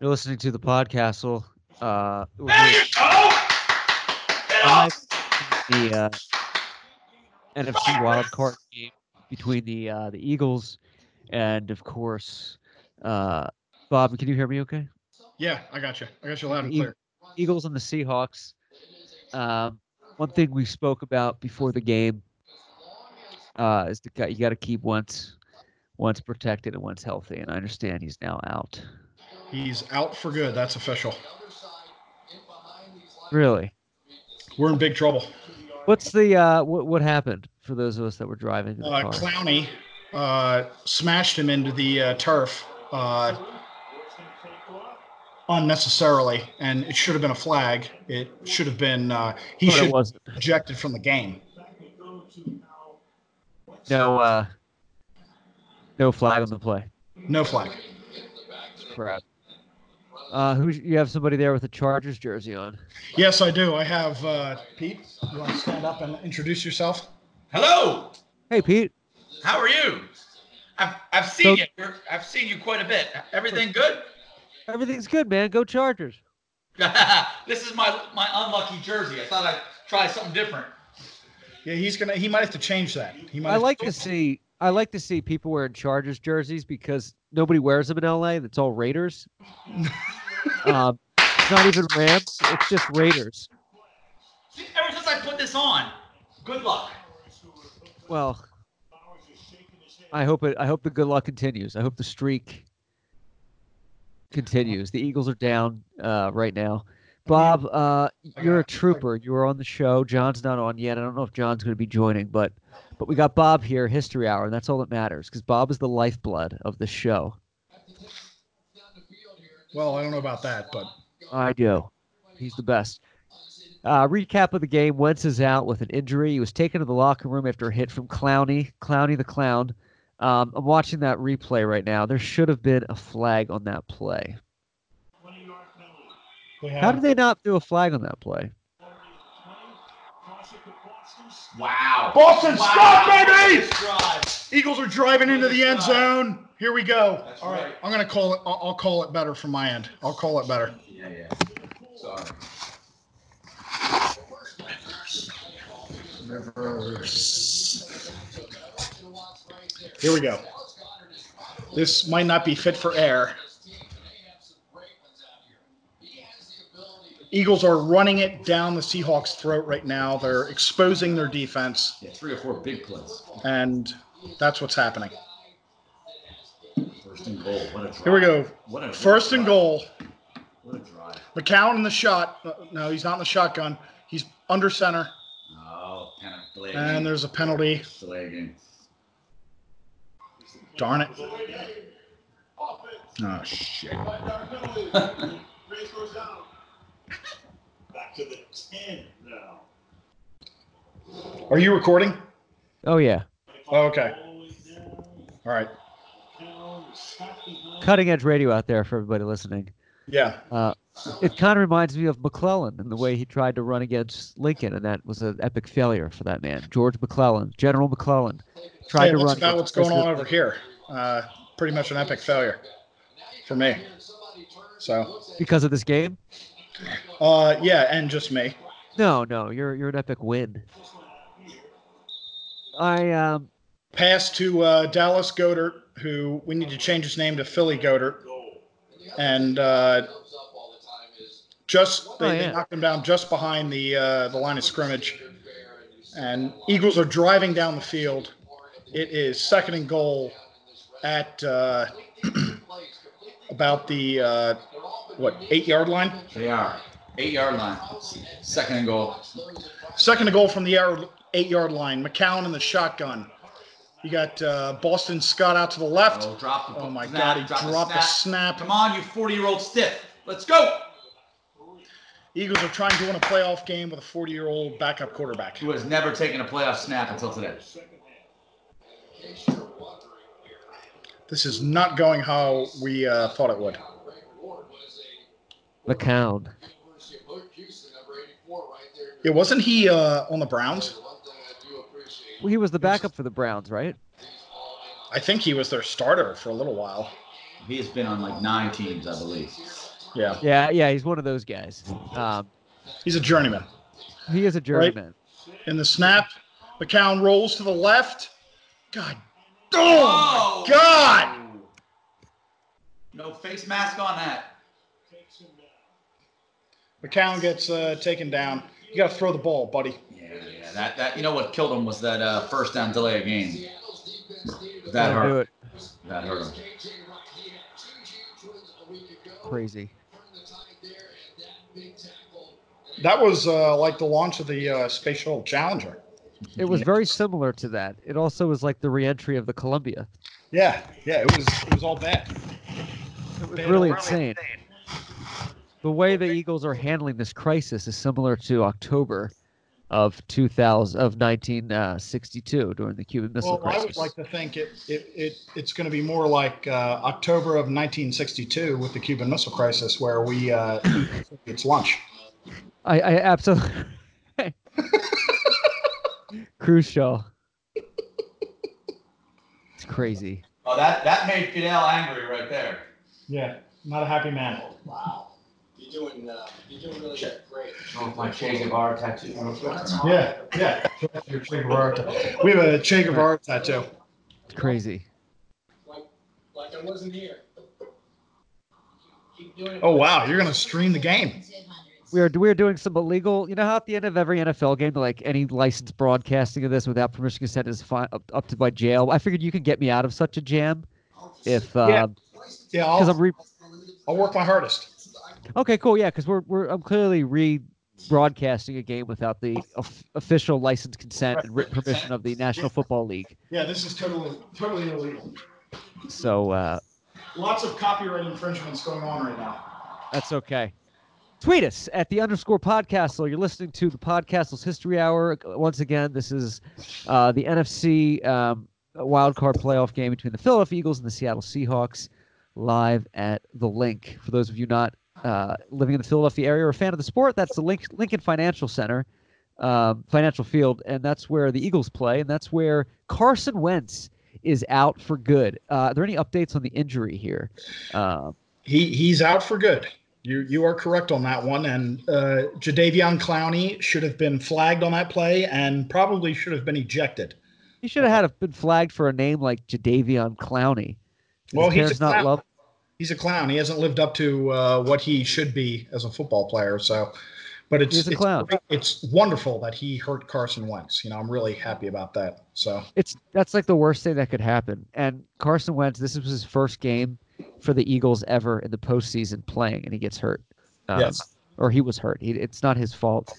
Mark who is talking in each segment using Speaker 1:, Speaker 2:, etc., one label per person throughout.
Speaker 1: You're listening to the podcast. Uh, with
Speaker 2: There
Speaker 1: me,
Speaker 2: you go. Get
Speaker 1: unlike
Speaker 2: off.
Speaker 1: the uh, NFC wild card game between the uh, the Eagles and, of course, uh, Bob. Can you hear me? Okay.
Speaker 3: Yeah, I got you. I got you loud and
Speaker 1: You-
Speaker 3: clear.
Speaker 1: Eagles and the Seahawks. Um, one thing we spoke about before the game uh, is the guy you got to keep once once protected and once healthy. And I understand he's now out.
Speaker 3: He's out for good. That's official.
Speaker 1: Really?
Speaker 3: We're in big trouble.
Speaker 1: What's the uh, what what happened for those of us that were driving? In the
Speaker 3: Uh,
Speaker 1: car?
Speaker 3: Clowney uh, smashed him into the uh, turf uh, unnecessarily, and it should have been a flag. It should have been. Uh, he
Speaker 1: But
Speaker 3: should
Speaker 1: it wasn't.
Speaker 3: ejected from the game.
Speaker 1: No, uh, no flag on the play.
Speaker 3: No flag.
Speaker 1: Crap. Uh, who you have somebody there with a Chargers jersey on?
Speaker 3: Yes, I do. I have uh, Pete. You want to stand up and introduce yourself?
Speaker 2: Hello.
Speaker 1: Hey, Pete.
Speaker 2: How are you? I've, I've seen
Speaker 1: So-
Speaker 2: you. You're- I've seen you quite a bit. Everything good?
Speaker 1: Everything's good, man. Go Chargers.
Speaker 2: this is my my unlucky jersey. I thought I'd try something different.
Speaker 3: Yeah, he's gonna. He might have to change that. He might.
Speaker 1: I
Speaker 3: have
Speaker 1: like to see I like to see people wearing Chargers jerseys because nobody wears them in LA. That's all Raiders. um, it's not even Rams. It's just Raiders.
Speaker 2: See, ever since I put this on, good luck.
Speaker 1: Well, I hope it. I hope the good luck continues. I hope the streak continues. The Eagles are down uh, right now. Bob, uh, you're a trooper. You were on the show. John's not on yet. I don't know if John's going to be joining, but but we got Bob here, History Hour, and that's all that matters because Bob is the lifeblood of the show.
Speaker 3: Well, I don't know about that, but
Speaker 1: I do. He's the best. Uh, recap of the game. Wentz is out with an injury. He was taken to the locker room after a hit from Clowney. Clowney the clown. Um, I'm watching that replay right now. There should have been a flag on that play.
Speaker 3: we
Speaker 1: How
Speaker 3: have-
Speaker 1: did they not do a flag on that play?
Speaker 2: Wow.
Speaker 3: Boston,
Speaker 2: Wow.
Speaker 3: stop, baby!
Speaker 2: Nice drive.
Speaker 3: Eagles are driving into the end zone. Here we go.
Speaker 2: That's
Speaker 3: All right,
Speaker 2: right.
Speaker 3: I'm gonna call it. I'll, I'll call it better from my end. I'll call it better.
Speaker 2: Yeah, yeah. Sorry.
Speaker 3: Here we go. This might not be fit for air. Eagles are running it down the Seahawks' throat right now. They're exposing their defense,
Speaker 2: Yeah, three or four big plays.
Speaker 3: and that's what's happening.
Speaker 2: First and goal. What a drive.
Speaker 3: Here we go.
Speaker 2: What a what a
Speaker 3: First and
Speaker 2: drive.
Speaker 3: goal.
Speaker 2: What a drive.
Speaker 3: McCown in the shot. Uh, No, he's not in the shotgun. He's under center,
Speaker 2: Oh, kind of delay.
Speaker 3: and there's a penalty.
Speaker 2: delay game.
Speaker 3: Darn it.
Speaker 1: Ah,
Speaker 3: Oh, shit.
Speaker 4: Back to the 10 now.
Speaker 3: Are you recording?
Speaker 1: Oh yeah,
Speaker 3: Oh, okay. All right.
Speaker 1: cutting edge radio out there for everybody listening.
Speaker 3: Yeah.
Speaker 1: Uh, it kind of reminds me of McClellan and the way he tried to run against Lincoln, and that was an epic failure for that man, George McClellan, General McClellan, tried
Speaker 3: Hey,
Speaker 1: to
Speaker 3: that's
Speaker 1: run.
Speaker 3: about what's going on over here. Uh, pretty much an epic failure for me. So,
Speaker 1: because of this game.
Speaker 3: uh, yeah, and just me.
Speaker 1: No, no, you're you're an epic win. I um
Speaker 3: Pass to uh, Dallas Godert, who we need to change his name to Philly Godert. And uh, just they,
Speaker 1: Oh,
Speaker 3: they
Speaker 1: yeah.
Speaker 3: knocked him down just behind the uh, the line of scrimmage. And Eagles are driving down the field. It is second and goal at uh, about the uh, what eight yard line.
Speaker 2: They are. Eight yard line. Second and goal.
Speaker 3: Second to goal from the yard- eight yard line. McCown in the shotgun. You got uh, Boston Scott out to the left.
Speaker 2: Oh, drop the
Speaker 3: Oh my
Speaker 2: snap,
Speaker 3: God, he
Speaker 2: drop the
Speaker 3: dropped a
Speaker 2: snap.
Speaker 3: snap.
Speaker 2: Come on, you 40 year old stiff. Let's go.
Speaker 3: Eagles are trying to win a playoff game with a 40 year old backup quarterback.
Speaker 2: Who has never taken a playoff snap until today.
Speaker 3: This is not going how we uh, thought it would.
Speaker 1: McCown.
Speaker 3: It wasn't he uh, on the Browns?
Speaker 1: Well, he was the backup for the Browns, right?
Speaker 3: I think he was their starter for a little while.
Speaker 2: He has been on like nine teams, I believe.
Speaker 3: Yeah,
Speaker 1: Yeah, yeah, he's one of those guys. Um,
Speaker 3: he's a journeyman.
Speaker 1: he is a journeyman.
Speaker 3: In the snap, McCown rolls to the left. God, oh
Speaker 5: Oh,
Speaker 3: my God!
Speaker 5: No face mask on that.
Speaker 3: McCown gets uh, taken down. You got to throw the ball, buddy.
Speaker 2: Yeah, yeah. That that you know what killed him was that uh, first down delay of game. That
Speaker 1: That'll do
Speaker 2: hurt.
Speaker 1: it.
Speaker 2: That hurt him.
Speaker 1: Crazy.
Speaker 3: That was uh, like the launch of the uh, Space Shuttle Challenger.
Speaker 1: It was very similar to that. It also was like the reentry of the Columbia.
Speaker 3: Yeah, yeah, it was it was all bad.
Speaker 1: It was really insane. The way the Eagles are handling this crisis is similar to October of 2000 of 1962 during the Cuban Missile
Speaker 3: Well, I
Speaker 1: Crisis.
Speaker 3: would like to think it, it, it it's going to be more like uh, October of 1962 with the Cuban Missile Crisis, where we uh, eat it's lunch.
Speaker 1: I, I absolutely. Crucial. It's crazy.
Speaker 5: Oh, that that made Fidel angry right there.
Speaker 3: Yeah, not a happy man.
Speaker 4: Wow. You're doing, uh, you're doing really great.
Speaker 2: my Che Guevara tattoo.
Speaker 3: Yeah, yeah. We have a Che Guevara tattoo.
Speaker 1: It's crazy.
Speaker 4: Like I wasn't here. Keep doing it.
Speaker 3: Oh wow, you're going to stream the game.
Speaker 1: We are we are doing some illegal. You know how at the end of every NFL game, like any licensed broadcasting of this without permission consent is fine up, up to by jail. I figured you can get me out of such a jam if
Speaker 3: Yeah.
Speaker 1: because
Speaker 3: Yeah,
Speaker 1: I'm
Speaker 3: I'll,
Speaker 1: re-
Speaker 3: I'll work my hardest.
Speaker 1: okay, cool, yeah, because we're we're I'm clearly re broadcasting a game without the of- official licensed consent and written permission of the National Football League.
Speaker 3: Yeah, this is totally totally illegal.
Speaker 1: So uh,
Speaker 3: Lots of copyright infringements going on right now.
Speaker 1: That's okay. Tweet us at the underscore podcastle. You're listening to the podcastle's history hour. Once again, this is uh, the NFC um, wild card playoff game between the Philadelphia Eagles and the Seattle Seahawks live at the link. For those of you not uh, living in the Philadelphia area or a fan of the sport, that's the link, Lincoln Financial Center, um, Financial Field, and that's where the Eagles play, and that's where Carson Wentz is out for good. Uh, are there any updates on the injury here? Um,
Speaker 3: He he's out for good. You you are correct on that one. And uh, Jadavion Clowney should have been flagged on that play and probably should have been ejected.
Speaker 1: He should have had a, been flagged for a name like Jadavion Clowney. His
Speaker 3: Well, he's
Speaker 1: parents
Speaker 3: a
Speaker 1: not
Speaker 3: clown.
Speaker 1: love.
Speaker 3: He's a clown. He hasn't lived up to uh, what he should be as a football player. So, but it's
Speaker 1: He's a
Speaker 3: it's,
Speaker 1: clown.
Speaker 3: great- it's wonderful that he hurt Carson Wentz. You know, I'm really happy about that. So
Speaker 1: It's that's like the worst thing that could happen. And Carson Wentz, this was his first game for the Eagles ever in the postseason playing, and he gets hurt. Um,
Speaker 3: yes,
Speaker 1: or he was hurt. He, it's not his fault.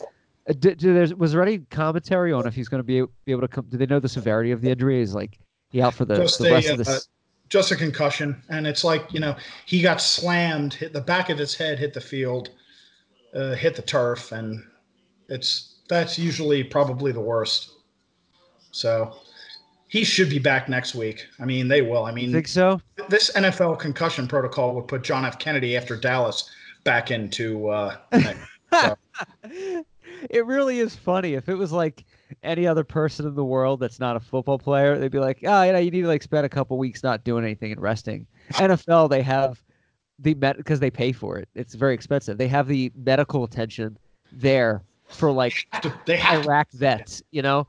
Speaker 1: Uh, Did, did there's, was there any commentary on if he's going to be be able to come? Do they know the severity of the injury? Is like he out for the,
Speaker 3: Just
Speaker 1: the
Speaker 3: a,
Speaker 1: rest of
Speaker 3: uh,
Speaker 1: this?
Speaker 3: just a concussion, and it's like you know he got slammed, hit the back of his head, hit the field, uh, hit the turf, and it's that's usually probably the worst. So he should be back next week. I mean, they will. I mean,
Speaker 1: think so?
Speaker 3: this NFL concussion protocol would put John F. Kennedy after Dallas back into. Uh,
Speaker 1: it really is funny. If it was like any other person in the world that's not a football player, they'd be like, oh, you know, you need to like spend a couple weeks not doing anything and resting. NFL, they have the med because they pay for it. It's very expensive. They have the medical attention there for like
Speaker 3: they have to,
Speaker 1: Iraq vets, you know,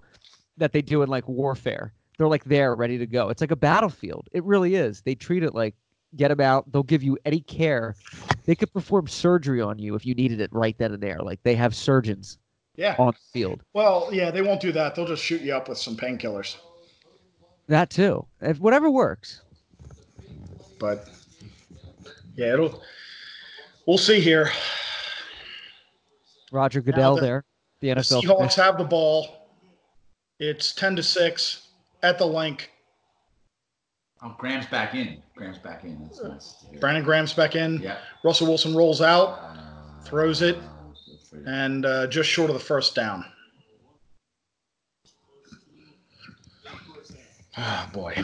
Speaker 1: that they do in like warfare. They're like there, ready to go. It's like a battlefield. It really is. They treat it like get them out. They'll give you any care. They could perform surgery on you if you needed it right then and there. Like they have surgeons
Speaker 3: yeah.
Speaker 1: on the field.
Speaker 3: Well, yeah, they won't do that. They'll just shoot you up with some painkillers.
Speaker 1: That too. If whatever works.
Speaker 3: But yeah, it'll. We'll see here.
Speaker 1: Roger Goodell
Speaker 3: the-
Speaker 1: there, the
Speaker 3: The
Speaker 1: NFL.
Speaker 3: Seahawks have the ball. It's ten to six at the link.
Speaker 2: Oh, Graham's back in. Graham's back in. That's nice. to hear.
Speaker 3: Brandon Graham's back in.
Speaker 2: Yeah.
Speaker 3: Russell Wilson rolls out,
Speaker 2: Uh,
Speaker 3: throws it,
Speaker 2: good for you.
Speaker 3: and uh, just short of the first down. Ah, boy,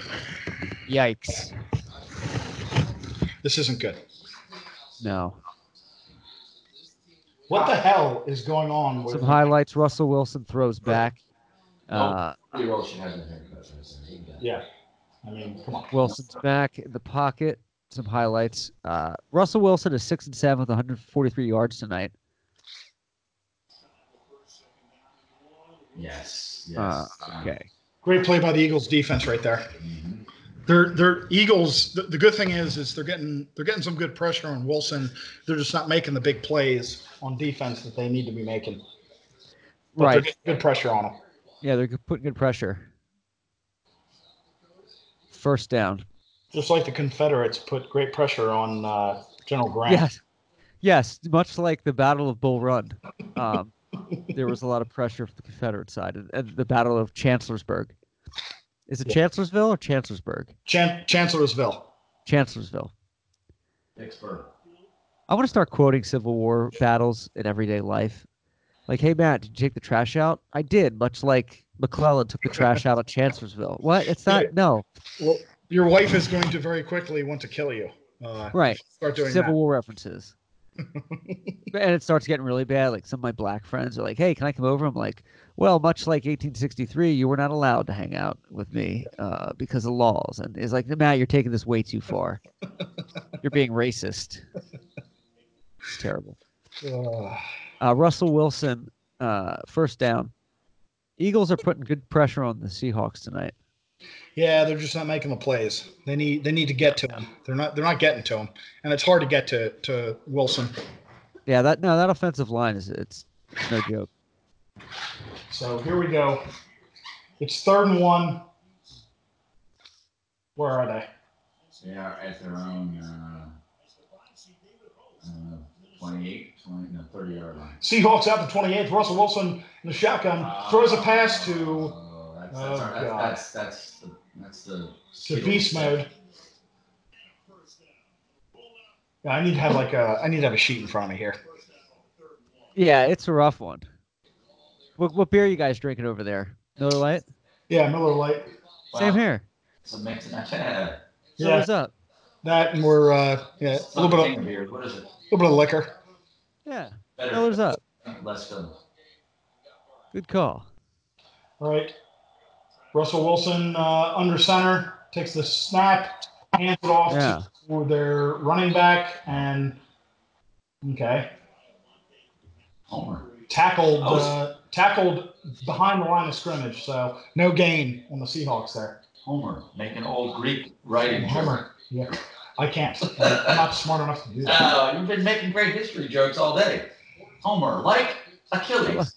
Speaker 1: Yikes.
Speaker 3: this isn't good.
Speaker 1: No.
Speaker 3: What the hell is going on
Speaker 1: Some highlights. Russell Wilson throws back.
Speaker 2: Oh.
Speaker 1: Uh,
Speaker 2: Pretty well should have been here, but-
Speaker 3: Yeah.
Speaker 6: I mean, come on.
Speaker 1: Wilson's back in the pocket. Some highlights. Uh, Russell Wilson is six and seven with 143 yards tonight.
Speaker 7: Yes.
Speaker 1: Uh,
Speaker 7: Yes.
Speaker 1: okay.
Speaker 3: Great play by the Eagles defense right there.
Speaker 7: Mhm.
Speaker 3: They're they're Eagles. The, the good thing is is they're getting they're getting some good pressure on Wilson. They're just not making the big plays on defense that they need to be making. But they're
Speaker 1: Right.
Speaker 3: getting Good pressure on them.
Speaker 1: Yeah, they're good- putting good pressure. First down.
Speaker 3: Just like the Confederates put great pressure on uh, General Grant.
Speaker 1: Yes. Yes. Much like the Battle of Bull Run, um, there was a lot of pressure from the Confederate side and, and the Battle of Chancellorsburg. Is it
Speaker 3: Yeah.
Speaker 1: Chancellorsville or Chancellorsburg?
Speaker 3: Chan- Chancellorsville.
Speaker 1: Chancellorsville.
Speaker 7: Pittsburgh.
Speaker 1: I want to start quoting Civil War battles in everyday life. Like, hey, Matt, did you take the trash out? I did, much like McClellan took the trash out at Chancellorsville. What? It's not,
Speaker 3: Yeah.
Speaker 1: no.
Speaker 3: Well, your wife is going to very quickly want to kill you. Uh,
Speaker 1: Right.
Speaker 3: Start doing
Speaker 1: Civil
Speaker 3: that.
Speaker 1: War references. and it starts getting really bad. Like some of my black friends are like, "Hey, can I come over?" I'm like, "Well, much like 1863, you were not allowed to hang out with me uh, because of laws." And it's like, "Matt, you're taking this way too far. you're being racist." It's terrible.
Speaker 3: Ugh.
Speaker 1: Uh, Russell Wilson, uh, first down. Eagles are putting good pressure on the Seahawks tonight.
Speaker 3: yeah, they're just not making the plays. They need they need to get to him. They're not they're not getting to him, and it's hard to get to to Wilson.
Speaker 1: Yeah, that no, that offensive line is it's no joke.
Speaker 3: So here we go. It's third and one. Where are they?
Speaker 7: They are at their own, uh, uh, 28, 20, no, 30 yard line.
Speaker 3: Seahawks out to 28. Russell Wilson in the shotgun Uh, throws a pass to
Speaker 7: Oh, that's,
Speaker 3: Oh,
Speaker 7: that's, our-
Speaker 3: God.
Speaker 7: that's, that's, that's, the, that's the.
Speaker 3: to beast mode. Yeah, I need to have like a I need to have a sheet in front of me here.
Speaker 1: Yeah, it's a rough one. What, what beer are you guys drinking over there? Miller Lite.
Speaker 3: Yeah, Miller Lite.
Speaker 7: Wow.
Speaker 1: Same here.
Speaker 7: It's a mix. Yeah.
Speaker 1: So
Speaker 3: Yeah,
Speaker 1: what's up?
Speaker 3: that and we're uh yeah
Speaker 7: It's
Speaker 3: a
Speaker 7: not
Speaker 3: little bit
Speaker 7: thing
Speaker 3: of,
Speaker 7: of beer. What is it?
Speaker 3: a little bit of liquor.
Speaker 1: Yeah.
Speaker 7: Better.
Speaker 1: Miller's up.
Speaker 7: Less film.
Speaker 1: Good call.
Speaker 3: All right. Russell Wilson uh, under center takes the snap, hands it off
Speaker 1: Yeah.
Speaker 3: to their running back, and okay
Speaker 7: Homer.
Speaker 3: tackled
Speaker 7: Oh.
Speaker 3: uh, tackled behind the line of scrimmage. So no gain on the Seahawks there.
Speaker 7: Homer. Making old Greek writing.
Speaker 3: Homer. Yeah, I can't. I'm not smart enough to do that.
Speaker 2: Uh,
Speaker 7: Oh, you've been making great history jokes all day. Homer, like Achilles.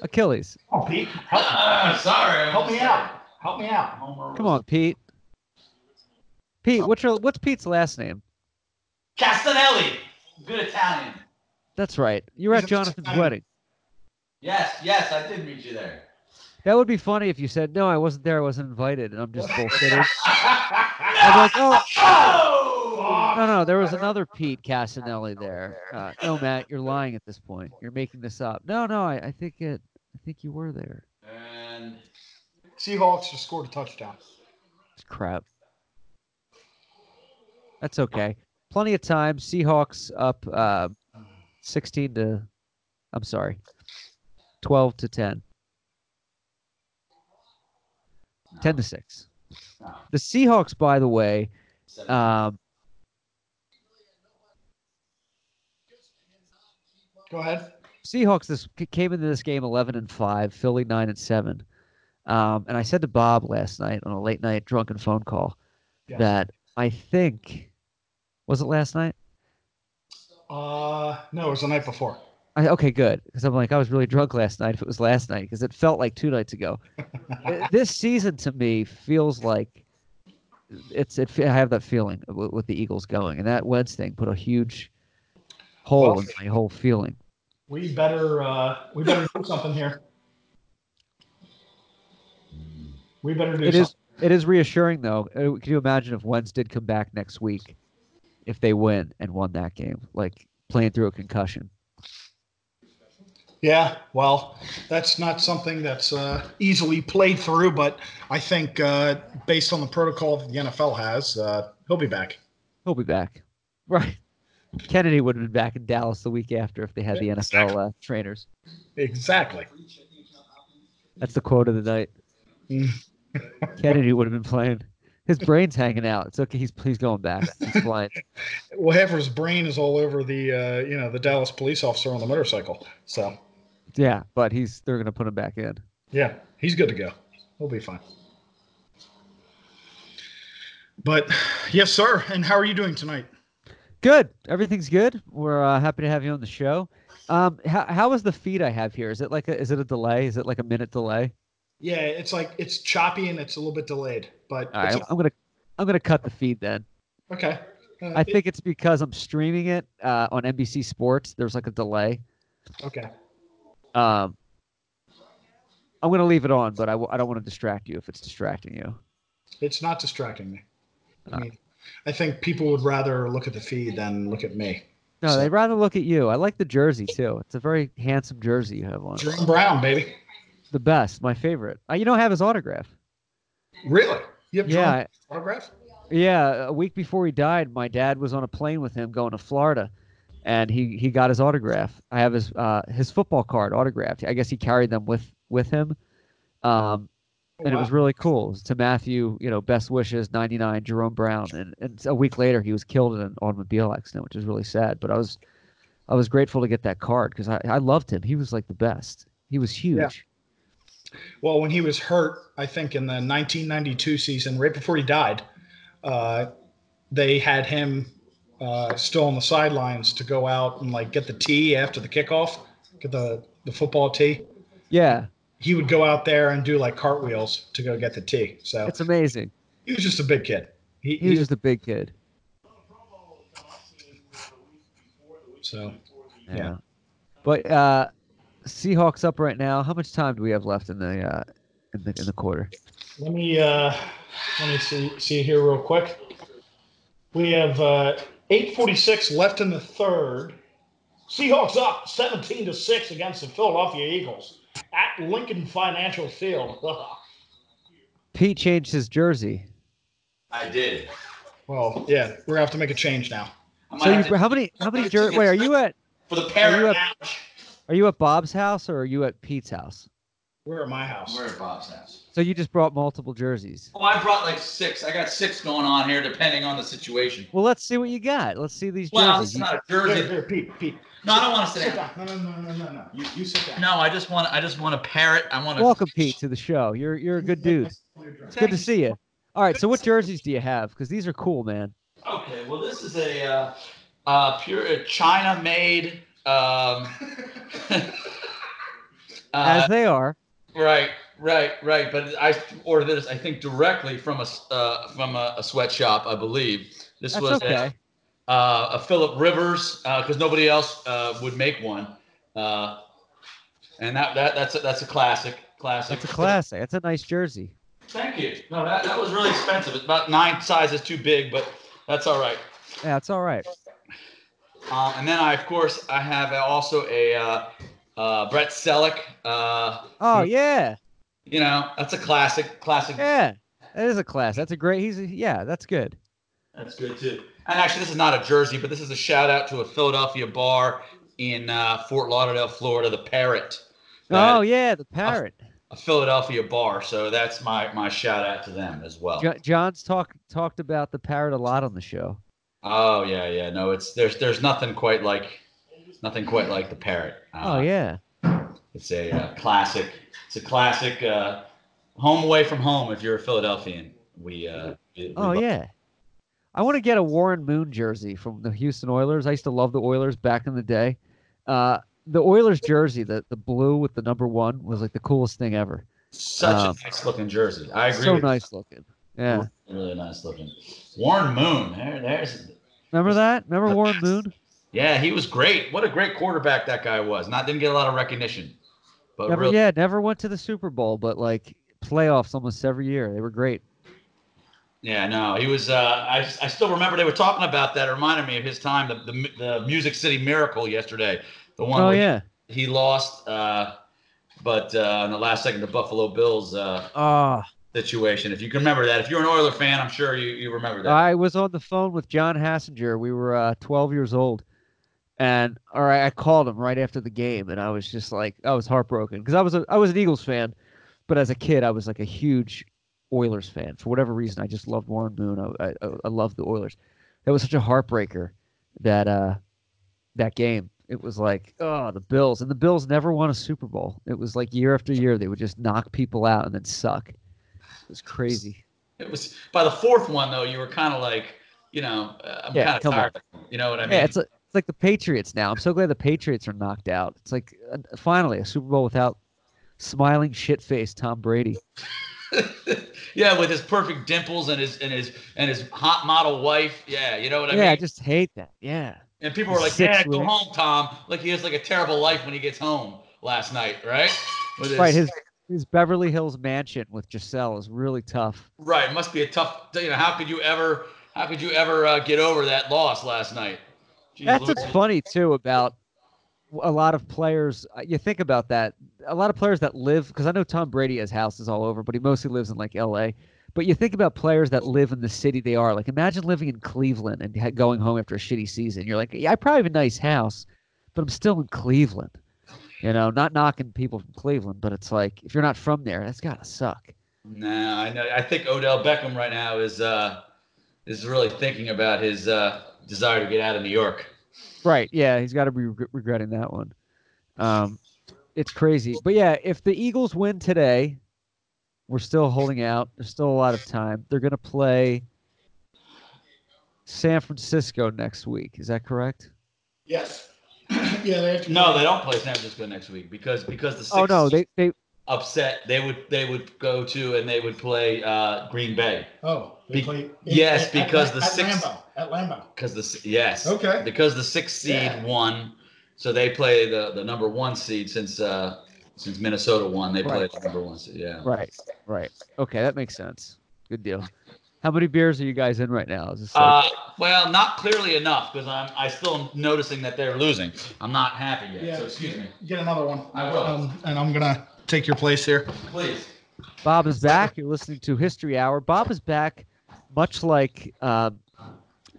Speaker 1: Achilles.
Speaker 3: Come on, Oh, Pete. Help,
Speaker 7: Ah, sorry. I'm
Speaker 3: help me
Speaker 7: sorry.
Speaker 3: out. Help me out.
Speaker 7: Homer.
Speaker 1: Come
Speaker 7: was-
Speaker 1: on, Pete. Pete, what's your what's Pete's last name?
Speaker 7: Castanelli. Good Italian.
Speaker 1: That's right. You were
Speaker 3: He's
Speaker 1: at
Speaker 3: a
Speaker 1: Jonathan's
Speaker 3: Italian.
Speaker 1: wedding.
Speaker 7: Yes, yes, I did meet you there.
Speaker 1: That would be funny if you said, "No, I wasn't there. I wasn't invited," and I'm just bullshitting. I'm like, "Oh,
Speaker 7: Oh!
Speaker 1: no, no, there was another Pete Casanelli there." Uh, no, Matt, you're lying at this point. You're making this up. No, no, I, I think it. I think you were there.
Speaker 7: And
Speaker 3: Seahawks just scored a touchdown.
Speaker 1: It's crap. That's okay. Plenty of time. Seahawks up uh, 16 to, I'm sorry, 12 to 10. 10 to 6.
Speaker 7: No.
Speaker 1: The Seahawks, by the way, um,
Speaker 3: Go ahead.
Speaker 1: Seahawks this c- came into this game 11 and 5, Philly 9 and 7. Um, and I said to Bob last night on a late night drunken phone call
Speaker 3: Yes.
Speaker 1: that I think, was it last night?
Speaker 3: Uh, no, it was the night before.
Speaker 1: I, okay, good. Because I'm like, I was really drunk last night. If it was last night, because it felt like two nights ago. Uh, this season to me feels like it's. It, fe- I have that feeling with, with the Eagles going, and that Wentz thing put a huge hole
Speaker 3: Well-
Speaker 1: in my whole feeling.
Speaker 3: We better uh, we better do something here. We better do
Speaker 1: It
Speaker 3: something.
Speaker 1: is. It is reassuring though. Uh, Can you imagine if Wentz did come back next week, if they win and won that game, like playing through a concussion?
Speaker 3: Yeah, well, that's not something that's uh, easily played through, but I think uh, based on the protocol that the NFL has, uh, he'll be back.
Speaker 1: He'll be back, right? Kennedy would have been back in Dallas the week after if they had the NFL uh, trainers.
Speaker 3: Exactly.
Speaker 1: That's the quote of the night. Kennedy would have been playing. His brain's hanging out. It's okay. He's he's going back. He's blind.
Speaker 3: Well, half of his brain is all over the uh, you know the Dallas police officer on the motorcycle. So
Speaker 1: Yeah, but he's they're gonna put him back in.
Speaker 3: yeah, he's good to go. He'll be fine. But yes, sir. And how are you doing tonight?
Speaker 1: Good. Everything's good. We're uh, happy to have you on the show. Um, how how is the feed I have here? Is it like a is it a delay? Is it like a minute delay?
Speaker 3: Yeah, it's like it's choppy and it's a little bit delayed, but
Speaker 1: All right,
Speaker 3: it's
Speaker 1: I'm gonna I'm gonna cut the feed then.
Speaker 3: okay. Uh,
Speaker 1: I think it's because I'm streaming it uh, on NBC Sports. There's like a delay.
Speaker 3: okay.
Speaker 1: Um, I'm gonna leave it on, but I w- I don't want to distract you if it's distracting you.
Speaker 3: It's not distracting me. I
Speaker 1: Uh.
Speaker 3: mean, I think people would rather look at the feed than look at me.
Speaker 1: No,
Speaker 3: So-
Speaker 1: they'd rather look at you. I like the jersey too. It's a very handsome jersey you have on.
Speaker 3: Jerome Brown, baby.
Speaker 1: The best, my favorite. Uh, you don't have his autograph.
Speaker 3: Really? You have Jerome
Speaker 1: Yeah,
Speaker 3: Brown's autograph?
Speaker 1: Yeah, a week before he died, my dad was on a plane with him going to Florida, and he he got his autograph. I have his uh, his football card autographed. I guess he carried them with with him, um,
Speaker 3: Oh,
Speaker 1: and it was really cool. It's to Matthew, you know, best wishes, ninety nine, Jerome Brown, and and a week later he was killed in an automobile accident, which is really sad. But I was I was grateful to get that card because I I loved him. He was like the best. He was huge.
Speaker 3: Well, when he was hurt, I think in the 1992 season, right before he died, uh, they had him uh, still on the sidelines to go out and like get the tee after the kickoff, get the, the football tee.
Speaker 1: Yeah,
Speaker 3: He would go out there and do like cartwheels to go get the tee. So
Speaker 1: it's amazing.
Speaker 3: he was just a big kid. He,
Speaker 1: He was just a big kid.
Speaker 3: so
Speaker 1: Yeah.
Speaker 3: Yeah.
Speaker 1: But uh Seahawks up right now. How much time do we have left in the uh in the in the quarter?
Speaker 3: Let me uh, let me see see here real quick. We have uh, eight forty six left in the third. Seahawks up seventeen to six against the Philadelphia Eagles at Lincoln Financial Field.
Speaker 1: Pete changed his jersey.
Speaker 2: I did.
Speaker 3: well, yeah, we're gonna have to make a change now.
Speaker 2: I might
Speaker 1: So
Speaker 2: have
Speaker 1: you,
Speaker 2: to,
Speaker 1: how many how many
Speaker 2: Tickets.
Speaker 1: jer- wait, are you at
Speaker 2: for the
Speaker 1: Are you
Speaker 2: parent
Speaker 1: up-
Speaker 2: lounge.
Speaker 1: are you at Bob's house or are you at Pete's house?
Speaker 3: We're at my house.
Speaker 2: We're at Bob's house.
Speaker 1: So you just brought multiple jerseys.
Speaker 2: Oh, I brought like six. I got six going on here, depending on the situation.
Speaker 1: Well, let's see what you got. Let's see these
Speaker 2: Well, it's
Speaker 1: jerseys.
Speaker 2: not a
Speaker 3: Here,
Speaker 2: Uh, jersey.
Speaker 3: here, Pete, Pete,
Speaker 2: No, I don't want to sit
Speaker 3: sit
Speaker 2: down.
Speaker 3: down. No, no, no, no, no, no. You, you sit down.
Speaker 2: No, I just want. I just want to parrot. I want to.
Speaker 1: Welcome, Pete, to the show. You're you're a good dude. It's good to see you. All right, so what jerseys do you have? Because these are cool, man.
Speaker 2: Okay, well, this is a uh, uh, pure uh, China-made. Um, uh,
Speaker 1: As they are.
Speaker 2: right, right, right. But I ordered this, I think, directly from a s- uh, from a, a sweatshop, I believe. This
Speaker 1: That's
Speaker 2: was
Speaker 1: okay.
Speaker 2: a, uh, a Philip Rivers because nobody else uh, would make one, uh, and that, that that's a, that's a classic. Classic.
Speaker 1: That's a classic. That's a nice jersey.
Speaker 2: Thank you. No, that, that was really expensive. It's about nine sizes too big, but that's all right.
Speaker 1: Yeah, it's all right.
Speaker 2: Uh, and then I, of course, I have also a uh, uh, Brett Selleck. Uh,
Speaker 1: Oh yeah.
Speaker 2: you know, that's a classic, classic.
Speaker 1: Yeah, that is a class. That's a great. He's a, yeah, that's good.
Speaker 2: That's good too. And actually, this is not a jersey, but this is a shout out to a Philadelphia bar in uh, Fort Lauderdale, Florida, the Parrot. That-
Speaker 1: oh yeah, the parrot.
Speaker 2: a Philadelphia bar. So that's my my shout out to them as well.
Speaker 1: Jo- John's talked talked about the parrot a lot on the show.
Speaker 2: Oh yeah, yeah. No, it's there's there's nothing quite like nothing quite like the Parrot. Uh,
Speaker 1: Oh yeah,
Speaker 2: It's a uh, classic. It's a classic uh, home away from home. If you're a Philadelphian, we. Uh, we- we
Speaker 1: oh
Speaker 2: love-
Speaker 1: yeah. I want to get a Warren Moon jersey from the Houston Oilers. I used to love the Oilers back in the day. Uh, the Oilers jersey, the the blue with the number one, was like the coolest thing ever.
Speaker 2: Such
Speaker 1: Um,
Speaker 2: a nice looking jersey. I agree.
Speaker 1: So
Speaker 2: with
Speaker 1: nice looking. Yeah,
Speaker 2: You. Really nice looking. Warren Moon. There, there's.
Speaker 1: remember that? Remember
Speaker 2: The
Speaker 1: Warren
Speaker 2: best.
Speaker 1: Moon?
Speaker 2: Yeah, he was great. What a great quarterback that guy was. Not didn't get a lot of recognition, but
Speaker 1: Never,
Speaker 2: really,
Speaker 1: yeah, never went to the Super Bowl, but like playoffs almost every year. They were great.
Speaker 2: yeah, no, he was. Uh, I I still remember they were talking about that. It reminded me of his time, the the, the Music City Miracle yesterday. The one.
Speaker 1: Oh
Speaker 2: where he-
Speaker 1: yeah.
Speaker 2: he lost, uh, but uh, in the last second, the Buffalo Bills uh,
Speaker 1: Ah.
Speaker 2: situation. If you can remember that, if you're an Oiler fan, I'm sure you, you remember that.
Speaker 1: I was on the phone with John Hassinger. We were uh, 12 years old. And all right, I called him right after the game, and I was just like, I was heartbroken because I was a, I was an Eagles fan, but as a kid, I was like a huge Oilers fan for whatever reason. I just loved Warren Moon. I I, I love the Oilers. That was such a heartbreaker that uh that game. It was like oh the Bills and the Bills never won a Super Bowl. It was like year after year they would just knock people out and then suck. It was crazy.
Speaker 2: It was by the fourth one though. You were kind of like, you know, uh, I'm
Speaker 1: Yeah,
Speaker 2: kind of
Speaker 1: come
Speaker 2: tired. You know what I mean?
Speaker 1: yeah, it's, like it's like the Patriots now. I'm so glad the Patriots are knocked out. It's like uh, finally a Super Bowl without smiling shit face Tom Brady.
Speaker 2: yeah, with his perfect dimples and his and his and his hot model wife. Yeah, you know what I
Speaker 1: yeah, I
Speaker 2: mean.
Speaker 1: just hate that. Yeah.
Speaker 2: and people were like,
Speaker 1: Six
Speaker 2: "Yeah, go
Speaker 1: weeks.
Speaker 2: home, Tom." Like he has like a terrible life when he gets home last night, right? With
Speaker 1: Right, his his Beverly Hills mansion with Giselle is really tough.
Speaker 2: right must be a tough. You know, how could you ever? How could you ever uh, get over that loss last night? Jeez
Speaker 1: That's
Speaker 2: Louise.
Speaker 1: what's funny too about a lot of players. uh, You think about that. A lot of players that live because I know Tom Brady has houses all over, but he mostly lives in like L.A. But you think about players that live in the city they are. Like imagine living in Cleveland and ha- going home after a shitty season. You're like, yeah, I probably have a nice house, but I'm still in Cleveland. You know, not knocking people from Cleveland, but it's like if you're not from there, that's gotta suck.
Speaker 2: Nah, I know. I think Odell Beckham right now is uh, is really thinking about his uh, desire to get out of New York.
Speaker 1: Right. Yeah, he's got to be reg- regretting that one. Um, it's crazy, but yeah, if the Eagles win today, we're still holding out. There's still a lot of time. They're gonna play San Francisco next week. Is that correct?
Speaker 3: Yes. yeah, they have to.
Speaker 2: No, they don't play San Francisco next week because because the
Speaker 1: Oh
Speaker 2: Sixers
Speaker 1: no, they they
Speaker 2: upset. They would they would go to and they would play uh, Green Bay
Speaker 3: Oh, they
Speaker 2: Be-
Speaker 3: play-
Speaker 2: yes,
Speaker 3: at- at-
Speaker 2: because the
Speaker 3: at
Speaker 2: six-
Speaker 3: Lambeau, at Lambeau.
Speaker 2: because the s- yes
Speaker 3: Okay.
Speaker 2: because the sixth seed
Speaker 3: Yeah.
Speaker 2: won, so they play the the number one seed since uh, since Minnesota won. They
Speaker 1: Right.
Speaker 2: played the number one seed. Yeah.
Speaker 1: right, right. Okay, that makes sense. Good deal. How many beers are you guys in right now? Is this like,
Speaker 2: Uh, well, not clearly enough because I'm I still am noticing that they're losing. I'm not happy yet. So excuse me,
Speaker 3: Get another one.
Speaker 2: I will.
Speaker 3: Um, and I'm gonna take your place here.
Speaker 2: please.
Speaker 1: Bob is back. You're listening to History Hour. Bob is back, much like uh,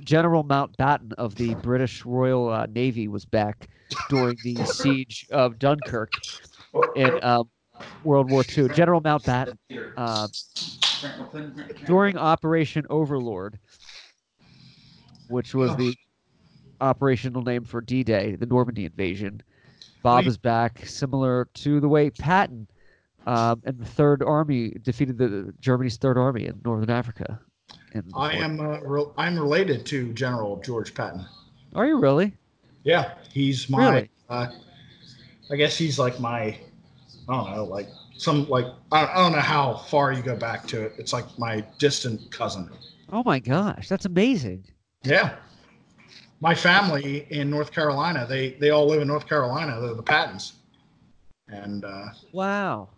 Speaker 1: General Mountbatten of the British Royal uh, Navy was back during the siege of Dunkirk in um, World War II. General Mountbatten, uh, during Operation Overlord, which was the operational name for D-Day, the Normandy invasion. Bob
Speaker 3: Wait.
Speaker 1: is back, similar to the way Patton um, and the Third Army defeated the Germany's Third Army in Northern Africa. in the
Speaker 3: I
Speaker 1: war.
Speaker 3: am. Uh, re- I'm related to General George Patton.
Speaker 1: Are you really?
Speaker 3: Yeah, he's my.
Speaker 1: Really?
Speaker 3: Uh, I guess he's like my. I don't know, like some like I, I don't know how far you go back to it. It's like my distant cousin.
Speaker 1: Oh my gosh, that's amazing.
Speaker 3: Yeah, my family in North Carolina. They they all live in North Carolina. They're the Pattons, and uh,
Speaker 1: Wow.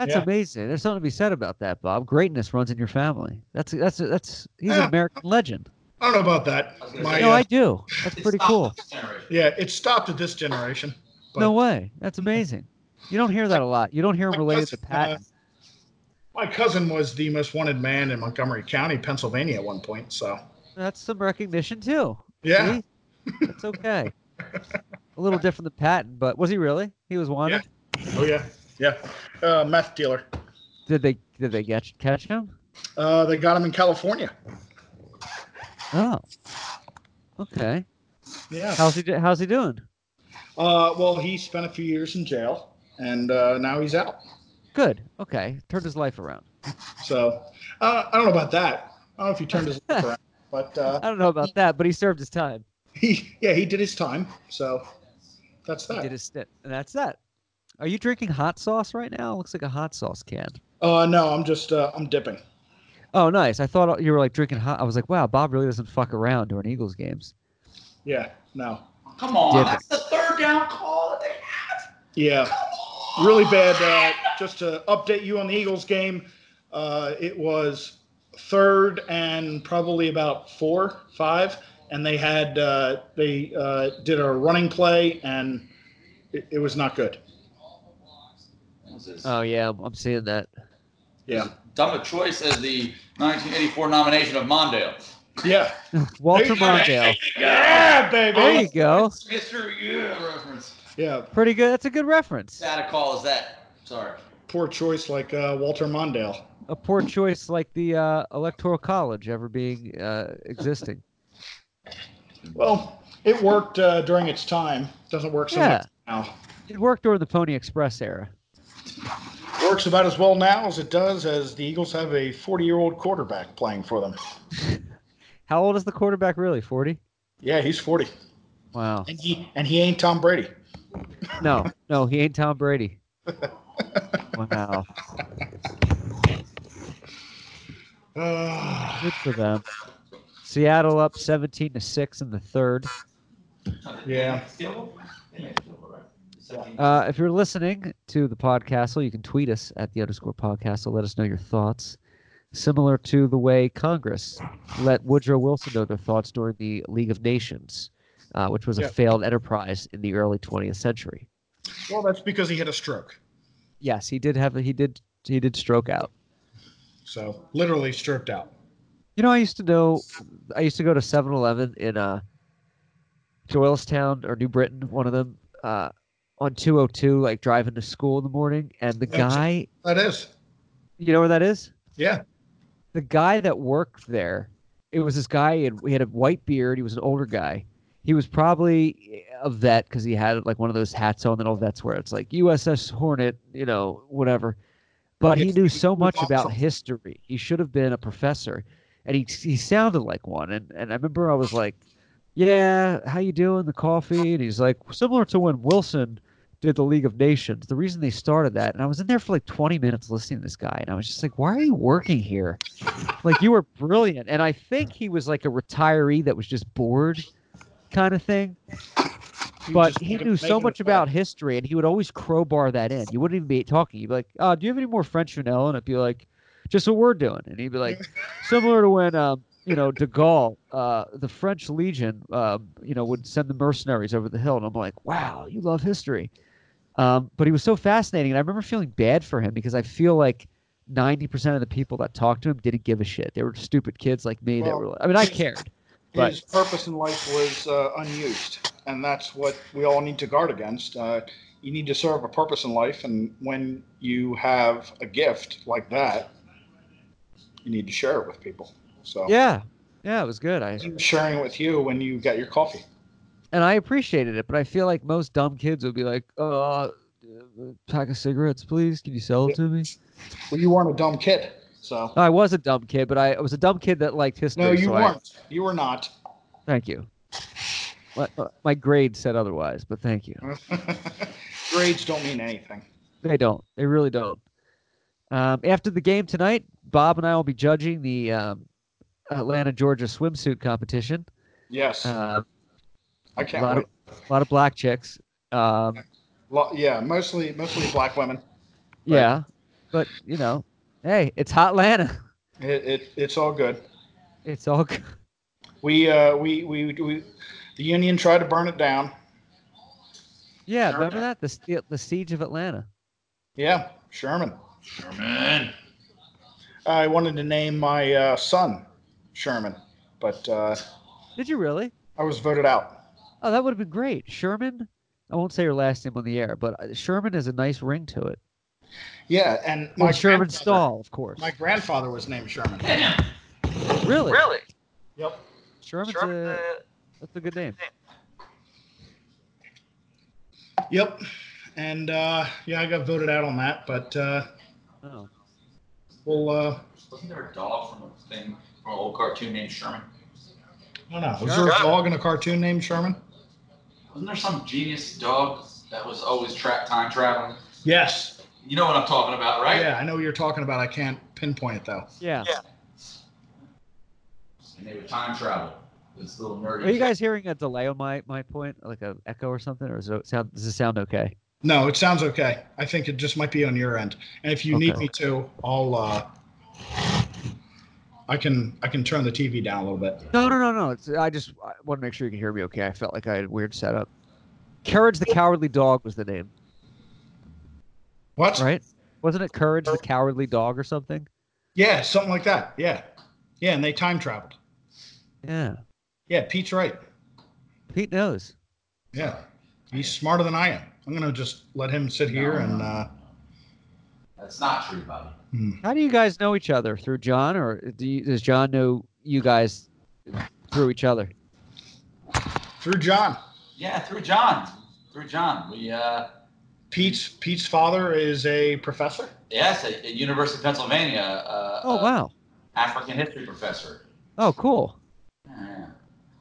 Speaker 1: That's
Speaker 3: Yeah.
Speaker 1: amazing. There's something to be said about that, Bob. Greatness runs in your family. That's that's that's he's an
Speaker 3: Yeah.
Speaker 1: American legend.
Speaker 3: I don't know about that.
Speaker 2: I was gonna
Speaker 3: My,
Speaker 2: say-
Speaker 1: no,
Speaker 3: uh,
Speaker 1: I do. That's
Speaker 2: It's
Speaker 1: pretty
Speaker 2: not
Speaker 1: cool.
Speaker 2: this generation.
Speaker 3: yeah, it stopped at this generation. but-
Speaker 1: No way. That's amazing. You don't hear that a lot. You don't hear him
Speaker 3: My
Speaker 1: related to
Speaker 3: cousin, uh,
Speaker 1: Patton.
Speaker 3: My cousin was the most wanted man in Montgomery County, Pennsylvania, at one point. So
Speaker 1: That's some recognition too.
Speaker 3: yeah,
Speaker 1: See? That's okay. a little different than Patton, but was he really? He was wanted.
Speaker 3: oh yeah, yeah. Uh, meth dealer.
Speaker 1: Did they did they catch catch him?
Speaker 3: Uh, they got him in California.
Speaker 1: Oh. Okay.
Speaker 3: Yeah.
Speaker 1: How's he do- how's he doing?
Speaker 3: Uh, well, he spent a few years in jail, and uh, now he's out.
Speaker 1: Good. Okay. Turned his life around.
Speaker 3: So uh, I don't know about that. I don't know if he turned his life around, but uh,
Speaker 1: I don't know about that, but he served his time.
Speaker 3: he yeah he did his time. So that's
Speaker 1: He
Speaker 3: that.
Speaker 1: did his stint. And that's that. Are you drinking hot sauce right now? Looks like a hot sauce can.
Speaker 3: Uh, no, I'm just uh, I'm dipping.
Speaker 1: Oh, nice. I thought you were like drinking hot. I was like, wow, Bob really doesn't fuck around during Eagles games.
Speaker 3: Yeah, no,
Speaker 2: Come on,
Speaker 1: Yeah.
Speaker 2: that's the third down call that they
Speaker 3: yeah. really bad. Uh, just to update you on the Eagles game, uh, it was third and probably about four, five, and they had uh, they uh, did a running play and it, it was not good.
Speaker 1: Oh, yeah. I'm, I'm seeing that.
Speaker 3: Yeah,
Speaker 2: Dumb a choice as the 1984 nomination of Mondale.
Speaker 3: yeah,
Speaker 1: Walter
Speaker 3: There you go.
Speaker 1: Mondale.
Speaker 3: yeah,
Speaker 1: There you
Speaker 3: baby.
Speaker 1: go.
Speaker 2: Mr. Yeah reference.
Speaker 3: Yeah,
Speaker 1: Pretty good. That's a good reference.
Speaker 2: Sad a call is that. Sorry.
Speaker 3: poor choice like uh, Walter Mondale.
Speaker 1: a poor choice like the uh, Electoral College ever being uh, existing.
Speaker 3: Well, it worked uh, during its time. Doesn't work so
Speaker 1: Yeah.
Speaker 3: much now.
Speaker 1: It worked during the Pony Express era.
Speaker 3: Works about as well now as it does as the Eagles have a 40 year old quarterback playing for them.
Speaker 1: How old is the quarterback really? Forty?
Speaker 3: Yeah, he's 40.
Speaker 1: Wow.
Speaker 3: And he and he ain't Tom Brady.
Speaker 1: No, no, he ain't Tom Brady. Wow.
Speaker 3: Uh,
Speaker 1: Good for them. Seattle up 17 to 6 in the third.
Speaker 3: Yeah.
Speaker 1: Uh, if you're listening to the podcastle, you can tweet us at the underscore podcastle. Let us know your thoughts. Similar to the way Congress let Woodrow Wilson know their thoughts during the League of Nations, uh, which was
Speaker 3: Yeah.
Speaker 1: a failed enterprise in the early 20th century.
Speaker 3: well, that's because he had a stroke.
Speaker 1: Yes, he did have he did he did stroke out.
Speaker 3: So literally stroked out.
Speaker 1: You know, I used to know, I used to go to 7 Eleven in uh, Doylestown or New Britain, one of them, uh, on 202, like driving to school in the morning. And the
Speaker 3: Gotcha.
Speaker 1: guy,
Speaker 3: That is.
Speaker 1: you know where that is?
Speaker 3: Yeah.
Speaker 1: The guy that worked there, it was this guy, and he had a white beard. He was an older guy. He was probably a vet because he had like one of those hats on that all vets wear. It's like USS Hornet, you know, whatever. But he
Speaker 3: Yes,
Speaker 1: knew
Speaker 3: he
Speaker 1: so
Speaker 3: was
Speaker 1: much about
Speaker 3: awesome.
Speaker 1: history. He should have been a professor, and he he sounded like one. And and I remember I was like, "Yeah, how you doing? The coffee?" And he's like, "Similar to when Wilson did the League of Nations. The reason they started that." And I was in there for like 20 minutes listening to this guy, and I was just like, "Why are you working here? like you were brilliant." And I think he was like a retiree that was just bored, kind of thing but
Speaker 3: just
Speaker 1: he
Speaker 3: made it-
Speaker 1: knew so
Speaker 3: making it
Speaker 1: much
Speaker 3: play.
Speaker 1: about history, and he would always crowbar that in. You wouldn't even be talking. You'd be like, uh, "Do you have any more French Chanel?" And I'd be like, "Just what we're doing." And he'd be like, "Similar to when, um, you know, De Gaulle, uh, the French Legion, um, you know, would send the mercenaries over the hill." And I'm like, "Wow, you love history." Um, but he was so fascinating, and I remember feeling bad for him because I feel like. 90% of the people that talked to him didn't give a shit. They were stupid kids like me that
Speaker 3: Well,
Speaker 1: were I mean I cared. But
Speaker 3: His purpose in life was uh, unused, and that's what we all need to guard against. Uh, you need to serve a purpose in life, and when you have a gift like that, you need to share it with people. So
Speaker 1: yeah. Yeah, it was good. I
Speaker 3: I'm sharing it with you when you get your coffee.
Speaker 1: and I appreciated it, but I feel like most dumb kids would be like, "Uh, pack of cigarettes, please. Can you sell it to me?"
Speaker 3: Well, you weren't a dumb kid, so
Speaker 1: No, I was a dumb kid, but I, I was a dumb kid that liked history.
Speaker 3: no, you
Speaker 1: so I-
Speaker 3: weren't. You were not.
Speaker 1: thank you. My, uh, my grade said otherwise, but thank you.
Speaker 3: Grades don't mean anything.
Speaker 1: They don't. They really don't. Um, after the game tonight, Bob and I will be judging the um, Atlanta Georgia swimsuit competition.
Speaker 3: Yes,
Speaker 1: Um
Speaker 3: I
Speaker 1: a
Speaker 3: can't
Speaker 1: lot
Speaker 3: wait.
Speaker 1: of a lot of black chicks. Um,
Speaker 3: Lo- yeah, mostly mostly black women.
Speaker 1: Yeah, but you know, hey, it's hot Atlanta.
Speaker 3: It, it, it's all good.
Speaker 1: It's all good.
Speaker 3: We, uh, we, we, we, the Union tried to burn it down.
Speaker 1: Yeah,
Speaker 3: Sure.
Speaker 1: remember that the ste- the siege of Atlanta.
Speaker 3: Yeah, Sherman.
Speaker 7: Sherman.
Speaker 3: I wanted to name my uh, son Sherman, but uh,
Speaker 1: Did you really?
Speaker 3: I was voted out.
Speaker 1: Oh, that would have been great, Sherman. I won't say your last name on the air, but uh, Sherman has a nice ring to it.
Speaker 3: Yeah, and my
Speaker 1: Well, Sherman
Speaker 3: grandfather-
Speaker 1: Stahl, of course.
Speaker 3: My grandfather was named Sherman.
Speaker 1: Really?
Speaker 8: Really?
Speaker 3: Yep.
Speaker 1: Sherman's
Speaker 8: Sherman,
Speaker 1: a
Speaker 8: uh,
Speaker 1: that's a good name.
Speaker 3: Yep. And uh, yeah, I got voted out on that, but uh,
Speaker 1: Oh.
Speaker 3: we'll. Uh,
Speaker 7: Wasn't there a dog from a thing from an old cartoon named Sherman?
Speaker 3: I don't know. Was there a dog in a cartoon named Sherman?
Speaker 7: Wasn't there some genius dog that was always tra- time traveling?
Speaker 3: Yes.
Speaker 7: You know what I'm talking about, right?
Speaker 3: Yeah, I know what you're talking about. I can't pinpoint it though.
Speaker 1: Yeah.
Speaker 7: And they would time travel. This little nerdy.
Speaker 1: Are you guys hearing a delay on my my point, like a echo or something, or is it sound? Does it sound okay?
Speaker 3: No, it sounds okay. I think it just might be on your end. And if you need
Speaker 1: Okay.
Speaker 3: me to, I'll uh I can I can turn the TV down a little bit.
Speaker 1: No, no, no, no. It's, I just I want to make sure you can hear me okay. I felt like I had a weird setup. Courage the Cowardly Dog was the name,
Speaker 3: What?
Speaker 1: right? Wasn't it Courage the Cowardly Dog or something?
Speaker 3: Yeah, something like that. Yeah. Yeah, and they time traveled.
Speaker 1: Yeah.
Speaker 3: Yeah, Pete's right.
Speaker 1: Pete knows.
Speaker 3: Yeah. He's smarter than I am. I'm gonna just let him sit here and uh
Speaker 2: That's not true, buddy.
Speaker 1: How do you guys know each other through John, or do you, does John know you guys through each
Speaker 2: Uh,
Speaker 1: other?
Speaker 3: Through John,
Speaker 2: Yeah, through John. Through John. We uh
Speaker 3: Pete's Pete's father is a professor.
Speaker 2: yes, at, at University of Pennsylvania, uh,
Speaker 1: Oh
Speaker 2: uh,
Speaker 1: wow!
Speaker 2: African history professor.
Speaker 1: Oh cool.
Speaker 2: Yeah.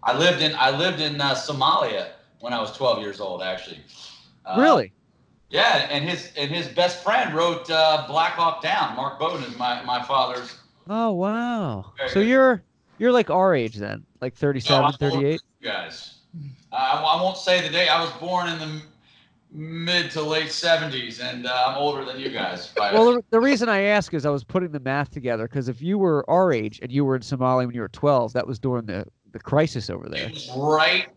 Speaker 2: I lived in I lived in uh, Somalia when I was 12 years old actually. Uh,
Speaker 1: Really?
Speaker 2: Yeah, and his and his best friend wrote uh, Black Hawk Down. Mark Bowden is my, my father's.
Speaker 1: Oh wow.
Speaker 2: yeah,
Speaker 1: So
Speaker 2: yeah.
Speaker 1: you're you're like our age then, like 37,
Speaker 2: I'm older.
Speaker 1: 38.
Speaker 2: You guys, I, I won't say the date. I was born in the m- mid to late 70s, and uh, I'm older than you guys. By
Speaker 1: Well, the, the reason I ask is I was putting the math together because if you were our age and you were in Somalia when you were 12, that was during the the crisis over there.
Speaker 2: It was right.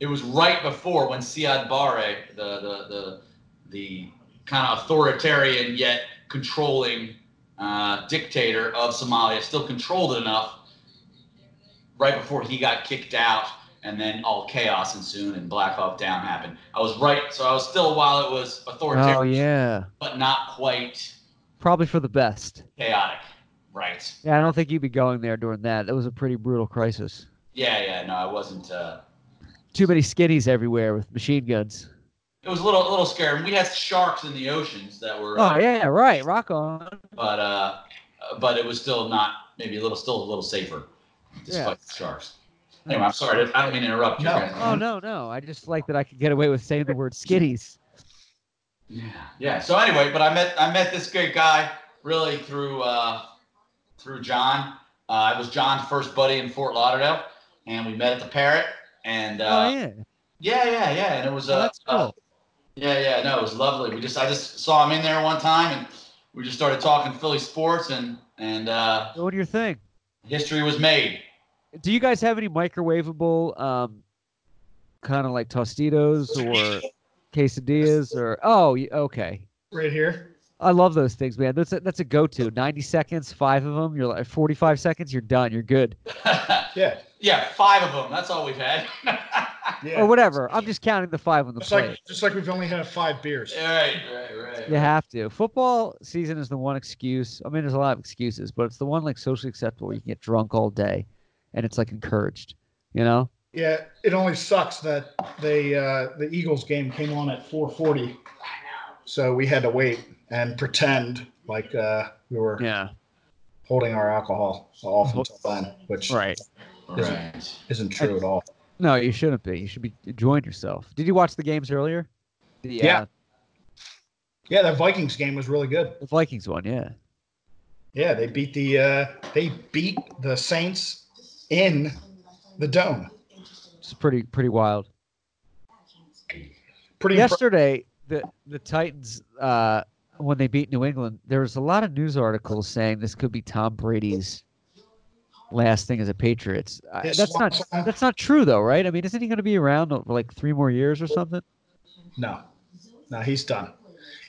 Speaker 2: It was right before when Siad Barre, the the the, the kind of authoritarian yet controlling uh, dictator of Somalia, still controlled it enough. Right before he got kicked out, and then all chaos ensued, and Black Hawk Down happened. I was right, so I was still while it was authoritarian,
Speaker 1: Oh yeah,
Speaker 2: but not quite
Speaker 1: probably for the best.
Speaker 2: chaotic. Right.
Speaker 1: Yeah, I don't think you'd be going there during that. That was a pretty brutal crisis.
Speaker 2: Yeah, yeah. No, I wasn't. Uh,
Speaker 1: Too many skinnies everywhere with machine guns.
Speaker 2: it was a little, a little scary. And we had sharks in the oceans that were. uh,
Speaker 1: Oh yeah, right. Rock on.
Speaker 2: but uh, but it was still not maybe a little still a little safer despite
Speaker 1: Yeah.
Speaker 2: the sharks. Anyway, I'm sorry. I don't mean to interrupt you
Speaker 3: No.
Speaker 2: guys.
Speaker 1: Oh no, no. I just like that I could get away with saying the word skinnies.
Speaker 2: Yeah. Yeah. So anyway, but I met I met this great guy really through uh, through John. Uh, it was John's first buddy in Fort Lauderdale, and we met at the Parrot. And uh,
Speaker 1: oh yeah.
Speaker 2: yeah. yeah, yeah, and it was
Speaker 1: Oh,
Speaker 2: uh,
Speaker 1: that's
Speaker 2: uh,
Speaker 1: cool.
Speaker 2: Yeah, yeah, no, it was lovely. We just I just saw him in there one time, and we just started talking Philly sports, and and uh,
Speaker 1: Doing your thing.
Speaker 2: history was made.
Speaker 1: Do you guys have any microwavable um kind of like tostitos or quesadillas or oh y- okay.
Speaker 3: Right here.
Speaker 1: I love those things, man. That's a, that's a go-to. 90 seconds, 5 of them, you're like 45 seconds, you're done, you're good.
Speaker 3: Yeah.
Speaker 2: Yeah, five of them. That's all we've had. all
Speaker 3: Yeah.
Speaker 1: Or whatever. I'm just counting the 5 on the
Speaker 3: It's
Speaker 1: plate.
Speaker 3: like just like we've only had five beers.
Speaker 2: right, right, right.
Speaker 1: You have to. Football season is the one excuse. I mean, there's a lot of excuses, but it's the one like socially acceptable where you can get drunk all day, and it's like encouraged. You know?
Speaker 3: Yeah, it only sucks that they uh, the Eagles game came on at 4:40, so we had to wait and pretend like uh, we were
Speaker 1: Yeah.
Speaker 3: holding our alcohol off until then, which
Speaker 1: Right.
Speaker 2: Right.
Speaker 3: isn't true at all.
Speaker 1: No, you shouldn't be. You should be enjoying yourself. Did you watch the games earlier? The,
Speaker 3: Yeah.
Speaker 1: uh,
Speaker 3: Yeah, that Vikings game was really good.
Speaker 1: the Vikings one. Yeah.
Speaker 3: Yeah, they beat the uh, they beat the Saints in the dome.
Speaker 1: It's pretty pretty wild.
Speaker 3: Pretty impre-
Speaker 1: Yesterday, the the Titans uh, when they beat New England, there was a lot of news articles saying this could be Tom Brady's last thing as a Patriots. I,
Speaker 3: His
Speaker 1: that's not
Speaker 3: last-
Speaker 1: that's not true though, right? I mean, isn't he going to be around for like three more years or something?
Speaker 3: No, no, he's done.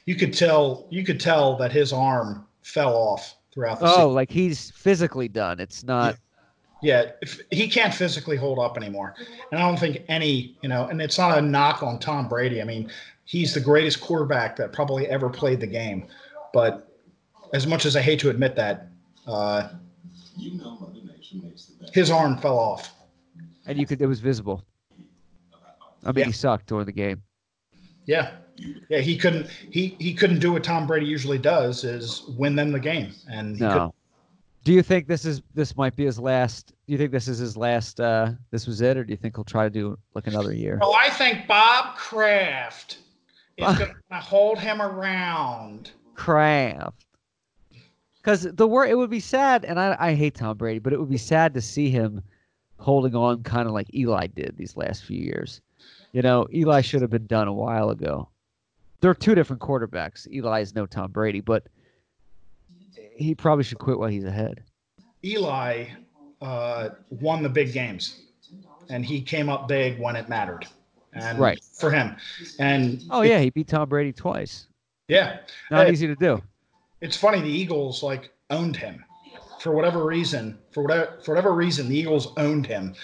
Speaker 3: You could tell you could tell that his arm fell off throughout the
Speaker 1: Oh,
Speaker 3: season.
Speaker 1: like he's physically done. It's not.
Speaker 3: Yeah, if, he can't physically hold up anymore, and I don't think any you know. And it's not a knock on Tom Brady. I mean, he's the greatest quarterback that probably ever played the game. But as much as I hate to admit that, uh,
Speaker 9: You know Mother Nature makes the best.
Speaker 3: his arm fell off.
Speaker 1: And you could. It was visible. I mean,
Speaker 3: Yeah.
Speaker 1: he sucked during the game.
Speaker 3: Yeah. Yeah, he couldn't he he couldn't do what Tom Brady usually does is win them the game. And he couldn't.
Speaker 1: No. Do you think this is this might be his last? Do you think this is his last? uh This was it, or do you think he'll try to do like another year?
Speaker 3: Well, I think Bob Kraft is going to hold him around.
Speaker 1: Craft. Because the word it would be sad, and I, I hate Tom Brady, but it would be sad to see him holding on, kind of like Eli did these last few years. You know, Eli should have been done a while ago. There are two different quarterbacks. Eli is no Tom Brady, but he probably should quit while he's ahead.
Speaker 3: Eli uh, won the big games, and he came up big when it mattered. And
Speaker 1: Right.
Speaker 3: for him, and
Speaker 1: Oh yeah, he beat Tom Brady twice.
Speaker 3: yeah,
Speaker 1: Not
Speaker 3: Hey.
Speaker 1: easy to do.
Speaker 3: it's funny the Eagles like owned him for whatever reason. For whatever for whatever reason, the Eagles owned him.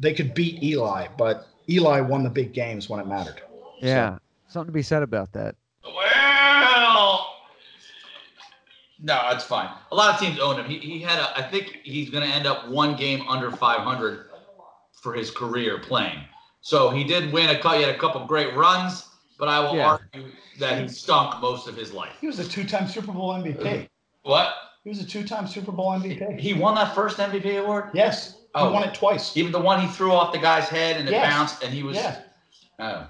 Speaker 3: They could beat Eli, but Eli won the big games when it mattered.
Speaker 1: Yeah, something to be said about that.
Speaker 2: Well, No, it's fine. A lot of teams own him. He, he had a. I think he's going to end up one game under 500 for his career playing. So he did win a couple. He had a couple great runs, but I will
Speaker 1: Yeah.
Speaker 2: argue that he stunk most of his life.
Speaker 3: He was a two-time Super Bowl MVP.
Speaker 2: What?
Speaker 3: He was a two-time Super Bowl MVP.
Speaker 2: He won that first MVP award.
Speaker 3: Yes, he
Speaker 2: Oh.
Speaker 3: won it twice.
Speaker 2: Even the one he threw off the guy's head and it
Speaker 3: Yes.
Speaker 2: bounced, and he was.
Speaker 3: Yeah.
Speaker 2: Oh.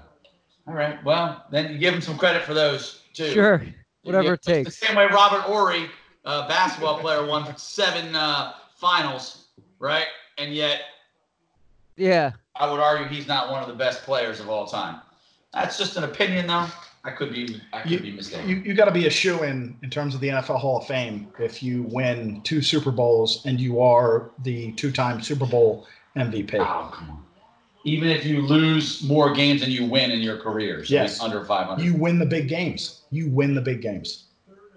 Speaker 2: All right. Well, then you give him some credit for those too.
Speaker 1: Sure,
Speaker 2: You
Speaker 1: whatever
Speaker 2: give-
Speaker 1: it takes.
Speaker 2: The same way Robert Ory, uh, basketball player, won seven uh, finals, right? And yet,
Speaker 1: Yeah,
Speaker 2: I would argue he's not one of the best players of all time. That's just an opinion, though. I could be, I could be mistaken.
Speaker 3: You, you got to be a shoe in in terms of the NFL Hall of Fame if you win two Super Bowls and you are the two-time Super Bowl MVP.
Speaker 2: oh, come on. Even if you lose more games than you win in your career, so
Speaker 3: Yes.
Speaker 2: he's under 500.
Speaker 3: You win the big games. You win the big games.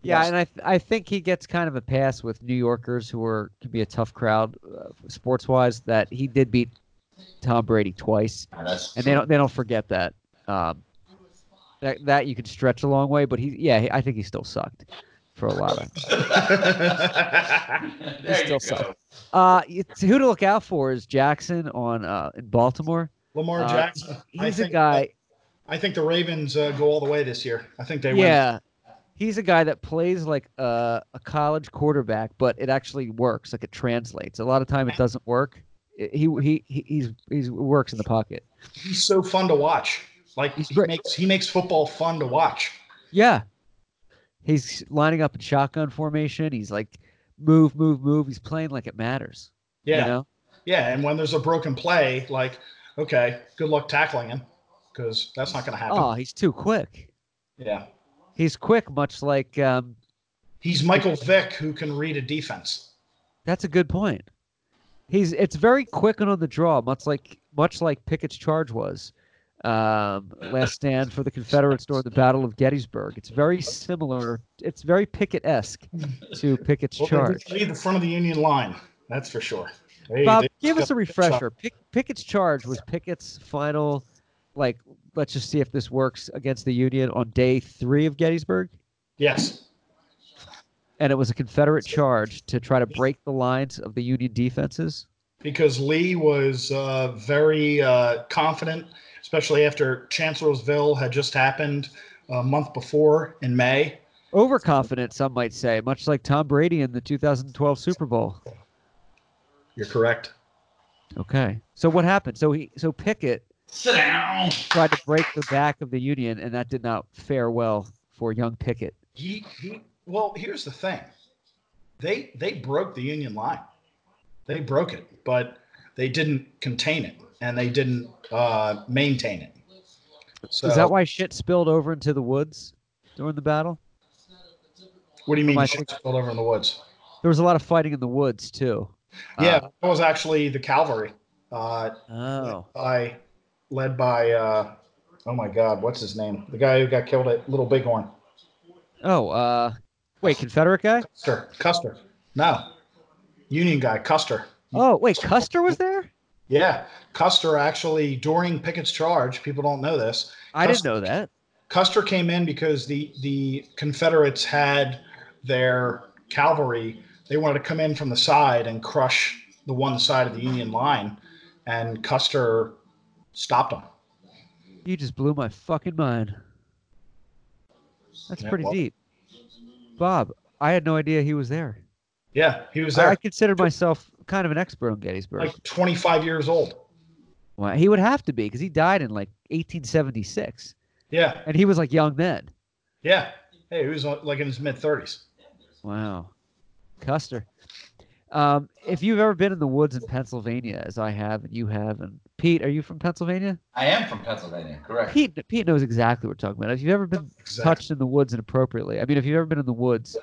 Speaker 1: yeah,
Speaker 3: Yes.
Speaker 1: and I th- I think he gets kind of a pass with New Yorkers who are can be a tough crowd, uh, sports wise. That he did beat Tom Brady twice,
Speaker 2: Ah, that's
Speaker 1: and they don't they don't forget that. Um, that that you can stretch a long way, but he yeah he, I think he still sucked for a lot of.
Speaker 2: there
Speaker 1: still
Speaker 2: you
Speaker 1: suck.
Speaker 2: go.
Speaker 1: Uh, it's, who to look out for is Jackson on uh in Baltimore.
Speaker 3: Lamar
Speaker 1: Uh,
Speaker 3: Jackson. I
Speaker 1: He's a
Speaker 3: think-
Speaker 1: guy.
Speaker 3: I think the Ravens uh, go all the way this year. I think they win.
Speaker 1: yeah. He's a guy that plays like a, a college quarterback, but it actually works. Like it translates. A lot of time it doesn't work. I- He he he- he's he's works in the pocket.
Speaker 3: He's so fun to watch. Like
Speaker 1: He's
Speaker 3: he
Speaker 1: great.
Speaker 3: makes he makes football fun to watch.
Speaker 1: Yeah. He's lining up in shotgun formation. He's like move move move. He's playing like it matters. you
Speaker 3: Yeah,
Speaker 1: know?
Speaker 3: yeah. And when there's a broken play, like okay, good luck tackling him because that's not going to happen.
Speaker 1: Oh, he's too quick.
Speaker 3: Yeah,
Speaker 1: He's quick, much like um.
Speaker 3: he's Michael Vick who can read a defense.
Speaker 1: That's a good point. He's it's very quick and on the draw, much like much like Pickett's charge was um, last stand for the Confederates during the Battle of Gettysburg. It's very similar. It's very Pickett esque to Pickett's
Speaker 3: Well, they
Speaker 1: charge.
Speaker 3: did lead the front of the Union line. That's for sure. They-
Speaker 1: Bob,
Speaker 3: they-
Speaker 1: give us a refresher. Pick, Pickett's charge was Pickett's final, like let's just see if this works against the Union on day three of Gettysburg,
Speaker 3: Yes,
Speaker 1: and it was a Confederate charge to try to break the lines of the Union defenses.
Speaker 3: because Lee was uh, very uh, confident, especially after Chancellorsville had just happened a month before in May.
Speaker 1: overconfident, some might say, much like Tom Brady in the 2012 Super Bowl.
Speaker 3: You're correct.
Speaker 1: Okay. So what happened? So he so Pickett
Speaker 2: Sit down.
Speaker 1: tried to break the back of the Union, and that did not fare well for young Pickett.
Speaker 3: He, he well, here's the thing. They they broke the union line. They broke it, but they didn't contain it and they didn't uh, maintain it. So
Speaker 1: Is that why shit spilled over into the woods during the battle?
Speaker 3: what do you mean
Speaker 1: my-
Speaker 3: shit spilled over in the woods?
Speaker 1: There was a lot of fighting in the woods too.
Speaker 3: yeah, that was actually the cavalry. Uh,
Speaker 1: Uh, oh.
Speaker 3: by led by uh, oh my god, what's his name? The guy who got killed at Little Bighorn.
Speaker 1: Oh. Uh. Wait, Confederate guy?
Speaker 3: Custer. Custer. No. Union guy, Custer.
Speaker 1: Oh, wait, Custer was there?
Speaker 3: Yeah, Custer actually during Pickett's charge. People don't know this.
Speaker 1: I didn't
Speaker 3: Custer-
Speaker 1: know that.
Speaker 3: Custer came in because the the Confederates had their cavalry. They wanted to come in from the side and crush the one side of the Union line, and Custer stopped them.
Speaker 1: You just blew my fucking mind. That's
Speaker 3: Yeah,
Speaker 1: pretty
Speaker 3: well-
Speaker 1: deep. Bob, I had no idea he was there.
Speaker 3: Yeah, he was
Speaker 1: I, I
Speaker 3: there
Speaker 1: considered myself kind of an expert on Gettysburg.
Speaker 3: like 25 years old.
Speaker 1: Well, he would have to be because he died in like 1876,
Speaker 3: Yeah,
Speaker 1: and he was like young then.
Speaker 3: yeah. Hey, he was uh, like in his mid 30s.
Speaker 1: Wow, Custer. Um, if you've ever been in the woods in Pennsylvania, as I have and you have, and Pete, are you from Pennsylvania?
Speaker 2: I am from Pennsylvania. Correct.
Speaker 1: Pete, Pete knows exactly what we're talking about. If you've ever been
Speaker 3: Exactly.
Speaker 1: touched in the woods inappropriately, I mean, if you've ever been in the woods,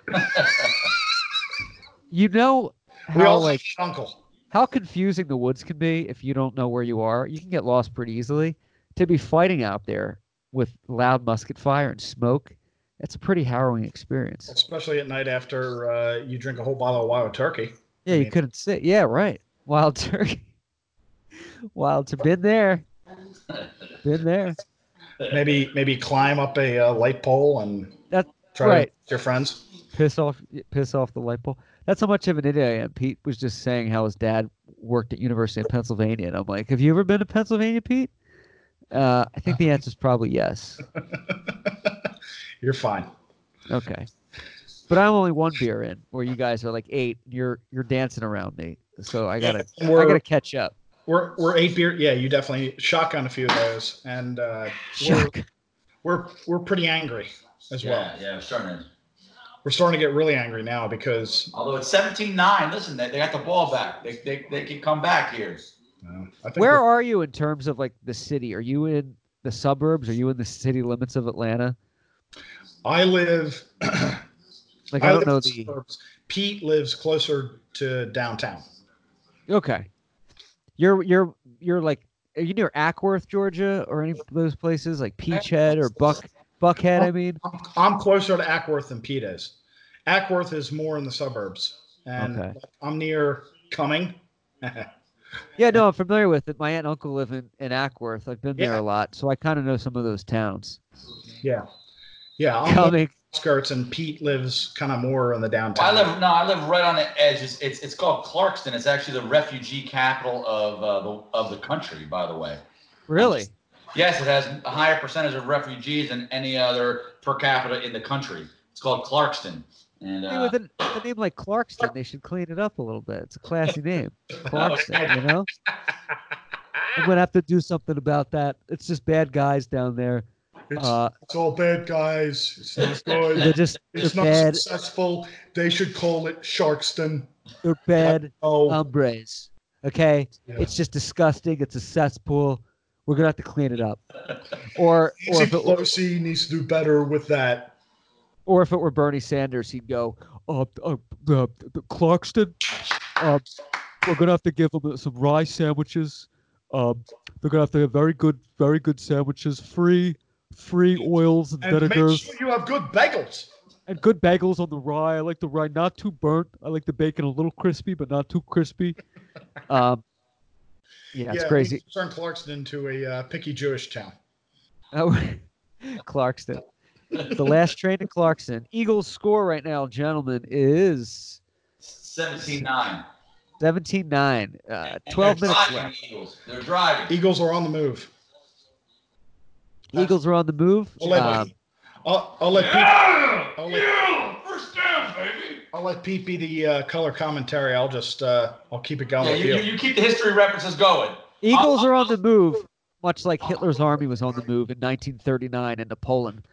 Speaker 1: you know
Speaker 3: We
Speaker 1: how
Speaker 3: all like
Speaker 1: like
Speaker 3: uncle.
Speaker 1: how confusing the woods can be if you don't know where you are. You can get lost pretty easily. To be fighting out there with loud musket fire and smoke, that's a pretty harrowing experience.
Speaker 3: Especially at night after uh, you drink a whole bottle of wild turkey.
Speaker 1: yeah, you
Speaker 3: mean-
Speaker 1: couldn't sit. Yeah, right. Wild turkey. Wild turkey. Been there. Been there.
Speaker 3: maybe maybe climb up a uh, light pole and
Speaker 1: That-
Speaker 3: try to
Speaker 1: right.
Speaker 3: meet your friends.
Speaker 1: piss off piss off the light pole. That's how much of an idiot I am. Pete was just saying how his dad worked at University of Pennsylvania, and I'm like, have you ever been to Pennsylvania, Pete? Uh, I think the answer is probably yes.
Speaker 3: You're fine.
Speaker 1: Okay, but I'm only one beer in, where you guys are like eight. You're you're dancing around me, so I gotta I
Speaker 3: We're-
Speaker 1: gotta catch up.
Speaker 3: We're we're eight beer. Yeah, you definitely shotgun a few of those, and uh, we're,
Speaker 1: Shock.
Speaker 3: we're we're pretty angry as well.
Speaker 2: Yeah, yeah, I'm starting to.
Speaker 3: We're starting to get really angry now because
Speaker 2: Although it's 17-9, listen, they, they got the ball back. They, they, they can come back here.
Speaker 3: uh, I think
Speaker 1: Where are you in terms of like the city? Are you in the suburbs? Are you in the city limits of Atlanta?
Speaker 3: I live.
Speaker 1: Like I don't
Speaker 3: live in
Speaker 1: know
Speaker 3: the
Speaker 1: the.
Speaker 3: suburbs. Pete lives closer to downtown.
Speaker 1: Okay. You're you're you're like are you near Ackworth, Georgia, or any of those places like Peachhead or Buck Buckhead? I mean,
Speaker 3: I'm, I'm closer to Ackworth than Pete is. Ackworth is more in the suburbs, and
Speaker 1: Okay.
Speaker 3: I'm near Cumming. yeah,
Speaker 1: yeah, no, I'm familiar with it. My aunt and uncle live in, in Ackworth. I've been there
Speaker 3: Yeah.
Speaker 1: a lot, so I kind of know some of those towns.
Speaker 3: I'm on the
Speaker 1: Coming,
Speaker 3: outskirts, and Pete lives kind of more in the downtown.
Speaker 2: I live no, I live right on the edge. It's it's, it's called Clarkston. It's actually the refugee capital of uh, the of the country, by the way.
Speaker 1: really?
Speaker 2: Yes, it has a higher percentage of refugees than any other per capita in the country. It's called Clarkston. And
Speaker 1: Hey,
Speaker 2: uh,
Speaker 1: with a, a name like Clarkston, they should clean it up a little bit. It's a classy name,
Speaker 3: Oh,
Speaker 1: Clarkston. You know, I'm gonna have to do something about that. It's just bad guys down there.
Speaker 3: It's,
Speaker 1: Uh,
Speaker 3: it's all bad, guys. It's not good.
Speaker 1: they're just
Speaker 3: It's
Speaker 1: they're
Speaker 3: not
Speaker 1: bad.
Speaker 3: successful. They should call it Sharkston.
Speaker 1: They're bad.
Speaker 3: Oh,
Speaker 1: hombres. Okay,
Speaker 3: Yeah.
Speaker 1: it's just disgusting. It's a cesspool. We're gonna have to clean it up. Or or
Speaker 3: Nancy
Speaker 1: if it were,
Speaker 3: Pelosi needs to do better with that.
Speaker 1: or if it were Bernie Sanders, he'd go, uh, uh, uh, Clarkston. Uh, we're gonna have to give them some rye sandwiches. Um, they're gonna have to have very good, very good sandwiches, free, free oils and,
Speaker 3: And make
Speaker 1: vinegars,
Speaker 3: sure you have good bagels.
Speaker 1: and good bagels on the rye. I like the rye not too burnt. I like the bacon a little crispy, but not too crispy. Um, yeah, it's
Speaker 3: we
Speaker 1: crazy.
Speaker 3: need to Turn Clarkston into a uh, picky Jewish town.
Speaker 1: Oh, Clarkston. the last train to Clarkston. Eagles score right now, gentlemen, is
Speaker 2: 17-9.
Speaker 1: 17 9. Uh,
Speaker 2: And
Speaker 1: 12
Speaker 2: they're
Speaker 1: minutes
Speaker 2: driving,
Speaker 1: left.
Speaker 2: the Eagles. They're driving.
Speaker 3: Eagles are on the move.
Speaker 1: Eagles are on the move.
Speaker 3: I'll let,
Speaker 1: Um,
Speaker 3: I'll, I'll let Pete,
Speaker 10: Yeah!
Speaker 3: I'll let-
Speaker 10: Yeah! First down, baby!
Speaker 3: I'll let Pete be the uh, color commentary. I'll just uh, I'll keep it going
Speaker 2: Yeah,
Speaker 3: with
Speaker 2: you,
Speaker 3: you.
Speaker 2: you, you keep the history references going.
Speaker 1: Eagles are on the move, much like Hitler's army was on the move in 1939 into Poland.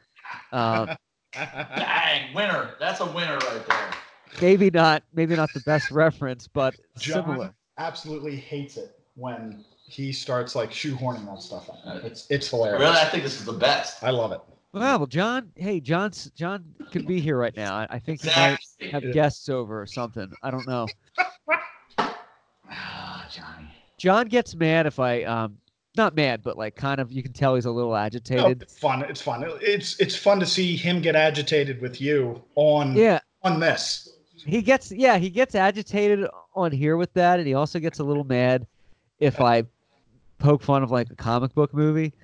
Speaker 1: Um,
Speaker 2: Bang, winner. That's a winner right there.
Speaker 1: maybe not, maybe not the best reference, but
Speaker 3: John
Speaker 1: similar.
Speaker 3: absolutely hates it when he starts like shoehorning that stuff.
Speaker 2: Uh,
Speaker 3: In. It's it's hilarious.
Speaker 2: Really, I think this is the best.
Speaker 3: I love it.
Speaker 1: Wow, well, John, hey, John's John could be here right now. I- I think he might
Speaker 2: Exactly.
Speaker 1: have guests over or something. I don't know.
Speaker 2: Ah, Johnny.
Speaker 1: John gets mad if I um not mad, but like kind of you can tell he's a little
Speaker 3: No,
Speaker 1: agitated.
Speaker 3: it's fun. It's fun. It's it's fun to see him get agitated with you on
Speaker 1: Yeah.
Speaker 3: on this.
Speaker 1: He gets yeah, he gets agitated on here with that and he also gets a little mad if I poke fun of like a comic book movie.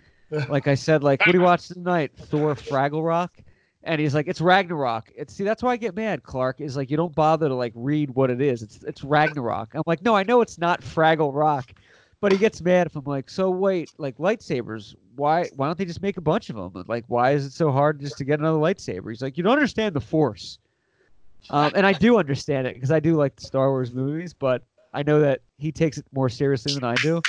Speaker 1: Like I said, like what do you watch tonight? Thor Fraggle Rock? And he's like, It's Ragnarok. It's see, that's why I get mad, Clark, is like you don't bother to like read what it is. It's it's Ragnarok. I'm like, no, I know it's not Fraggle Rock. But he gets mad if I'm like, so wait, like lightsabers, why why don't they just make a bunch of them? Like, why is it so hard just to get another lightsaber? He's like, you don't understand the force. Um, and I do understand it because I do like the Star Wars movies, but I know that he takes it more seriously than I do.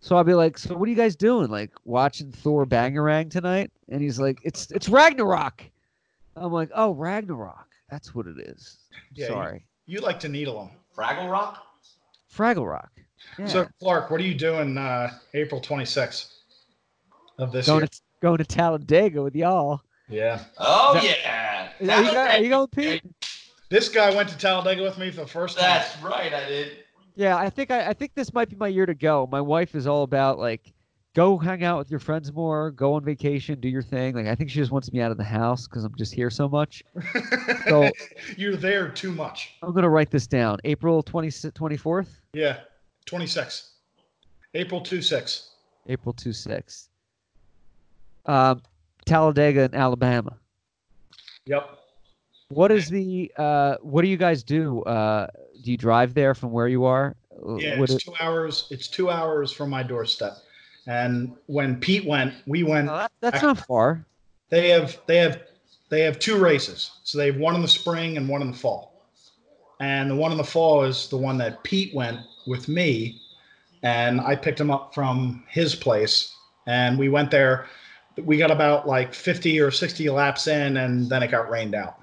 Speaker 1: So I'll be like, so what are you guys doing? Like watching Thor Bangarang tonight? And he's like, it's it's Ragnarok. I'm like, oh Ragnarok, that's what it is.
Speaker 3: Yeah, you-
Speaker 1: Sorry,
Speaker 3: You like to needle him.
Speaker 2: Fraggle Rock?
Speaker 1: Fraggle Rock. Yeah.
Speaker 3: So Clark, what are you doing uh, April 26th of this
Speaker 1: going
Speaker 3: year?
Speaker 1: to going to Talladega with y'all.
Speaker 3: yeah.
Speaker 2: Oh,
Speaker 1: That-
Speaker 2: yeah.
Speaker 1: Are you, go- are you going, Pete?
Speaker 3: This guy went to Talladega with me for the first time.
Speaker 2: That's right, I did.
Speaker 1: Yeah, I think I, I think this might be my year to go. My wife is all about like go hang out with your friends more, go on vacation, do your thing. Like I think she just wants me out of the house because I'm just here so much. So
Speaker 3: You're there too much.
Speaker 1: I'm gonna write this down. April 20, 24th,
Speaker 3: Yeah. 26. April 26.
Speaker 1: April 26th. Um, Talladega in Alabama.
Speaker 3: Yep.
Speaker 1: What is the uh what do you guys do? Uh do you drive there from where you are?
Speaker 3: Yeah,
Speaker 1: Would
Speaker 3: it's
Speaker 1: it-
Speaker 3: two hours. It's two hours from my doorstep. And when Pete went, we
Speaker 1: Oh,
Speaker 3: went.
Speaker 1: that- that's not far.
Speaker 3: They have they have they have two races. So they have one in the spring and one in the fall. And the one in the fall is the one that Pete went with me, and I picked him up from his place, and we went there. We got about like 50 or 60 laps in, and then it got rained out.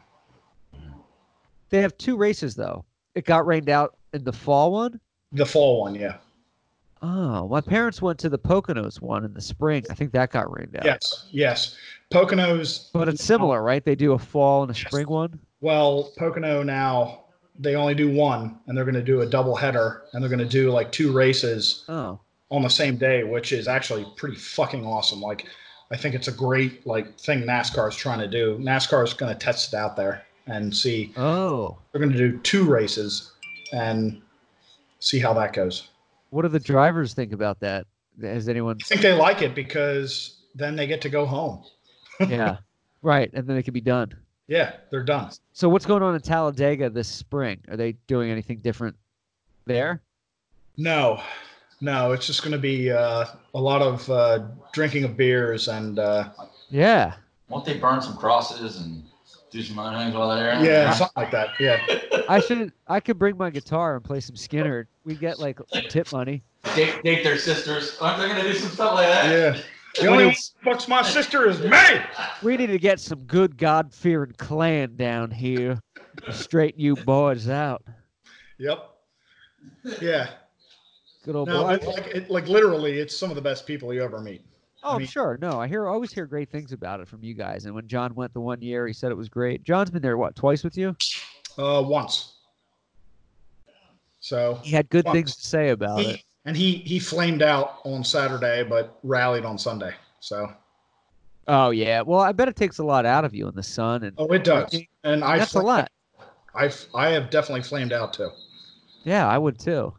Speaker 1: They have two races though. It got rained out in the fall one.
Speaker 3: The fall one, yeah.
Speaker 1: Oh, my parents went to the Poconos one in the spring. I think that got rained out.
Speaker 3: Yes, yes. Poconos,
Speaker 1: But it's similar, right? They do a fall and a spring one.
Speaker 3: well, Pocono now they only do one, and they're going to do a double header, and they're going to do like two races
Speaker 1: Oh.
Speaker 3: on the same day, which is actually pretty fucking awesome. Like, I think it's a great like thing NASCAR is trying to do. NASCAR is going to test it out there and see.
Speaker 1: Oh.
Speaker 3: They're going to do two races and see how that goes.
Speaker 1: What do the drivers think about that? Has anyone
Speaker 3: I think they like it because then they get to go home.
Speaker 1: Yeah. Right. And then it could be done.
Speaker 3: Yeah, they're done.
Speaker 1: So what's going on in Talladega this spring? Are they doing anything different there?
Speaker 3: No, no, it's just going to be uh, a lot of uh, drinking of beers and uh,
Speaker 1: Yeah.
Speaker 2: Won't they burn some crosses and do some other things while they're there?
Speaker 3: yeah, something like that. Yeah,
Speaker 1: I should I could bring my guitar and play some Skinner. We get like tip money.
Speaker 2: Date, date their sisters. Aren't they gonna do some stuff like that?
Speaker 3: yeah. The only one who fucks my sister is me.
Speaker 1: We need to get some good God fearing clan down here to straighten you boys out.
Speaker 3: Yep. Yeah.
Speaker 1: Good old
Speaker 3: No,
Speaker 1: boy.
Speaker 3: it- like, it, like literally, it's some of the best people you ever meet.
Speaker 1: oh,
Speaker 3: mean-
Speaker 1: sure. No, I hear always hear great things about it from you guys. And when John went the one year, he said it was great. John's been there what twice with you?
Speaker 3: Uh, once. So
Speaker 1: He had good
Speaker 3: Once.
Speaker 1: things to say about it.
Speaker 3: he, and he he flamed out on Saturday, but rallied on Sunday. So
Speaker 1: Oh yeah. Well, I bet it takes a lot out of you in the sun and
Speaker 3: oh, it does.
Speaker 1: Okay.
Speaker 3: And I
Speaker 1: that's a lot.
Speaker 3: I I have definitely flamed out too.
Speaker 1: Yeah, I would too.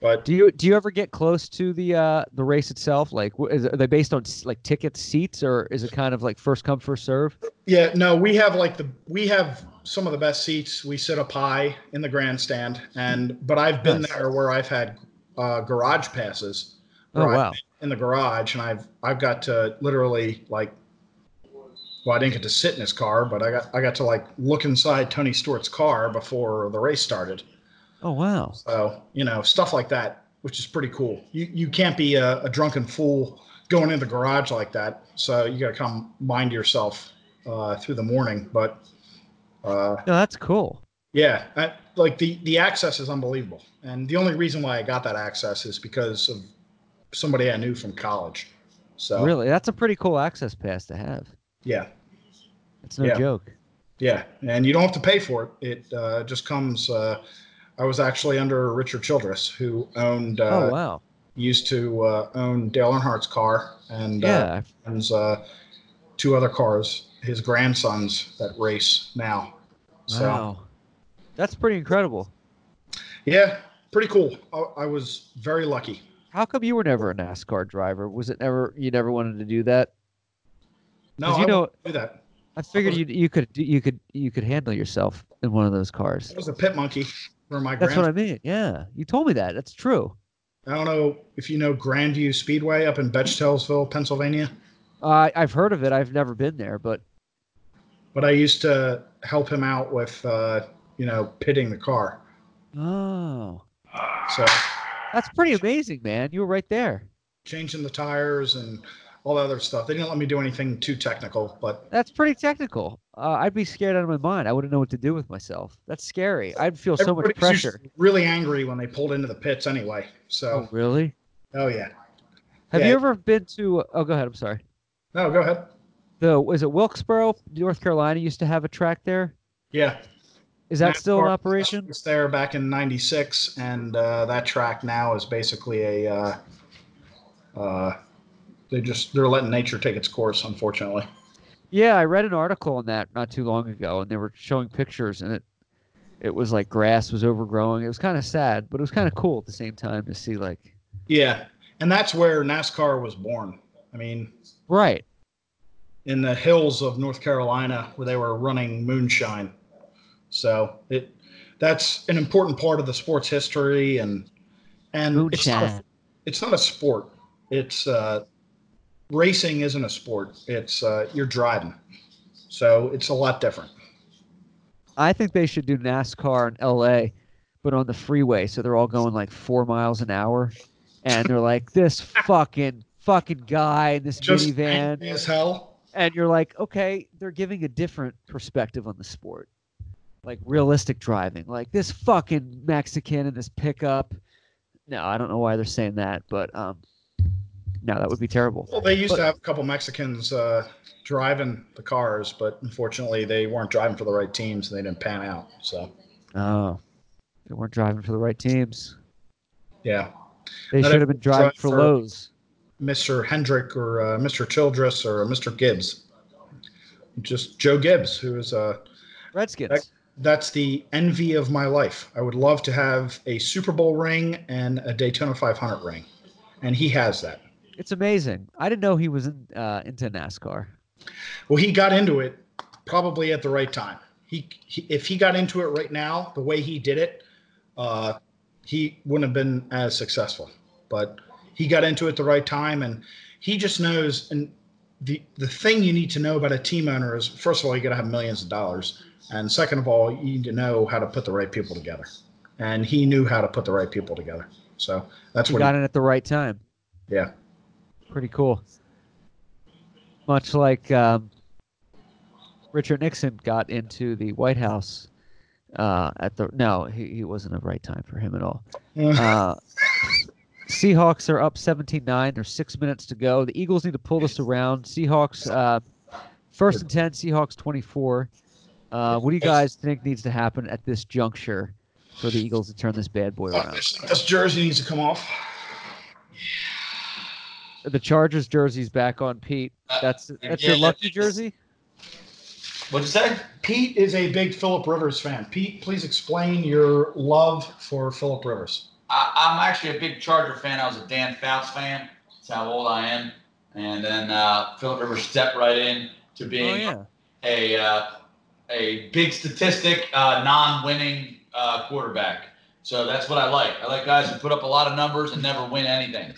Speaker 3: But
Speaker 1: Do you do you ever get close to the uh the race itself? Like, wh- is, are they based on s- like ticket seats, or is it kind of like first come first serve?
Speaker 3: yeah, no, we have like the we have some of the best seats. We sit up high in the grandstand, and but I've been
Speaker 1: Nice.
Speaker 3: there where I've had uh, garage passes.
Speaker 1: Oh
Speaker 3: Right.
Speaker 1: wow,
Speaker 3: in the garage and I've I've got to literally like well I didn't get to sit in his car but I got I got to like look inside Tony Stewart's car before the race started
Speaker 1: oh wow.
Speaker 3: so you know stuff like that which is pretty cool you you can't be a, a drunken fool going in the garage like that so you got to come mind yourself uh, through the morning but uh,
Speaker 1: No, that's cool.
Speaker 3: yeah, I, like the the access is unbelievable, and the only reason why I got that access is because of somebody I knew from college. So
Speaker 1: Really, that's a pretty cool access pass to have.
Speaker 3: yeah,
Speaker 1: It's no
Speaker 3: Yeah.
Speaker 1: joke.
Speaker 3: yeah, and you don't have to pay for it. It uh, just comes. Uh, I was actually under Richard Childress, who owned uh,
Speaker 1: oh wow.
Speaker 3: used to uh, own Dale Earnhardt's car, and uh,
Speaker 1: Yeah.
Speaker 3: owns uh, two other cars. His grandsons that race now. So
Speaker 1: Wow. That's pretty incredible.
Speaker 3: yeah, pretty cool. I, I was very lucky.
Speaker 1: How come you were never a NASCAR driver? Was it never you never wanted to do that?
Speaker 3: No,
Speaker 1: 'Cause you
Speaker 3: I
Speaker 1: know-
Speaker 3: wouldn't do that.
Speaker 1: I figured you you could you could you could handle yourself in one of those cars.
Speaker 3: It was a pit monkey for my
Speaker 1: That's what
Speaker 3: grand.
Speaker 1: I mean. Yeah, you told me that. That's true.
Speaker 3: I, don't know if you know Grandview Speedway up in Betchtelsville, Pennsylvania,
Speaker 1: Uh, I've heard of it. I've never been there, but
Speaker 3: but I used to help him out with, uh, you know, pitting the car.
Speaker 1: Oh,
Speaker 3: So
Speaker 1: that's pretty amazing, man. You were right there.
Speaker 3: changing the tires and all the other stuff. They didn't let me do anything too technical, but
Speaker 1: That's pretty technical. Uh, I'd be scared out of my mind. I wouldn't know what to do with myself. That's scary. I'd feel so much
Speaker 3: everybody was
Speaker 1: pressure.
Speaker 3: usually really angry when they pulled into the pits anyway.
Speaker 1: Oh,
Speaker 3: So,
Speaker 1: really?
Speaker 3: oh yeah.
Speaker 1: Have
Speaker 3: Yeah.
Speaker 1: you ever been to? Oh, go ahead. I'm sorry.
Speaker 3: No, go ahead.
Speaker 1: The was it Wilkesboro, North Carolina? Used to have a track there.
Speaker 3: Yeah.
Speaker 1: Is that still in
Speaker 3: NASCAR
Speaker 1: operation?
Speaker 3: was there back in '96, and uh, that track now is basically a. Uh, uh, they just they're letting nature take its course, unfortunately.
Speaker 1: Yeah, I read an article on that not too long ago, and they were showing pictures, and it it was like grass was overgrowing. It was kind of sad, but it was kind of cool at the same time to see like
Speaker 3: Yeah, and that's where NASCAR was born. I mean,
Speaker 1: right.
Speaker 3: in the hills of North Carolina where they were running moonshine. So it that's an important part of the sport's history and and it's not, a,
Speaker 1: Moonshine.
Speaker 3: it's not a sport. It's uh, racing isn't a sport. It's uh, you're driving. So it's a lot different.
Speaker 1: I think they should do NASCAR in LA, but on the freeway. So they're all going like four miles an hour. And they're like, this fucking fucking guy in this
Speaker 3: Just
Speaker 1: minivan.
Speaker 3: angry as hell.
Speaker 1: and you're like, okay, they're giving a different perspective on the sport, like realistic driving, like this fucking Mexican in this pickup. No, I don't know why they're saying that, but um, no, that would be terrible.
Speaker 3: Well, they used to have a couple Mexicans uh, driving the cars, but unfortunately, they weren't driving for the right teams and they didn't pan out. So,
Speaker 1: Oh, they weren't driving for the right teams.
Speaker 3: yeah,
Speaker 1: They
Speaker 3: Not
Speaker 1: should have been driving
Speaker 3: drive
Speaker 1: for
Speaker 3: for-
Speaker 1: Lowe's.
Speaker 3: Mr. Hendrick or uh, Mr. Childress or Mr. Gibbs, just Joe Gibbs, who is uh,
Speaker 1: Redskins.
Speaker 3: that's the envy of my life. I would love to have a Super Bowl ring and a Daytona 500 ring, and he has that.
Speaker 1: It's amazing. I didn't know he was in, uh, into NASCAR.
Speaker 3: Well, he got into it probably at the right time. He, he if he got into it right now, the way he did it, uh, he wouldn't have been as successful. But he got into it the right time, and he just knows. And the the thing you need to know about a team owner is, first of all, you got to have millions of dollars, and second of all, you need to know how to put the right people together. And he knew how to put the right people together. So that's
Speaker 1: He
Speaker 3: what.
Speaker 1: got
Speaker 3: he-
Speaker 1: in at the right time.
Speaker 3: Yeah.
Speaker 1: Pretty cool. Much like um, Richard Nixon got into the White House uh, at the no, he, he wasn't the right time for him at all. Uh, Seahawks are up 17-9. There's six minutes to go. The Eagles need to pull this around. Seahawks uh, first and ten. Seahawks 24. Uh, what do you guys think needs to happen at this juncture for the Eagles to turn this bad boy
Speaker 3: Uh,
Speaker 1: around?
Speaker 3: this jersey needs to come off.
Speaker 1: The Chargers jersey's back on Pete.
Speaker 2: Uh,
Speaker 1: That's that's
Speaker 2: yeah,
Speaker 1: your lucky
Speaker 2: that's-
Speaker 1: jersey.
Speaker 2: What'd you say?
Speaker 3: Pete is a big Philip Rivers fan. Pete, please explain your love for Philip Rivers.
Speaker 2: I, I'm actually a big Charger fan. I was a Dan Fouts fan. That's how old I am. And then uh, Philip Rivers stepped right in to being
Speaker 1: Oh yeah.
Speaker 2: a uh, a big statistic, uh, non-winning uh, quarterback. So that's what I like. I like guys who put up a lot of numbers and never win anything.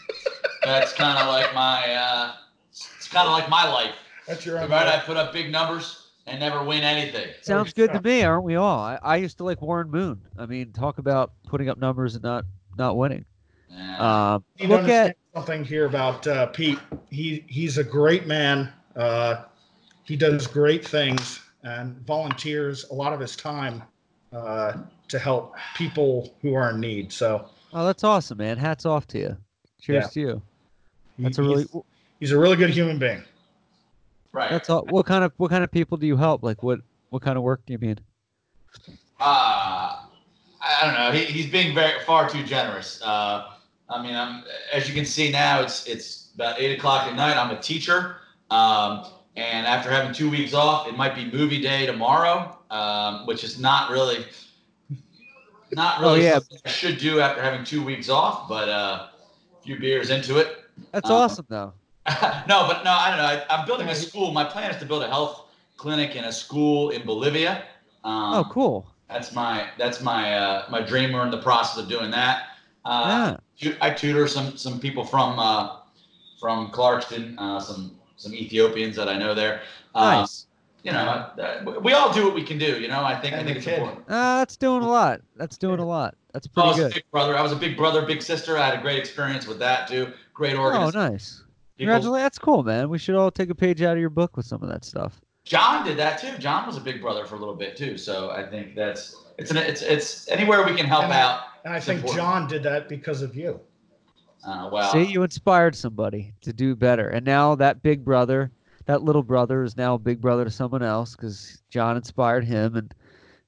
Speaker 2: That's kind of like my. Uh, it's kind of like my life,
Speaker 3: That's your
Speaker 2: right? I put up big numbers and never win anything.
Speaker 1: Sounds good to me, aren't we all? I, I used to like Warren Moon. I mean, talk about putting up numbers and not not winning.
Speaker 2: Yeah.
Speaker 1: Um,
Speaker 3: You
Speaker 1: look
Speaker 3: understand
Speaker 1: at
Speaker 3: something here about uh, Pete. He he's a great man. Uh, he does great things and volunteers a lot of his time uh, to help people who are in need. So
Speaker 1: oh, that's awesome, man. Hats off to you. Cheers
Speaker 3: Yeah.
Speaker 1: to you.
Speaker 3: he-
Speaker 1: That's a really
Speaker 3: he's, he's a really good human being.
Speaker 2: right.
Speaker 1: that's all. What kind of what kind of people do you help? Like what what kind of work do you mean?
Speaker 2: Uh, I don't know. He, he's being very far too generous. Uh, I mean, I'm as you can see now, it's it's about eight o'clock at night. I'm a teacher, um, and after having two weeks off, it might be movie day tomorrow, um, which is not really, not
Speaker 1: Oh,
Speaker 2: really
Speaker 1: yeah.
Speaker 2: something I should do after having two weeks off. But uh, a few beers into it,
Speaker 1: That's
Speaker 2: Uh,
Speaker 1: awesome though.
Speaker 2: no, but no, I don't know. I, I'm building a school. My plan is to build a health clinic and a school in Bolivia. Um,
Speaker 1: Oh, cool.
Speaker 2: that's my that's my uh, my dream. We're in the process of doing that. Uh,
Speaker 1: Yeah.
Speaker 2: tu- I tutor some some people from uh, from Clarkston, uh, some some Ethiopians that I know there. Uh,
Speaker 1: Nice.
Speaker 2: You know, uh, we all do what we can do. You know, I think I
Speaker 3: And
Speaker 2: think
Speaker 3: the
Speaker 2: it's
Speaker 3: kid.
Speaker 2: important.
Speaker 1: Uh, that's doing a lot. That's doing a lot. That's
Speaker 2: I
Speaker 1: pretty
Speaker 2: was a
Speaker 1: good.
Speaker 2: big brother. I was a big brother, big sister. I had a great experience with that too. Great
Speaker 1: Oh,
Speaker 2: organization.
Speaker 1: nice.
Speaker 2: People-
Speaker 1: Congratulations. That's cool, man. We should all take a page out of your book with some of that stuff.
Speaker 2: John did that too. John was a big brother for a little bit too. So I think that's it's an, it's it's anywhere we can help
Speaker 3: And I-
Speaker 2: out.
Speaker 3: And I
Speaker 2: It's
Speaker 3: think
Speaker 2: important.
Speaker 3: John did that because of you.
Speaker 2: Uh, well,
Speaker 1: See, you inspired somebody to do better. And now that big brother, that little brother is now a big brother to someone else because John inspired him. And,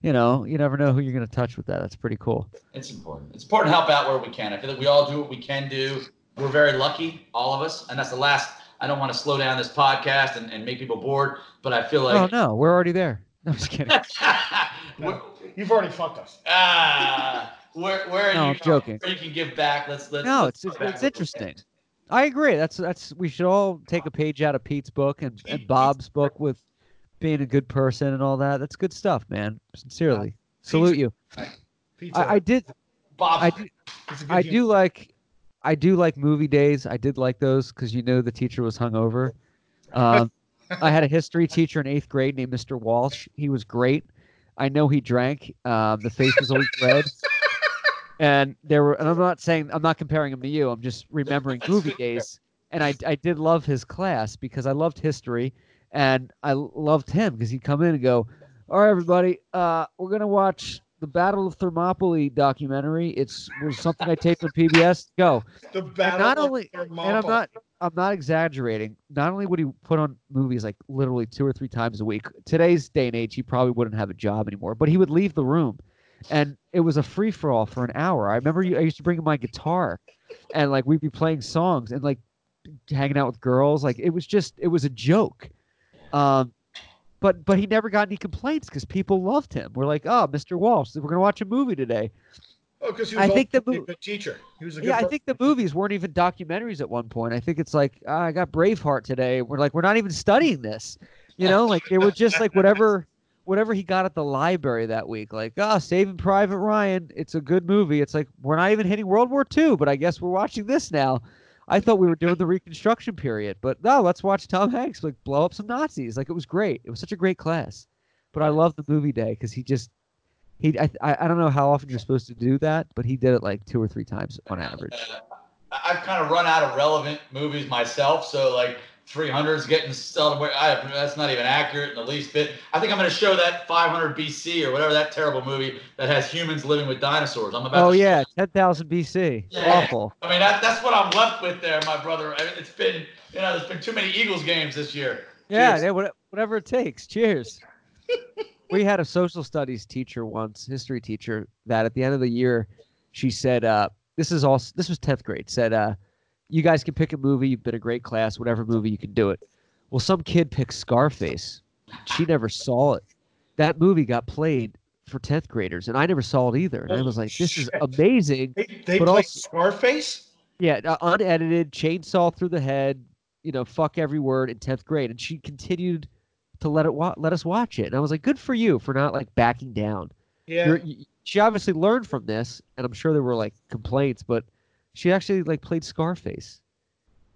Speaker 1: you know, you never know who you're going to touch with that. That's pretty cool.
Speaker 2: It's important. It's important to help out where we can. I feel like we all do what we can do. We're very lucky, all of us. And that's the last. I don't want to slow down this podcast and, and make people bored, but I feel
Speaker 1: oh,
Speaker 2: like.
Speaker 1: no, we're already there. No, I'm just kidding.
Speaker 2: we're,
Speaker 3: You've already fucked us.
Speaker 2: ah, where, where,
Speaker 1: No,
Speaker 2: you,
Speaker 1: I'm joking.
Speaker 2: where you can give back. Let's, let's
Speaker 1: No, it's,
Speaker 2: let's
Speaker 1: it's,
Speaker 2: give back.
Speaker 1: it's interesting. I agree. That's that's we should all take a page out of Pete's book and, and Bob's book with being a good person and all that. That's good stuff, man. Sincerely, salute you.
Speaker 3: Pizza.
Speaker 1: I, I did.
Speaker 2: Bob,
Speaker 1: I did, I do like. I do like movie days. I did like those because you know the teacher was hungover. Um, I had a history teacher in eighth grade named Mr. Walsh. He was great. I know he drank. Um, the face was always red. And there were, and I'm not saying I'm not comparing him to you. I'm just remembering movie days. And I, I did love his class because I loved history, and I loved him because he'd come in and go, "All right, everybody, uh, we're gonna watch the Battle of Thermopylae documentary. It's was something I taped on PBS. Go."
Speaker 3: the
Speaker 1: and
Speaker 3: battle.
Speaker 1: not
Speaker 3: of
Speaker 1: only and I'm
Speaker 3: Thermopylae.
Speaker 1: not I'm not exaggerating. Not only would he put on movies like literally two or three times a week. Today's day and age, he probably wouldn't have a job anymore. But he would leave the room, and it was a free for all for an hour. I remember you, I used to bring him my guitar, and like we'd be playing songs and like hanging out with girls. Like it was just it was a joke. Um, but but he never got any complaints because people loved him. We're like, oh, Mr. Walsh, we're gonna watch a movie today.
Speaker 3: Oh, because he
Speaker 1: I
Speaker 3: was
Speaker 1: think the
Speaker 3: ultimately
Speaker 1: mo-
Speaker 3: a good teacher. He was a good.
Speaker 1: Yeah, I
Speaker 3: person.
Speaker 1: think the movies weren't even documentaries at one point. I think it's like ah, I got Braveheart today. We're like we're not even studying this, you know. Like they were just like whatever, whatever he got at the library that week. Like ah, Saving Private Ryan. It's a good movie. It's like we're not even hitting World War II, but I guess we're watching this now. I thought we were doing the Reconstruction period, but no, let's watch Tom Hanks like blow up some Nazis. Like it was great. It was such a great class, but I love the movie day because he just. He, I, I I don't know how often you're supposed to do that, but he did it like two or three times on average.
Speaker 2: uh, I- I've kind of run out of relevant movies myself. So like 300's getting celebrated. I, that's not even accurate in the least bit. I think I'm going to show that 500 BC or whatever that terrible movie that has humans living with dinosaurs. I'm about.
Speaker 1: Oh
Speaker 2: to show-
Speaker 1: yeah, ten thousand BC.
Speaker 2: Yeah.
Speaker 1: Awful.
Speaker 2: I mean that, that's what I'm left with there, my brother. I mean, it's been you know there's been too many Eagles games this year.
Speaker 1: Yeah,
Speaker 2: Cheers.
Speaker 1: yeah, what- whatever it takes. Cheers. we had a social studies teacher once, history teacher, that at the end of the year, she said, uh, "This is all. This was tenth grade." Said, uh, "You guys can pick a movie. You've been a great class. Whatever movie you can do it." Well, some kid picked Scarface. She never saw it. That movie got played for tenth graders, and I never saw it either. And I was like, "This is
Speaker 3: Shit.
Speaker 1: amazing."
Speaker 3: They, they
Speaker 1: but
Speaker 3: played
Speaker 1: also-
Speaker 3: Scarface.
Speaker 1: Yeah, uh, unedited, chainsaw through the head, you know, fuck every word in 10th grade. And she continued to let it wa- let us watch it. And I was like, good for you for not like backing down.
Speaker 3: Yeah.
Speaker 1: You're, you, she obviously learned from this, and I'm sure there were like complaints, but she actually like played Scarface.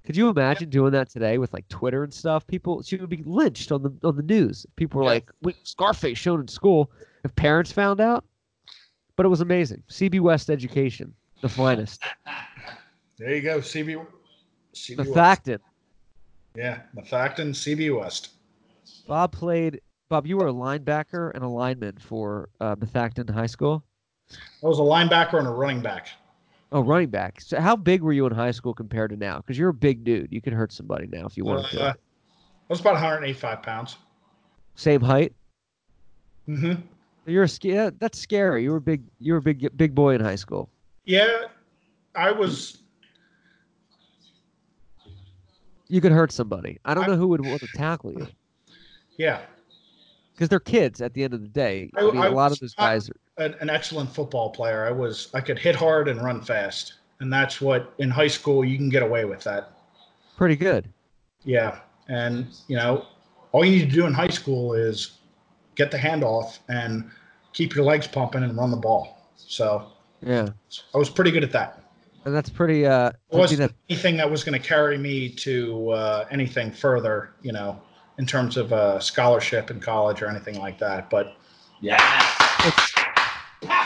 Speaker 1: Could you imagine doing that today with like Twitter and stuff? People, she would be lynched on the on the news. if People were like, Wait, "Scarface shown in school." If parents found out, but it was amazing. CB West education, the finest,
Speaker 3: There you go. CB. CB
Speaker 1: the
Speaker 3: West.
Speaker 1: Facton.
Speaker 3: Yeah, Methacton, CB West.
Speaker 1: Bob played. Bob, you were a linebacker and a lineman for uh, Methacton High School.
Speaker 3: I was a linebacker and a running back.
Speaker 1: Oh, running back. So, how big were you in high school compared to now? Because you're a big dude. You could hurt somebody now if you wanted to.
Speaker 3: Uh, I was about 185 pounds.
Speaker 1: Same height.
Speaker 3: Mm-hmm.
Speaker 1: You're a sca- yeah, That's scary. You were a big. You were a big big boy in high school.
Speaker 3: Yeah, I was.
Speaker 1: You could hurt somebody. I don't
Speaker 3: I-
Speaker 1: know who would want to tackle you
Speaker 3: Yeah,
Speaker 1: because they're kids. At the end of the day, I,
Speaker 3: I-
Speaker 1: mean,
Speaker 3: I
Speaker 1: a lot
Speaker 3: was
Speaker 1: of those
Speaker 3: not-
Speaker 1: guys are.
Speaker 3: an, an excellent football player. I was. I could hit hard and run fast, and that's what in high school you can get away with that.
Speaker 1: Pretty good.
Speaker 3: Yeah, and you know, all you need to do in high school is get the handoff and keep your legs pumping and run the ball. So
Speaker 1: Yeah,
Speaker 3: I was pretty good at that.
Speaker 1: and that's pretty. Uh,
Speaker 3: It
Speaker 1: that'd be
Speaker 3: wasn't
Speaker 1: that,
Speaker 3: anything that was going to carry me to uh, anything further, you know, in terms of a scholarship in college or anything like that. But
Speaker 2: Yeah.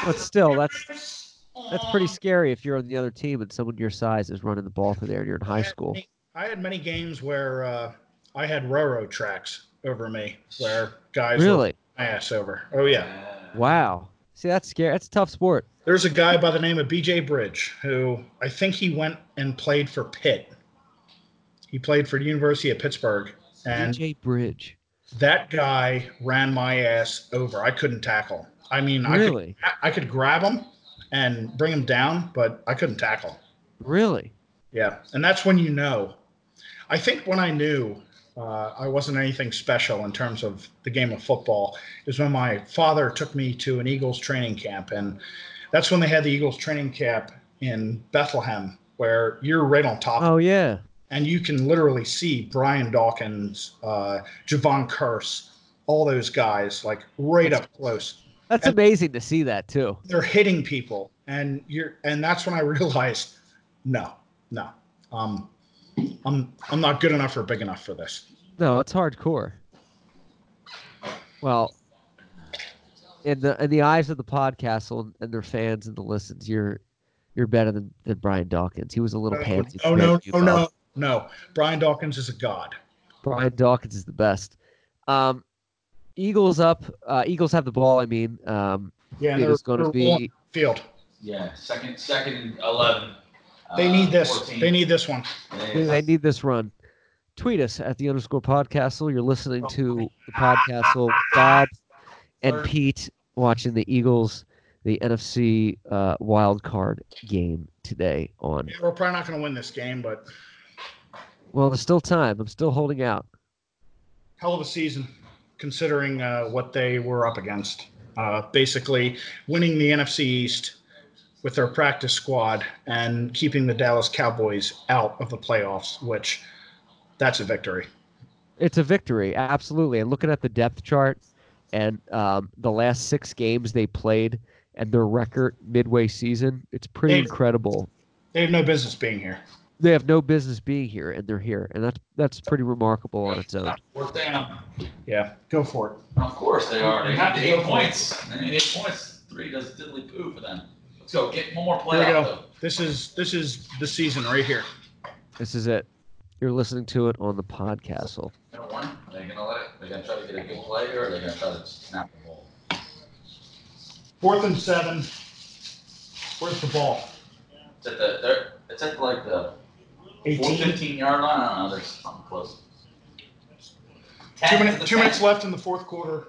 Speaker 1: but still, that's that's pretty scary if you're on the other team and someone your size is running the ball through there and you're in high school.
Speaker 3: I had many games where uh, I had railroad tracks over me, where guys were
Speaker 1: Really?
Speaker 3: my ass over. Oh yeah,
Speaker 1: Wow. See, that's scary. That's a tough sport.
Speaker 3: there's a guy by the name of B.J. Bridge who I think he went and played for Pitt. He played for the University of Pittsburgh, and
Speaker 1: DJ Bridge.
Speaker 3: that guy ran my ass over. I couldn't tackle. I mean, I could
Speaker 1: Really?
Speaker 3: I- I could grab him and bring him down, but I couldn't tackle.
Speaker 1: Really?
Speaker 3: Yeah, and that's when you know. I think when I knew uh, I wasn't anything special in terms of the game of football is when my father took me to an Eagles training camp, and that's when they had the Eagles training camp in Bethlehem where you're right on top,
Speaker 1: Oh yeah.
Speaker 3: and you can literally see Brian Dawkins, uh, Javon Curse, all those guys like right up close.
Speaker 1: That's amazing to see that too.
Speaker 3: They're hitting people, and you're, and that's when I realized, no, no, um, I'm I'm not good enough or big enough for this.
Speaker 1: No, it's hardcore. Well, in the in the eyes of the podcast and- and their fans and the listens, you're you're better than, than Brian Dawkins. He was a little pansy.
Speaker 3: Oh no,
Speaker 1: compared to you,
Speaker 3: oh
Speaker 1: Bob.
Speaker 3: no, no. Brian Dawkins is a god.
Speaker 1: Brian Dawkins is the best. Um, Eagles up. Uh, Eagles have the ball. I mean, um,
Speaker 3: Yeah, and
Speaker 1: it
Speaker 3: they're,
Speaker 1: is going to
Speaker 3: they're
Speaker 1: be.
Speaker 3: rolling field.
Speaker 7: Yeah, second, second, and eleven.
Speaker 3: They
Speaker 7: uh,
Speaker 3: need this.
Speaker 7: 14.
Speaker 3: They need this one.
Speaker 7: They-
Speaker 1: They need this run. Tweet us at the underscore podcastle. You're listening to the podcastle. Bob and Pete watching the Eagles, the NFC uh, wild card game today on.
Speaker 3: We're probably not going to win this game, but
Speaker 1: Well, there's still time. I'm still holding out.
Speaker 3: hell of a season considering uh, what they were up against. Uh, basically, winning the NFC East with their practice squad and keeping the Dallas Cowboys out of the playoffs, which that's a victory.
Speaker 1: It's a victory, absolutely. And looking at the depth chart and um, the last six games they played and their record midway season, it's pretty
Speaker 3: Hey.
Speaker 1: incredible.
Speaker 3: They have no business being here.
Speaker 1: They have no business being here, and they're here, and that's that's pretty remarkable on its own.
Speaker 7: Fourth down.
Speaker 3: Yeah, go for it.
Speaker 7: Of course they are. They
Speaker 2: You
Speaker 7: have
Speaker 2: have
Speaker 7: to
Speaker 2: to
Speaker 7: eight
Speaker 2: go for
Speaker 7: points. They need eight points. Three does diddly poo for them. Let's go. Get one more
Speaker 3: Here we go.
Speaker 7: playoff. Though.
Speaker 3: This is this is the season right here.
Speaker 1: This is it. You're listening to it on the podcastle.
Speaker 7: They're gonna win. They're gonna let it. They're gonna try to get a good play, or they're gonna try to snap the ball.
Speaker 3: Fourth and seven. Where's the ball?
Speaker 7: It's at the. They're, it's at like the 14,
Speaker 3: 18.
Speaker 7: 15 yard line. I don't know. There's something close.
Speaker 3: Two
Speaker 7: Ten to
Speaker 3: minutes.
Speaker 7: the
Speaker 3: Two
Speaker 7: ten.
Speaker 3: minutes left in the fourth quarter.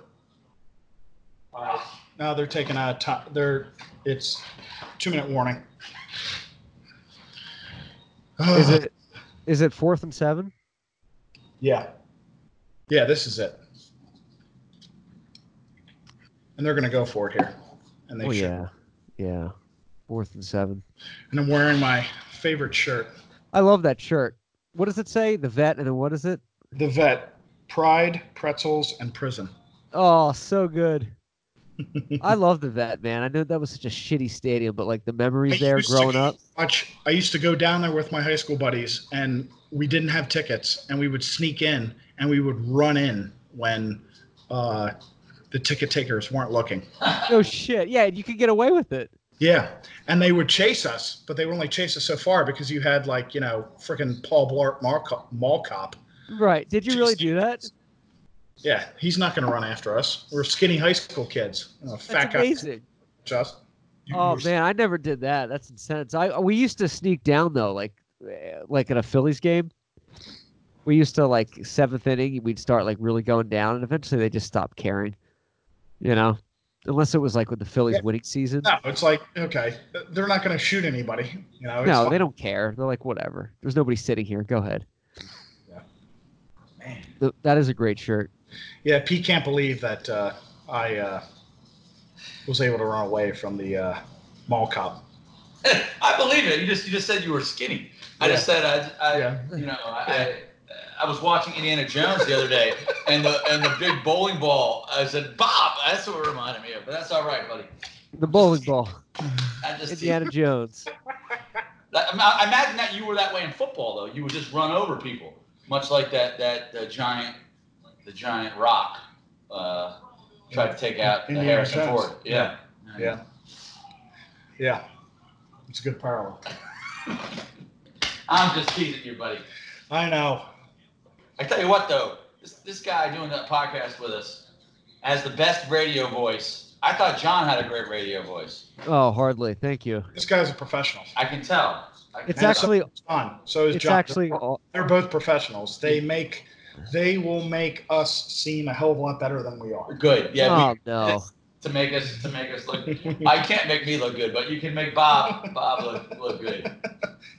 Speaker 3: Uh, no, they're taking a time. They're it's two minute warning.
Speaker 1: Is it is it fourth and seven?
Speaker 3: Yeah. Yeah, this is it. And they're gonna go for it here. And they
Speaker 1: Oh
Speaker 3: should.
Speaker 1: yeah, yeah, fourth and seven.
Speaker 3: And I'm wearing my favorite shirt,
Speaker 1: I love that shirt. What does it say? The vet, and then what is it?
Speaker 3: the vet, pride, pretzels, and prison.
Speaker 1: Oh, so good. I love the vet, man. I know that was such a shitty stadium, but like the memories
Speaker 3: I
Speaker 1: there
Speaker 3: used to
Speaker 1: growing
Speaker 3: go
Speaker 1: up.
Speaker 3: Watch, I used to go down there with my high school buddies, and we didn't have tickets, and we would sneak in, and we would run in when uh, the ticket takers weren't looking.
Speaker 1: No shit. Yeah, you could get away with it.
Speaker 3: Yeah, and they would chase us, but they would only chase us so far because you had like you know freaking Paul Blart mall cop, mall cop.
Speaker 1: Right. Did you really
Speaker 3: Jeez.
Speaker 1: do that?
Speaker 3: Yeah, he's not going to run after us. We're skinny high school kids. You know, fat
Speaker 1: That's
Speaker 3: guy,
Speaker 1: amazing.
Speaker 3: just. you
Speaker 1: Oh
Speaker 3: were-
Speaker 1: man, I never did that. That's intense. I we used to sneak down though, like eh, like at a Phillies game. We used to like seventh inning, we'd start like really going down, and eventually they just stopped caring. You know, unless it was like with the Phillies
Speaker 3: Yeah.
Speaker 1: winning season.
Speaker 3: No, it's like okay, they're not going to shoot anybody. You know, it's
Speaker 1: No,
Speaker 3: fine.
Speaker 1: they don't care. They're like, whatever. There's nobody sitting here. Go ahead.
Speaker 7: Man,
Speaker 1: Th- That is a great shirt.
Speaker 3: Yeah, Pete can't believe that uh, I uh, was able to run away from the uh, mall cop.
Speaker 7: I believe it. You just you just said you were skinny. I just said I, I
Speaker 3: Yeah.
Speaker 7: you know I, I I was watching Indiana Jones the other day and the and the big bowling ball. I said Bob. That's what it reminded me of. But that's all right, buddy.
Speaker 1: The bowling ball,
Speaker 7: I just
Speaker 1: Indiana Jones.
Speaker 7: That- I I imagine that you were that way in football though. You would just run over people, much like that that the giant the giant rock uh, tried to take out
Speaker 3: Indiana
Speaker 7: Harrison
Speaker 3: Jones.
Speaker 7: Ford. Yeah.
Speaker 3: Yeah. Yeah. It's a good parallel.
Speaker 7: I'm just teasing you, buddy.
Speaker 3: I know.
Speaker 7: I tell you what, though, this, this guy doing that podcast with us has the best radio voice. I thought John had a great radio voice.
Speaker 1: Oh, hardly. Thank you.
Speaker 3: This guy's a professional.
Speaker 7: I can tell. I can
Speaker 1: It's
Speaker 7: tell.
Speaker 1: actually
Speaker 3: John. So is
Speaker 1: it's
Speaker 3: John.
Speaker 1: actually all,
Speaker 3: They're both professionals. They make they will make us seem a hell of a lot better than we are.
Speaker 7: good. Yeah, we-
Speaker 1: oh no.
Speaker 7: to make us to make us look. I can't make me look good, but you can make Bob Bob look look good.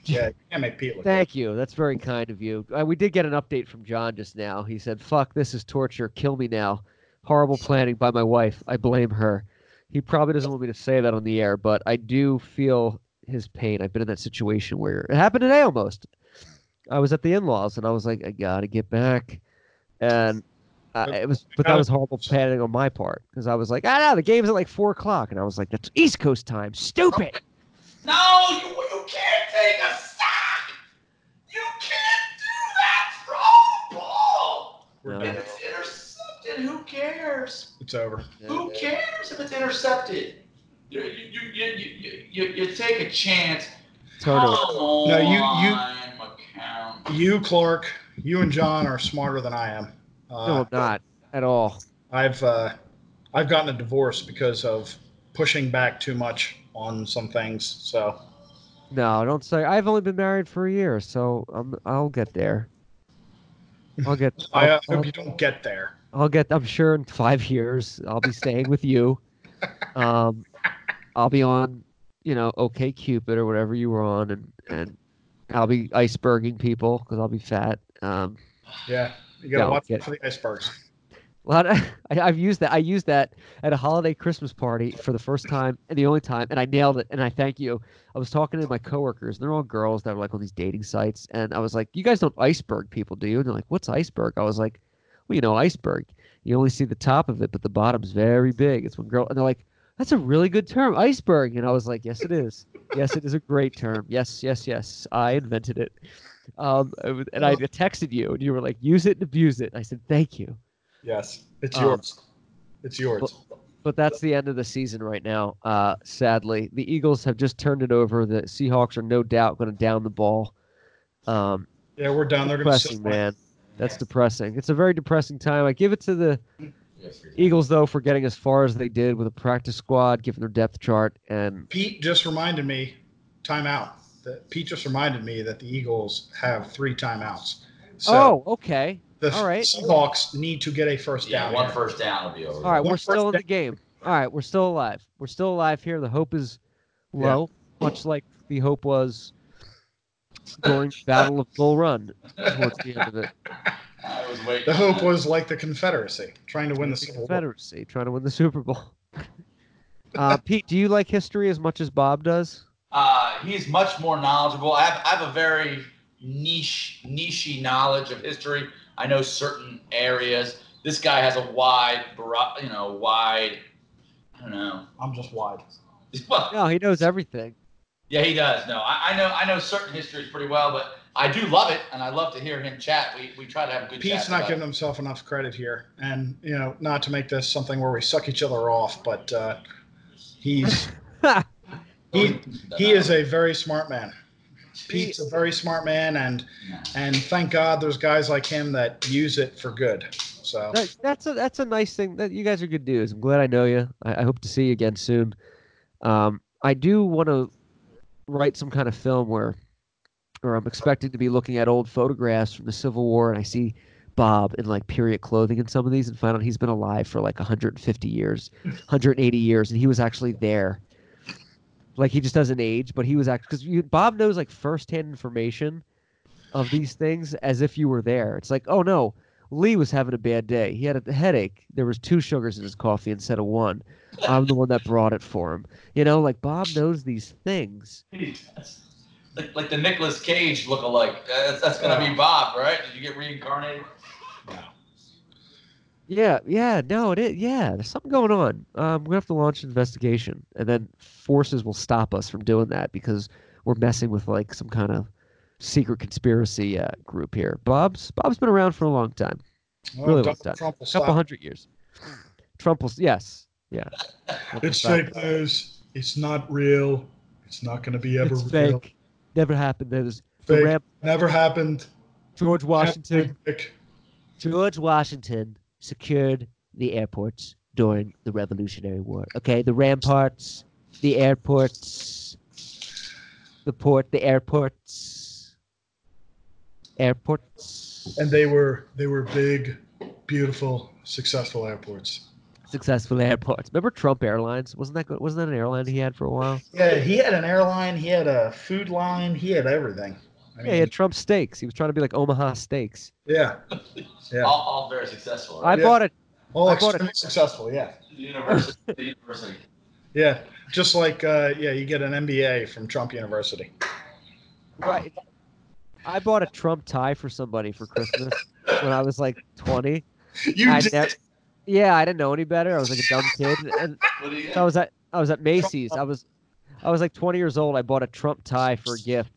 Speaker 3: Yeah, you can't make Pete look good.
Speaker 1: Thank you. That's very kind of you. Uh, we did get an update from John just now. He said, "Fuck, this is torture. Kill me now. Horrible planning by my wife. I blame her." He probably doesn't want me to say that on the air, but I do feel his pain. I've been in that situation where it happened today almost. I was at the in-laws and I was like, I gotta get back, and uh,
Speaker 3: But-
Speaker 1: it was, but that was horrible planning on my part because I was like, ah, no, the game's at like four o'clock, and I was like, that's East Coast time, stupid.
Speaker 2: No, you, you can't take a sack. You can't do that. Throw the ball.
Speaker 1: No.
Speaker 2: If it's intercepted, who cares?
Speaker 3: It's over.
Speaker 2: Who cares if it's intercepted? You, you, you, you, you, you, you take a chance.
Speaker 1: Turnover.
Speaker 2: Come
Speaker 3: No, you- you-
Speaker 2: on, McCown.
Speaker 3: You, Clark, you and John are smarter than I am. Uh,
Speaker 1: No, I'm not at all.
Speaker 3: I've uh, I've gotten a divorce because of pushing back too much on some things. So
Speaker 1: No, don't say. I've only been married for a year, so I'm, I'll get there. I'll get.
Speaker 3: I
Speaker 1: I'll,
Speaker 3: uh, hope
Speaker 1: I'll-
Speaker 3: you don't get there.
Speaker 1: I'll get. I'm sure in five years I'll be staying with you. Um, I'll be on, you know, OK Cupid or whatever you were on, and and I'll be iceberging people because I'll be fat. Um,
Speaker 3: Yeah, you gotta
Speaker 1: No,
Speaker 3: watch
Speaker 1: get-
Speaker 3: out for the icebergs.
Speaker 1: a lot. Of, I, I've used that. I used that at a holiday Christmas party for the first time and the only time, and I nailed it. And I thank you. I was talking to my coworkers, and they're all girls that were like on these dating sites, and I was like, "You guys don't iceberg people, do you?" And they're like, "What's iceberg?" I was like, "Well, you know, iceberg. You only see the top of it, but the bottom's very big. It's when girl." And they're like, "That's a really good term, iceberg." And I was like, "Yes, it is. Yes, it is a great term. Yes, yes, yes. I invented it." Um, it was- and I texted you, and you were like, "Use it and abuse it." I said, "Thank you."
Speaker 3: Yes, it's
Speaker 1: Um,
Speaker 3: yours. It's yours.
Speaker 1: But that's the end of the season right now. Uh, sadly, the Eagles have just turned it over. The Seahawks are no doubt going to down the ball. Um,
Speaker 3: Yeah, we're done. They're gonna sit
Speaker 1: depressing,
Speaker 3: on it.
Speaker 1: man. That's depressing. It's a very depressing time. I give it to the Eagles though for getting as far as they did with a practice squad, given their depth chart, and
Speaker 3: Pete just reminded me, timeout. That Pete just reminded me that the Eagles have three timeouts. So
Speaker 1: oh, okay,
Speaker 3: the
Speaker 1: all right.
Speaker 3: Seahawks need to get a first
Speaker 2: Yeah,
Speaker 3: down.
Speaker 2: one
Speaker 3: here.
Speaker 2: first down will be over.
Speaker 1: all right.
Speaker 3: One
Speaker 1: We're still in
Speaker 3: first
Speaker 1: the game. All right, we're still alive. We're still alive here. The hope is
Speaker 3: Yeah.
Speaker 1: low, much like the hope was during Battle of Bull Run towards the end of it.
Speaker 2: I was waiting.
Speaker 3: The hope
Speaker 2: on
Speaker 3: was like the Confederacy trying to win the Civil War.
Speaker 1: Confederacy trying to win the Super Bowl. uh, Pete, do you like history as much as Bob does?
Speaker 2: Uh, he's much more knowledgeable. I have, I have a very niche, nichey knowledge of history. I know certain areas. This guy has a wide, bro- you know, wide. I don't know.
Speaker 3: I'm just wide.
Speaker 2: Well,
Speaker 1: No, he knows everything.
Speaker 2: yeah, he does. No, I, I know. I know certain histories pretty well, but I do love it, and I love to hear him chat. We, we try to have good.
Speaker 3: Pete's
Speaker 2: chats
Speaker 3: not
Speaker 2: about
Speaker 3: giving
Speaker 2: it.
Speaker 3: himself enough credit here, and you know, not to make this something where we suck each other off, but uh, he's he he is a very smart man. Pete's a very smart man, and
Speaker 2: Yeah.
Speaker 3: and thank God there's guys like him that use it for good. So
Speaker 1: That- that's a that's a nice thing. That you guys are good dudes. I'm glad I know you. I, I hope to see you again soon. Um, I do want to write some kind of film where, or I'm expected to be looking at old photographs from the Civil War, and I see Bob in like period clothing in some of these, and find out he's been alive for like 150 years, 180 years, and he was actually there. Like he just doesn't age, but he was actually because Bob knows like firsthand information of these things as if you were there. It's like, oh no, Lee was having a bad day. He had a headache. There was two sugars in his coffee instead of one. I'm the one that brought it for him. You know, like Bob knows these things.
Speaker 2: He does. Like, like the Nicolas Cage look-alike. That's, that's gonna be Bob, right? Did you get reincarnated?
Speaker 1: Yeah, yeah, no, it is. Yeah, there's something going on. Um, we have to launch an investigation, and then forces will stop us from doing that because we're messing with like some kind of secret conspiracy uh, group here. Bob's Bob's been around for a long time,
Speaker 3: well,
Speaker 1: really
Speaker 3: Donald
Speaker 1: well done.
Speaker 3: Trump will
Speaker 1: a couple
Speaker 3: stop.
Speaker 1: hundred years. Trump will, yes, yeah.
Speaker 3: It's
Speaker 1: Trump will stop.
Speaker 3: fake news. It's not real. It's not going to be ever
Speaker 1: It's
Speaker 3: real.
Speaker 1: fake. Never happened. There's the
Speaker 3: Fake.
Speaker 1: Ram-
Speaker 3: Never happened.
Speaker 1: George Washington.
Speaker 3: Fake.
Speaker 1: George Washington secured the airports during the Revolutionary War. Okay, the ramparts, the airports, the port, the airports, airports.
Speaker 3: And they were they were big, beautiful, successful airports.
Speaker 1: successful airports. Remember Trump Airlines? Wasn't that good? Wasn't that an airline he had for a while?
Speaker 3: Yeah, he had an airline. He had a food line. He had everything. I
Speaker 1: Yeah, he had Trump Steaks. He was trying to be like Omaha Steaks.
Speaker 3: yeah, Yeah.
Speaker 2: All, all very successful.
Speaker 1: I
Speaker 2: Right?
Speaker 3: Yeah.
Speaker 1: bought a
Speaker 3: all
Speaker 1: I bought
Speaker 3: extremely successful. Yeah,
Speaker 2: University. the university.
Speaker 3: Yeah, just like uh, yeah, you get an MBA from Trump University.
Speaker 1: Right. I bought a Trump tie for somebody for Christmas when I was like 20.
Speaker 2: You
Speaker 1: I
Speaker 2: did.
Speaker 1: nev- yeah, I didn't know any better. I was like a dumb kid, and
Speaker 2: What do you-
Speaker 1: so I was at I was at Macy's. I was I was like 20 years old. I bought a Trump tie for a gift.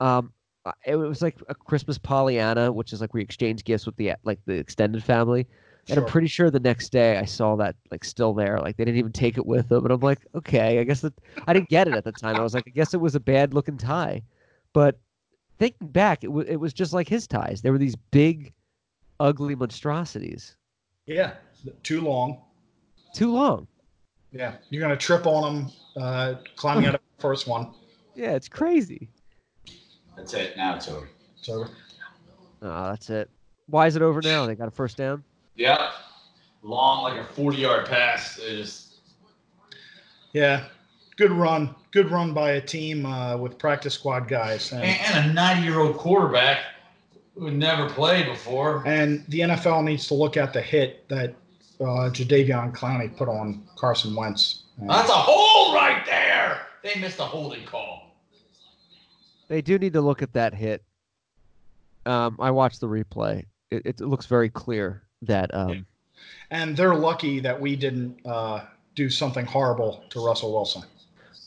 Speaker 1: Um, I- it was like a Christmas Pollyanna, which is like we exchange gifts with the like the extended family. And I'm
Speaker 3: Sure.
Speaker 1: pretty sure the next day I saw that like still there. Like they didn't even take it with them. And I'm like, okay, I guess that I didn't get it at the time. I was like, I guess it was a bad looking tie. But thinking back, it was it was just like his ties. There were these big, ugly monstrosities.
Speaker 3: Yeah, too long.
Speaker 1: Too long.
Speaker 3: Yeah, you're gonna trip on them uh, climbing out of the first one.
Speaker 1: Yeah, it's crazy.
Speaker 2: That's it. Now it's over.
Speaker 3: It's over.
Speaker 1: Oh, that's it. Why is it over now? They got a first down.
Speaker 2: Yep. Long, like a 40 yard pass. It just,
Speaker 3: Yeah, good run. Good run by a team uh, with practice squad guys. And,
Speaker 2: and, and a 90 year old quarterback who had never played before.
Speaker 3: and the NFL needs to look at the hit that uh, Jadavion Clowney put on Carson Wentz. And
Speaker 2: That's a hold right there. They missed a holding call.
Speaker 1: They do need to look at that hit. Um, I watched the replay. It, it looks very clear that um,
Speaker 3: and they're lucky that we didn't uh, do something horrible to Russell Wilson.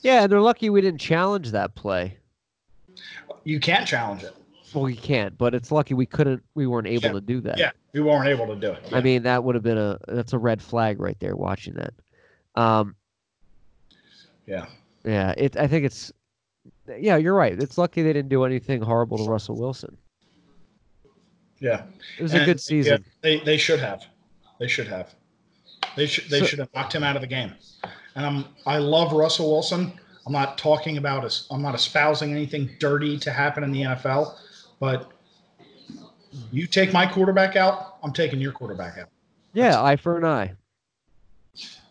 Speaker 1: yeah, and they're lucky we didn't challenge that play.
Speaker 3: You can't challenge it.
Speaker 1: Well, we can't, but it's lucky we couldn't. We weren't able
Speaker 3: Yeah.
Speaker 1: to do that.
Speaker 3: Yeah, we weren't able to do it.
Speaker 1: I mean, that would have been a that's a red flag right there. Watching that. Um,
Speaker 3: Yeah.
Speaker 1: yeah, it. I think it's. Yeah, you're right. It's lucky they didn't do anything horrible to Russell Wilson.
Speaker 3: yeah.
Speaker 1: It was a
Speaker 3: And-
Speaker 1: good season.
Speaker 3: yeah, they they should have. They should have. They should they
Speaker 1: So-
Speaker 3: should have knocked him out of the game. And I'm I love Russell Wilson. I'm not talking about as I'm not espousing anything dirty to happen in the NFL, but you take my quarterback out, I'm taking your quarterback out.
Speaker 1: Yeah, eye for an eye.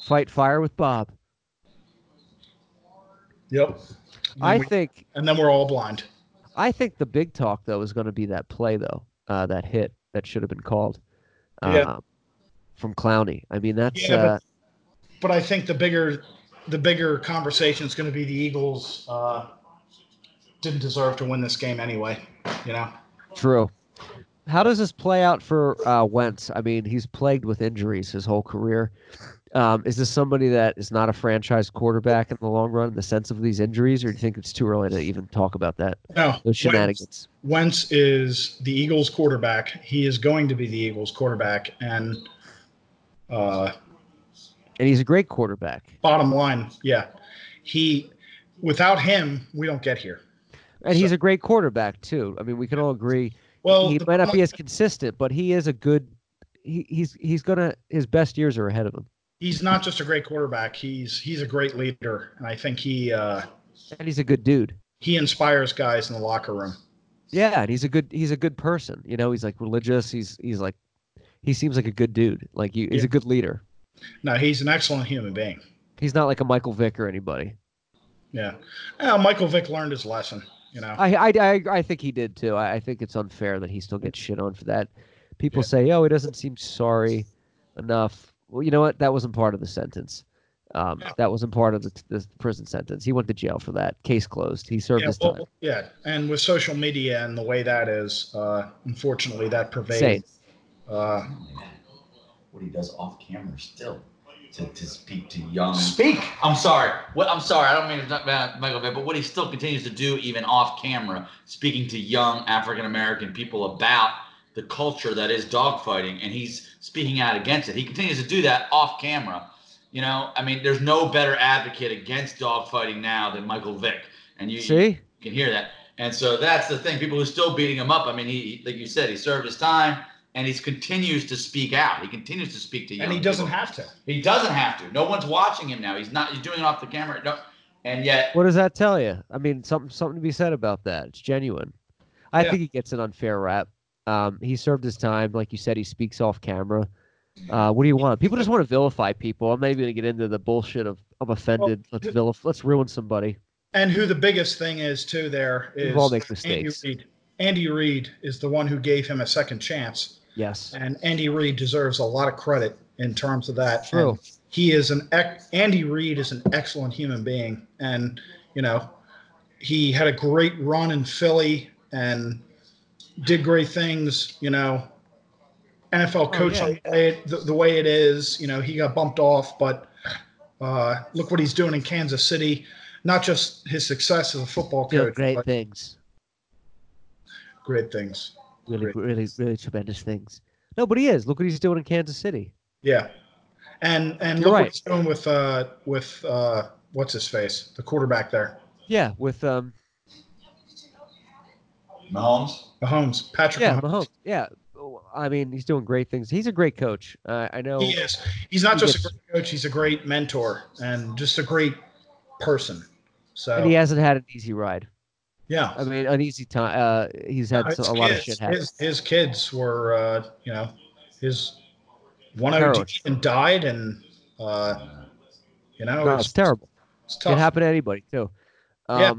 Speaker 1: Fight fire with Bob.
Speaker 3: Yep. And
Speaker 1: I
Speaker 3: we-
Speaker 1: think
Speaker 3: and then we're all blind.
Speaker 1: I think the big talk though is going to be that play though, uh, that hit that should have been called um,
Speaker 3: Yeah.
Speaker 1: from Clowney. I mean that's
Speaker 3: Yeah, but-
Speaker 1: uh,
Speaker 3: But I think the bigger the bigger conversation is going to be the Eagles uh, didn't deserve to win this game anyway. You know.
Speaker 1: uh, true. How does this play out for uh, Wentz? I mean, he's plagued with injuries his whole career. Um, is this somebody that is not a franchise quarterback in the long run in the sense of these injuries, or do you think it's too early to even talk about that?
Speaker 3: No.
Speaker 1: Those shenanigans.
Speaker 3: Wentz is the Eagles quarterback. He is going to be the Eagles quarterback. And uh,
Speaker 1: And he's a great quarterback.
Speaker 3: bottom line, yeah, he without him, we don't get here.
Speaker 1: And he's a great quarterback too. I mean, we can all agree
Speaker 3: Well,
Speaker 1: he
Speaker 3: the
Speaker 1: might not
Speaker 3: point-
Speaker 1: be as consistent, but he is a good. He, he's he's gonna his best years are ahead of him,
Speaker 3: he's not just a great quarterback. He's he's a great leader, and I think he uh,
Speaker 1: and he's a good dude.
Speaker 3: he inspires guys in the locker room.
Speaker 1: Yeah, and he's a good he's a good person. You know, he's like religious. He's he's like he seems like a good dude. Like he, he's
Speaker 3: Yeah.
Speaker 1: a good leader.
Speaker 3: No, he's an excellent human being.
Speaker 1: He's not like a Michael Vick or anybody.
Speaker 3: Yeah, Well, Michael Vick learned his lesson. You know,
Speaker 1: I I I, I think he did too. I, I think it's unfair that he still gets shit on for that. People
Speaker 3: Yeah.
Speaker 1: say, "Oh, he doesn't seem sorry enough." Well, you know what? That wasn't part of the sentence. Um,
Speaker 3: No.
Speaker 1: That wasn't part of the, the prison sentence. He went to jail for that. Case closed. He served
Speaker 3: yeah,
Speaker 1: his
Speaker 3: well,
Speaker 1: time.
Speaker 3: yeah, and with social media and the way that is, uh, unfortunately, that
Speaker 1: Same.
Speaker 3: pervades. Uh,
Speaker 2: What he does off camera still to, to speak to young.
Speaker 3: speak.
Speaker 2: I'm sorry. What I'm sorry. I don't mean it's not bad, Michael Vick, but what he still continues to do, even off camera, speaking to young African American people about the culture that is dogfighting, and he's speaking out against it. He continues to do that off camera. You know, I mean, there's no better advocate against dogfighting now than Michael Vick, and you
Speaker 1: See,
Speaker 2: you can hear that. And so that's the thing. People who are still beating him up. I mean, he he- like you said, he served his time, and he continues to speak out. He continues to speak to young.
Speaker 3: and he doesn't
Speaker 2: people.
Speaker 3: have to.
Speaker 2: He doesn't have to. No one's watching him now. He's not. He's doing it off the camera. No, and yet,
Speaker 1: what does that tell you? I mean, something something to be said about that. It's genuine. I
Speaker 3: Yeah.
Speaker 1: think he gets an unfair rap. Um, he served his time, like you said. He speaks off camera. Uh, what do you want? People just want to vilify people. I'm not even gonna get into the bullshit of I'm offended. let's
Speaker 3: th-
Speaker 1: vilif- Let's ruin somebody.
Speaker 3: And who the biggest thing is too there
Speaker 1: We've
Speaker 3: is
Speaker 1: all make
Speaker 3: Andy
Speaker 1: mistakes.
Speaker 3: Reid. Andy Reid is the one who gave him a second chance,
Speaker 1: Yes,
Speaker 3: and Andy Reid deserves a lot of credit in terms of that.
Speaker 1: true.
Speaker 3: And he is an ec- Andy Reid is an excellent human being, and you know he had a great run in Philly and did great things. You know, NFL coach
Speaker 1: Oh, yeah.
Speaker 3: on the way it- the, the way it is. You know, he got bumped off, but uh, look what he's doing in Kansas City. Not just his success as a football
Speaker 1: Doing
Speaker 3: coach,
Speaker 1: great
Speaker 3: but
Speaker 1: things.
Speaker 3: great things.
Speaker 1: Really,
Speaker 3: great.
Speaker 1: really, really tremendous things. No, but he is. Look what he's doing in Kansas City.
Speaker 3: Yeah, and and
Speaker 1: You're
Speaker 3: look
Speaker 1: right.
Speaker 3: what he's doing with uh, with uh, what's his face, the quarterback there.
Speaker 1: Yeah, with um,
Speaker 2: Mahomes.
Speaker 3: Mahomes, Patrick
Speaker 1: yeah,
Speaker 3: Mahomes.
Speaker 1: Mahomes. Yeah, Oh, I mean, he's doing great things. He's a great coach. Uh, I know.
Speaker 3: He is. He's not
Speaker 1: He
Speaker 3: just a
Speaker 1: gets-
Speaker 3: great coach, he's a great mentor and just a great person. So,
Speaker 1: And he hasn't had an easy ride.
Speaker 3: yeah.
Speaker 1: I mean, an easy time. Uh, he's had so,
Speaker 3: His
Speaker 1: a lot of
Speaker 3: kids-
Speaker 1: shit happen.
Speaker 3: His, his kids were, uh, you know, his one OD
Speaker 1: Heroic.
Speaker 3: and died, and, uh, you know,
Speaker 1: No, it's terrible.
Speaker 3: It's
Speaker 1: It Can
Speaker 3: tough.
Speaker 1: happen to anybody too. Um,
Speaker 3: Yeah.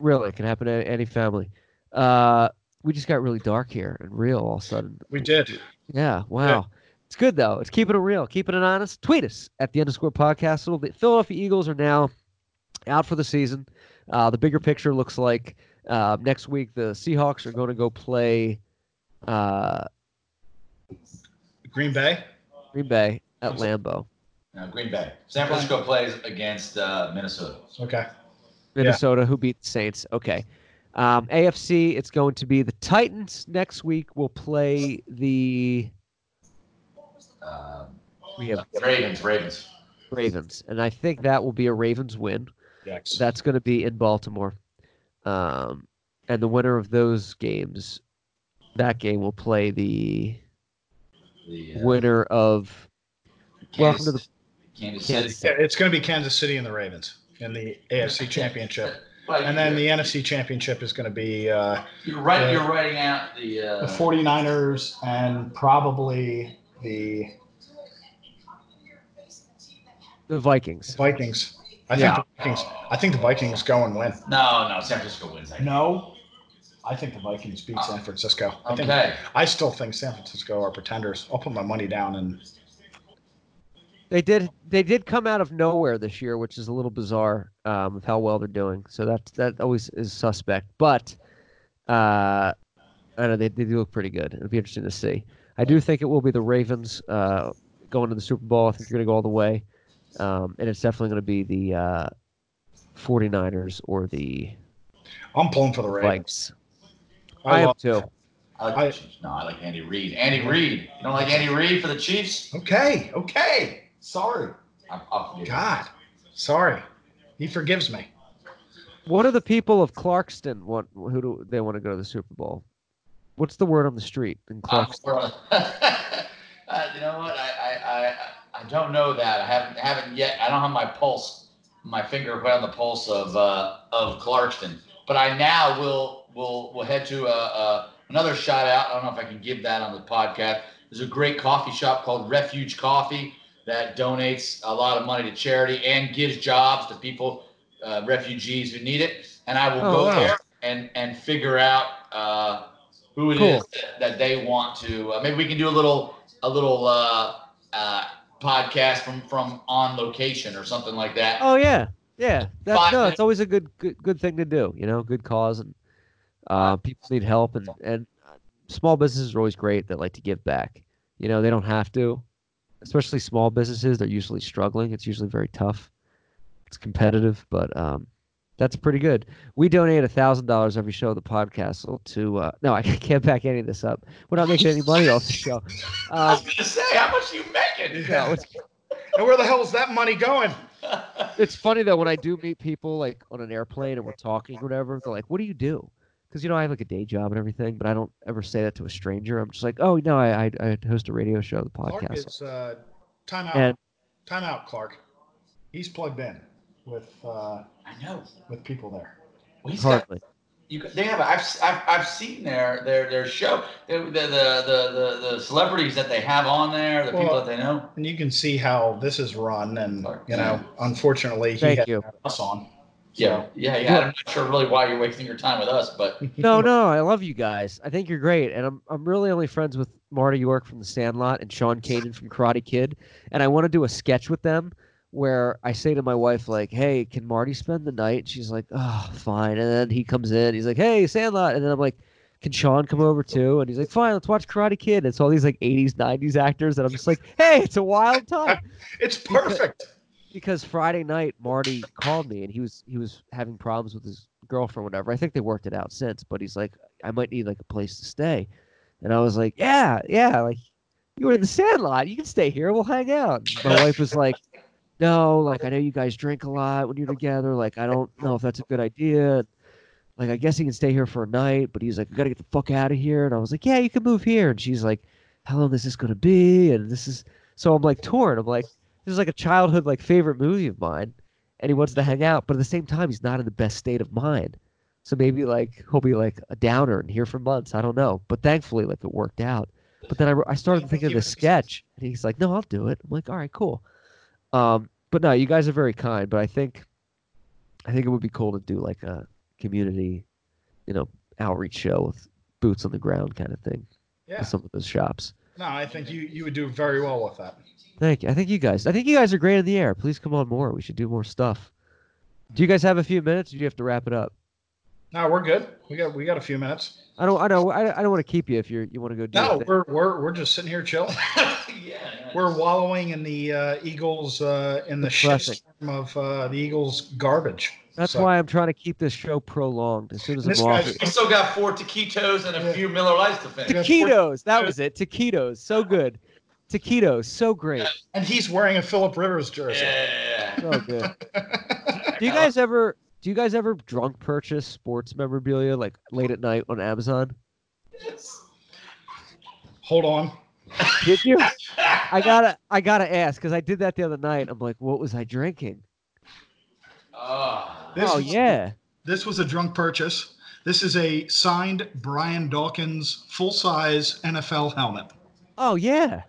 Speaker 1: Really, it can happen to any family. Uh, we just got really dark here and real all of a sudden.
Speaker 3: We did.
Speaker 1: Yeah. Wow. It's good though. It's keeping it real, keeping it honest. Tweet us at the underscore podcast. It'll be- Philadelphia Eagles are now out for the season. Uh, the bigger picture looks like uh, next week the Seahawks are going to go play uh,
Speaker 3: Green Bay.
Speaker 1: Green Bay at Lambeau.
Speaker 2: No, Green Bay. San Francisco plays against uh, Minnesota.
Speaker 3: Okay.
Speaker 1: Minnesota, who beat the Saints. Okay. Um, AFC, it's going to be the Titans next week. Will play the
Speaker 2: Uh,
Speaker 1: we have
Speaker 2: Ravens. Ravens.
Speaker 1: Ravens, and I think that will be a Ravens win.
Speaker 3: Yikes.
Speaker 1: That's going to be in Baltimore, um, and the winner of those games, that game will play the
Speaker 2: The, uh,
Speaker 1: winner of. Welcome
Speaker 2: Kansas-
Speaker 1: to the
Speaker 2: Kansas City.
Speaker 1: Kansas.
Speaker 3: Yeah, it's going to be Kansas City and the Ravens in the AFC Championship.
Speaker 2: But
Speaker 3: And then
Speaker 2: you're-
Speaker 3: the NFC Championship is going to be uh,
Speaker 2: you're right.
Speaker 3: uh,
Speaker 2: You're writing out the.
Speaker 3: the
Speaker 2: Uh,
Speaker 3: 49ers and probably the
Speaker 1: The Vikings.
Speaker 3: Vikings. I
Speaker 1: Yeah.
Speaker 3: think the Vikings. I think the Vikings go and win.
Speaker 2: no, no. San Francisco wins. that game.
Speaker 3: No, I think the Vikings beat San Francisco. I think
Speaker 2: Okay.
Speaker 3: I still think San Francisco are pretenders. I'll put my money down and
Speaker 1: They did. They did come out of nowhere this year, which is a little bizarre um, of how well they're doing. So that that always is suspect. But uh, I know they, they do look pretty good. It'll be interesting to see. I do think it will be the Ravens uh, going to the Super Bowl. I think they're going to go all the way, um, and it's definitely going to be the uh, 49ers or the
Speaker 3: I'm pulling for the Ravens.
Speaker 1: Vikes. I,
Speaker 3: I
Speaker 1: am
Speaker 3: love,
Speaker 1: too.
Speaker 2: I like
Speaker 3: I-
Speaker 2: the Chiefs. No, I like Andy Reid. Andy Reid. You don't like Andy Reid for the Chiefs?
Speaker 3: okay, okay. Sorry.
Speaker 2: I'm, I'll forgive you.
Speaker 3: God, sorry. He forgives me.
Speaker 1: What do the people of Clarkston want? Who do they want to go to the Super Bowl? What's the word on the street in
Speaker 2: I'm
Speaker 1: Clarkston?
Speaker 2: for- Uh, you know what? I, I, I, I don't know that. I haven't haven't yet. I don't have my pulse, my finger right on the pulse of uh, of Clarkston. But I now will will will head to uh, uh, another shout out. I don't know if I can give that on the podcast. There's a great coffee shop called Refuge Coffee that donates a lot of money to charity and gives jobs to people, uh, refugees who need it. And I will
Speaker 1: Oh,
Speaker 2: go
Speaker 1: wow.
Speaker 2: there and and figure out uh, who it is
Speaker 1: Cool.
Speaker 2: that, that they want to. Uh, maybe we can do a little a little uh, uh, podcast from from on location or something like that.
Speaker 1: Oh yeah, yeah. That's
Speaker 2: Five
Speaker 1: no,
Speaker 2: minutes.
Speaker 1: it's always a good, good, good thing to do. You know, good cause, and uh, people need help, and and uh, small businesses are always great that like to give back. You know, they don't have to, especially small businesses. They're usually struggling. It's usually very tough. It's competitive, but um, that's pretty good. We donate a thousand dollars every show of the podcast to. Uh, no, I can't back any of this up. We're not making any money off the show.
Speaker 2: I
Speaker 1: Um,
Speaker 2: was gonna say, how much are you making?
Speaker 1: no, it's
Speaker 3: And where the hell is that money going?
Speaker 1: it's funny though when I do meet people like on an airplane and we're talking or whatever, they're like, "What do you do?" Because you know I have like a day job and everything, but I don't ever say that to a stranger. I'm just like, "Oh no, I I, I host a radio show, the
Speaker 3: Clark
Speaker 1: podcast."
Speaker 3: is uh, time out.
Speaker 1: And-
Speaker 3: time out, Clark. He's plugged in with uh,
Speaker 2: I know.
Speaker 3: with people there.
Speaker 2: Well, he's got
Speaker 1: Hardly.
Speaker 2: You, got- they have. I've, I've, I've seen their their their show. The the, the the the the celebrities that they have on there, the people
Speaker 3: Well,
Speaker 2: that they know.
Speaker 3: And you can see how this is run, and you know, unfortunately, he
Speaker 1: Thank
Speaker 3: had
Speaker 1: you.
Speaker 3: us on.
Speaker 2: Yeah, yeah, yeah. I'm not sure really why you're wasting your time with us, but
Speaker 1: No, no, I love you guys. I think you're great, and I'm I'm really only friends with Marty York from The Sandlot and Sean Kanan from Karate Kid, and I want to do a sketch with them where I say to my wife like, "Hey, can Marty spend the night?" She's like, "Oh, fine," and then he comes in, he's like, "Hey, Sandlot," and then I'm like. Can Sean come over too? And he's like, "Fine, let's watch Karate Kid." And it's all these like '80s, '90s actors, and I'm just like, "Hey, it's a wild time."
Speaker 3: It's perfect.
Speaker 1: because Friday night Marty called me and he was he was having problems with his girlfriend, whatever. I think they worked it out since, but he's like, I might need like a place to stay, and I was like, yeah, yeah, like you were in the Sandlot, you can stay here, we'll hang out. And my wife was like, no, like I know you guys drink a lot when you're together, like I don't know if that's a good idea. Like I guess he can stay here for a night, but he's like, I gotta get the fuck out of here, and I was like, yeah, you can move here, and she's like, how long is this gonna be? And this is so I'm like torn. I'm like this is like a childhood like favorite movie of mine and he wants to hang out but at the same time he's not in the best state of mind so maybe like he'll be like a downer and here for months i don't know but thankfully like it worked out but then i, I started thinking of the sketch and he's like no i'll do it i'm like all right cool um but no you guys are very kind but i think i think it would be cool to do like a community you know outreach show with boots on the ground kind of thing
Speaker 3: Yeah.
Speaker 1: with some of those shops
Speaker 3: No, I think you you would do very well with that.
Speaker 1: Thank you. I think you guys. I think you guys are great in the air. Please come on more. We should do more stuff. Do you guys have a few minutes? Or do you have to wrap it up?
Speaker 3: No, we're good. We got we got a few minutes.
Speaker 1: I don't. I don't. I, I don't want to keep you if you you want to go do. your
Speaker 3: No,
Speaker 1: thing.
Speaker 3: we're we're we're just sitting here chilling.
Speaker 2: yeah.
Speaker 3: We're wallowing in the uh, Eagles uh, in the
Speaker 1: Classic.
Speaker 3: shitstorm of uh, the Eagles garbage.
Speaker 1: That's
Speaker 3: So-
Speaker 1: why I'm trying to keep this show prolonged. As soon as I'm
Speaker 3: This
Speaker 1: off,
Speaker 3: guy's-
Speaker 2: We still got four taquitos and a
Speaker 3: Yeah.
Speaker 2: few Miller Lights to finish.
Speaker 3: got
Speaker 1: taquitos. That was it. Taquitos. So good. Taquitos. So great.
Speaker 3: and he's wearing a Philip Rivers jersey.
Speaker 2: Yeah.
Speaker 1: So good. Do you guys ever? Do you guys ever drunk purchase sports memorabilia like late at night on Amazon?
Speaker 3: Hold on.
Speaker 1: Did you? I gotta. I gotta ask because I did that the other night. I'm like, what was I drinking?
Speaker 2: Oh.
Speaker 3: This
Speaker 1: oh
Speaker 3: was-
Speaker 1: yeah.
Speaker 3: This was a drunk purchase. This is a signed Brian Dawkins full size NFL helmet.
Speaker 1: Oh yeah,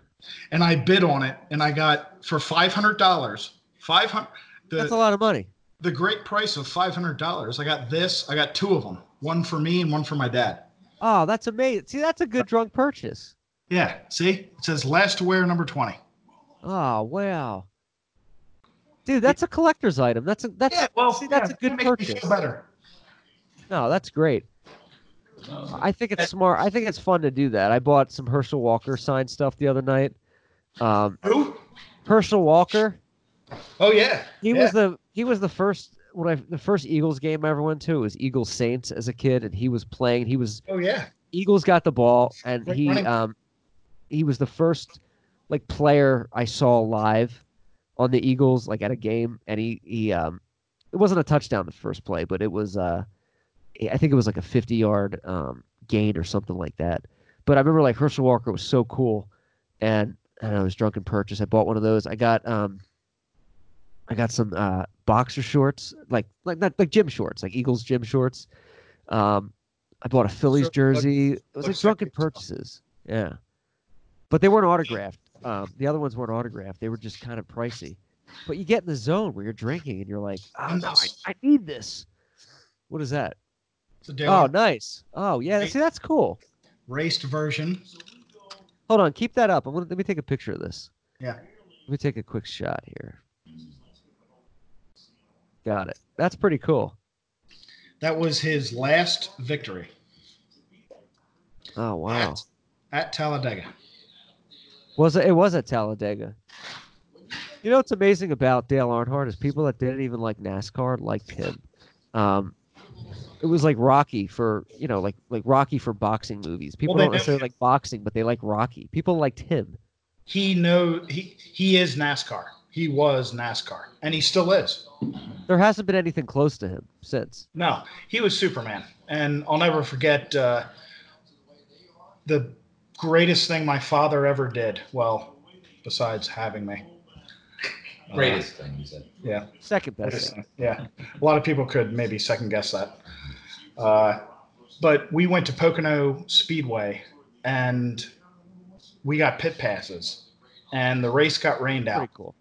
Speaker 3: And I bid on it and I got for five hundred dollars. Five hundred
Speaker 1: that's
Speaker 3: the
Speaker 1: a lot of money.
Speaker 3: the great price of five hundred dollars. I got this, I got two of them. One for me and one for my dad.
Speaker 1: Oh, that's amazing. See, that's a good drunk purchase.
Speaker 3: Yeah, see? It says last to wear number twenty.
Speaker 1: Oh wow, dude, that's a collector's item. That's a that's see, that's a good
Speaker 3: that makes me
Speaker 1: purchase.
Speaker 3: feel better.
Speaker 1: No, that's great. I think it's smart. I think it's fun to do that. I bought some Herschel Walker signed stuff the other night. Um,
Speaker 3: Who?
Speaker 1: Herschel Walker,
Speaker 3: Oh yeah.
Speaker 1: he was the he was the first when I the first Eagles game I ever went to was Eagles Saints as a kid, and he was playing. He was
Speaker 3: Oh yeah.
Speaker 1: Eagles got the ball, and
Speaker 3: Great
Speaker 1: he
Speaker 3: running.
Speaker 1: um, he was the first like player I saw live on the Eagles, like at a game, and he he um, it wasn't a touchdown the first play, but it was uh, I think it was like a fifty yard um gain or something like that. But I remember like Herschel Walker was so cool, and I don't know, it was drunken purchase. I bought one of those. I got um, I got some uh boxer shorts, like like not like gym shorts, like Eagles gym shorts. Um, I bought a Phillies
Speaker 3: Sure, look-
Speaker 1: jersey. it was
Speaker 3: looks
Speaker 1: like
Speaker 3: sexy
Speaker 1: drunken
Speaker 3: as well.
Speaker 1: purchases. Yeah, but they weren't autographed. Um, the other ones weren't autographed. They were just kind of pricey. But you get in the zone where you're drinking and you're like, oh,
Speaker 3: And
Speaker 1: no,
Speaker 3: that's-
Speaker 1: I, I need this. What is that?
Speaker 3: It's a daily
Speaker 1: Oh, nice. Oh, yeah.
Speaker 3: Right.
Speaker 1: See, that's cool.
Speaker 3: raced version.
Speaker 1: Hold on, keep that up. I'm gonna, let me take a picture of this.
Speaker 3: Yeah.
Speaker 1: Let me take a quick shot here. Got it. That's pretty cool.
Speaker 3: That was his last victory
Speaker 1: Oh wow.
Speaker 3: at Talladega.
Speaker 1: Was it? It was at Talladega. You know what's amazing about Dale Earnhardt is people that didn't even like NASCAR liked him. Um, it was like Rocky for you know like like Rocky for boxing movies. People
Speaker 3: they
Speaker 1: don't
Speaker 3: know
Speaker 1: necessarily
Speaker 3: him.
Speaker 1: like boxing, but they like Rocky. People liked him.
Speaker 3: He know he he is NASCAR. He was NASCAR, and he still is.
Speaker 1: There hasn't been anything close to him since.
Speaker 3: No, he was Superman, and I'll never forget uh, the greatest thing my father ever did. Well, besides having me, Uh,
Speaker 2: Greatest Oh, thing he said.
Speaker 3: yeah,
Speaker 1: Second best.
Speaker 3: greatest thing. yeah. A lot of people could maybe second guess that, uh, but we went to Pocono Speedway, and we got pit passes, and the race got rained out.
Speaker 1: Pretty cool.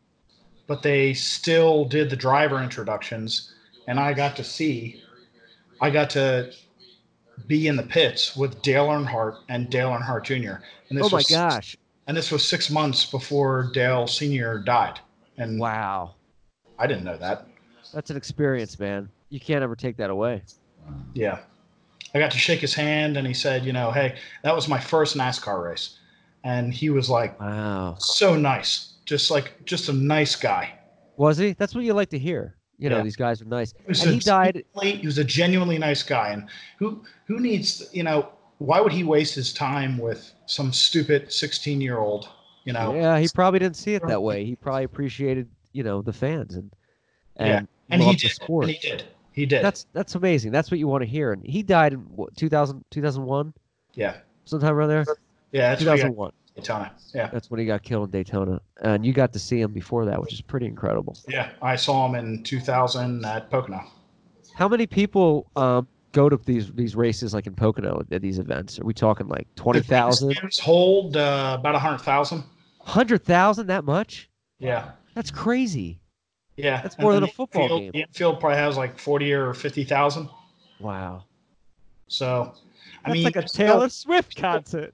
Speaker 3: but they still did the driver introductions and I got to see, I got to be in the pits with Dale Earnhardt and Dale Earnhardt Jr. And
Speaker 1: Oh my
Speaker 3: was
Speaker 1: gosh!
Speaker 3: and this was six months before Dale Senior died, and
Speaker 1: Wow,
Speaker 3: I didn't know that.
Speaker 1: that's an experience, man. You can't ever take that away.
Speaker 3: Yeah. I got to shake his hand and he said, you know, hey, that was my first NASCAR race. And he was like
Speaker 1: Wow.
Speaker 3: so nice. Just like just a nice guy.
Speaker 1: Was he? That's what you like to hear. You know,
Speaker 3: Yeah.
Speaker 1: these guys are nice.
Speaker 3: He was,
Speaker 1: And he
Speaker 3: a,
Speaker 1: died.
Speaker 3: he was a genuinely nice guy. And who who needs you know, why would he waste his time with some stupid sixteen year old, you know?
Speaker 1: Yeah, he probably didn't see it that way. He probably appreciated, you know, the fans and
Speaker 3: Yeah.
Speaker 1: and,
Speaker 3: And he
Speaker 1: loved the
Speaker 3: did.
Speaker 1: sport.
Speaker 3: And he did. He did.
Speaker 1: That's that's amazing. That's what you want to hear. And he died in what, 2000, 2001?
Speaker 3: Yeah.
Speaker 1: sometime around there.
Speaker 3: yeah, that's
Speaker 1: Two
Speaker 3: what he
Speaker 1: thousand
Speaker 3: got
Speaker 1: one.
Speaker 3: at Daytona. Yeah.
Speaker 1: That's when he got killed in Daytona, and you got to see him before that, which is pretty incredible.
Speaker 3: Yeah. I saw him in two thousand at Pocono.
Speaker 1: How many people um, go to these these races like in Pocono at these events? Are we talking like twenty thousand,
Speaker 3: Grandstands Hold uh, about a hundred thousand.
Speaker 1: hundred thousand? That much?
Speaker 3: Yeah,
Speaker 1: That's crazy.
Speaker 3: yeah.
Speaker 1: That's more
Speaker 3: And
Speaker 1: than a
Speaker 3: the
Speaker 1: football
Speaker 3: infield-
Speaker 1: game.
Speaker 3: The infield probably has like forty or fifty thousand.
Speaker 1: Wow.
Speaker 3: So,
Speaker 1: That's
Speaker 3: I mean,
Speaker 1: like a
Speaker 3: still,
Speaker 1: Taylor Swift concert.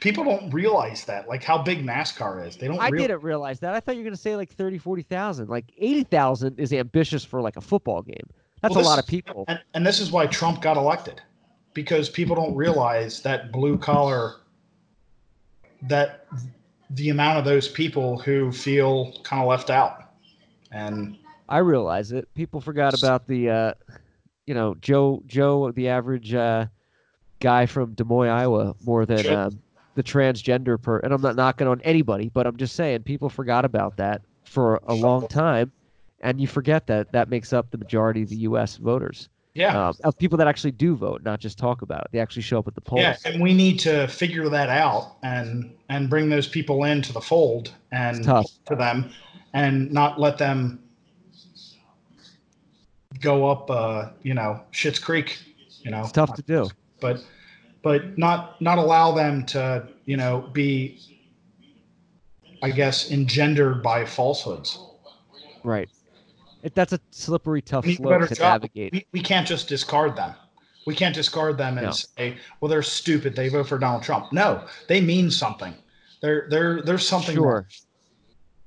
Speaker 3: people don't realize that, like how big NASCAR is. They don't.
Speaker 1: I
Speaker 3: real-
Speaker 1: didn't realize that. I thought you were going to say like 30, 40,000. Like 80,000 is ambitious for like a football game. That's
Speaker 3: Well,
Speaker 1: a lot
Speaker 3: this-
Speaker 1: of people.
Speaker 3: And, and this is why Trump got elected, because people don't realize that blue collar, that the amount of those people who feel kind of left out, and
Speaker 1: I realize it. People forgot about the, uh, you know, Joe Joe, the average uh, guy from Des Moines, Iowa, more than
Speaker 3: Sure.
Speaker 1: um, the transgender per. And I'm not knocking on anybody, but I'm just saying people forgot about that for a long time, and you forget that that makes up the majority of the U.S. voters
Speaker 3: yeah,
Speaker 1: um, of people that actually do vote, not just talk about it. They actually show up at the polls.
Speaker 3: yeah, and we need to figure that out and and bring those people into the fold and
Speaker 1: It's tough.
Speaker 3: to them and not let them go up uh you know shit's creek you know
Speaker 1: It's tough to do.
Speaker 3: but but not not allow them to you know be i guess engendered by falsehoods
Speaker 1: Right. It, that's a slippery, tough
Speaker 3: We need a
Speaker 1: slope
Speaker 3: better
Speaker 1: to
Speaker 3: job.
Speaker 1: navigate.
Speaker 3: we, we can't just discard them we can't discard them and
Speaker 1: No.
Speaker 3: say well they're stupid they vote for donald trump no they mean something they're they're there's something
Speaker 1: Sure.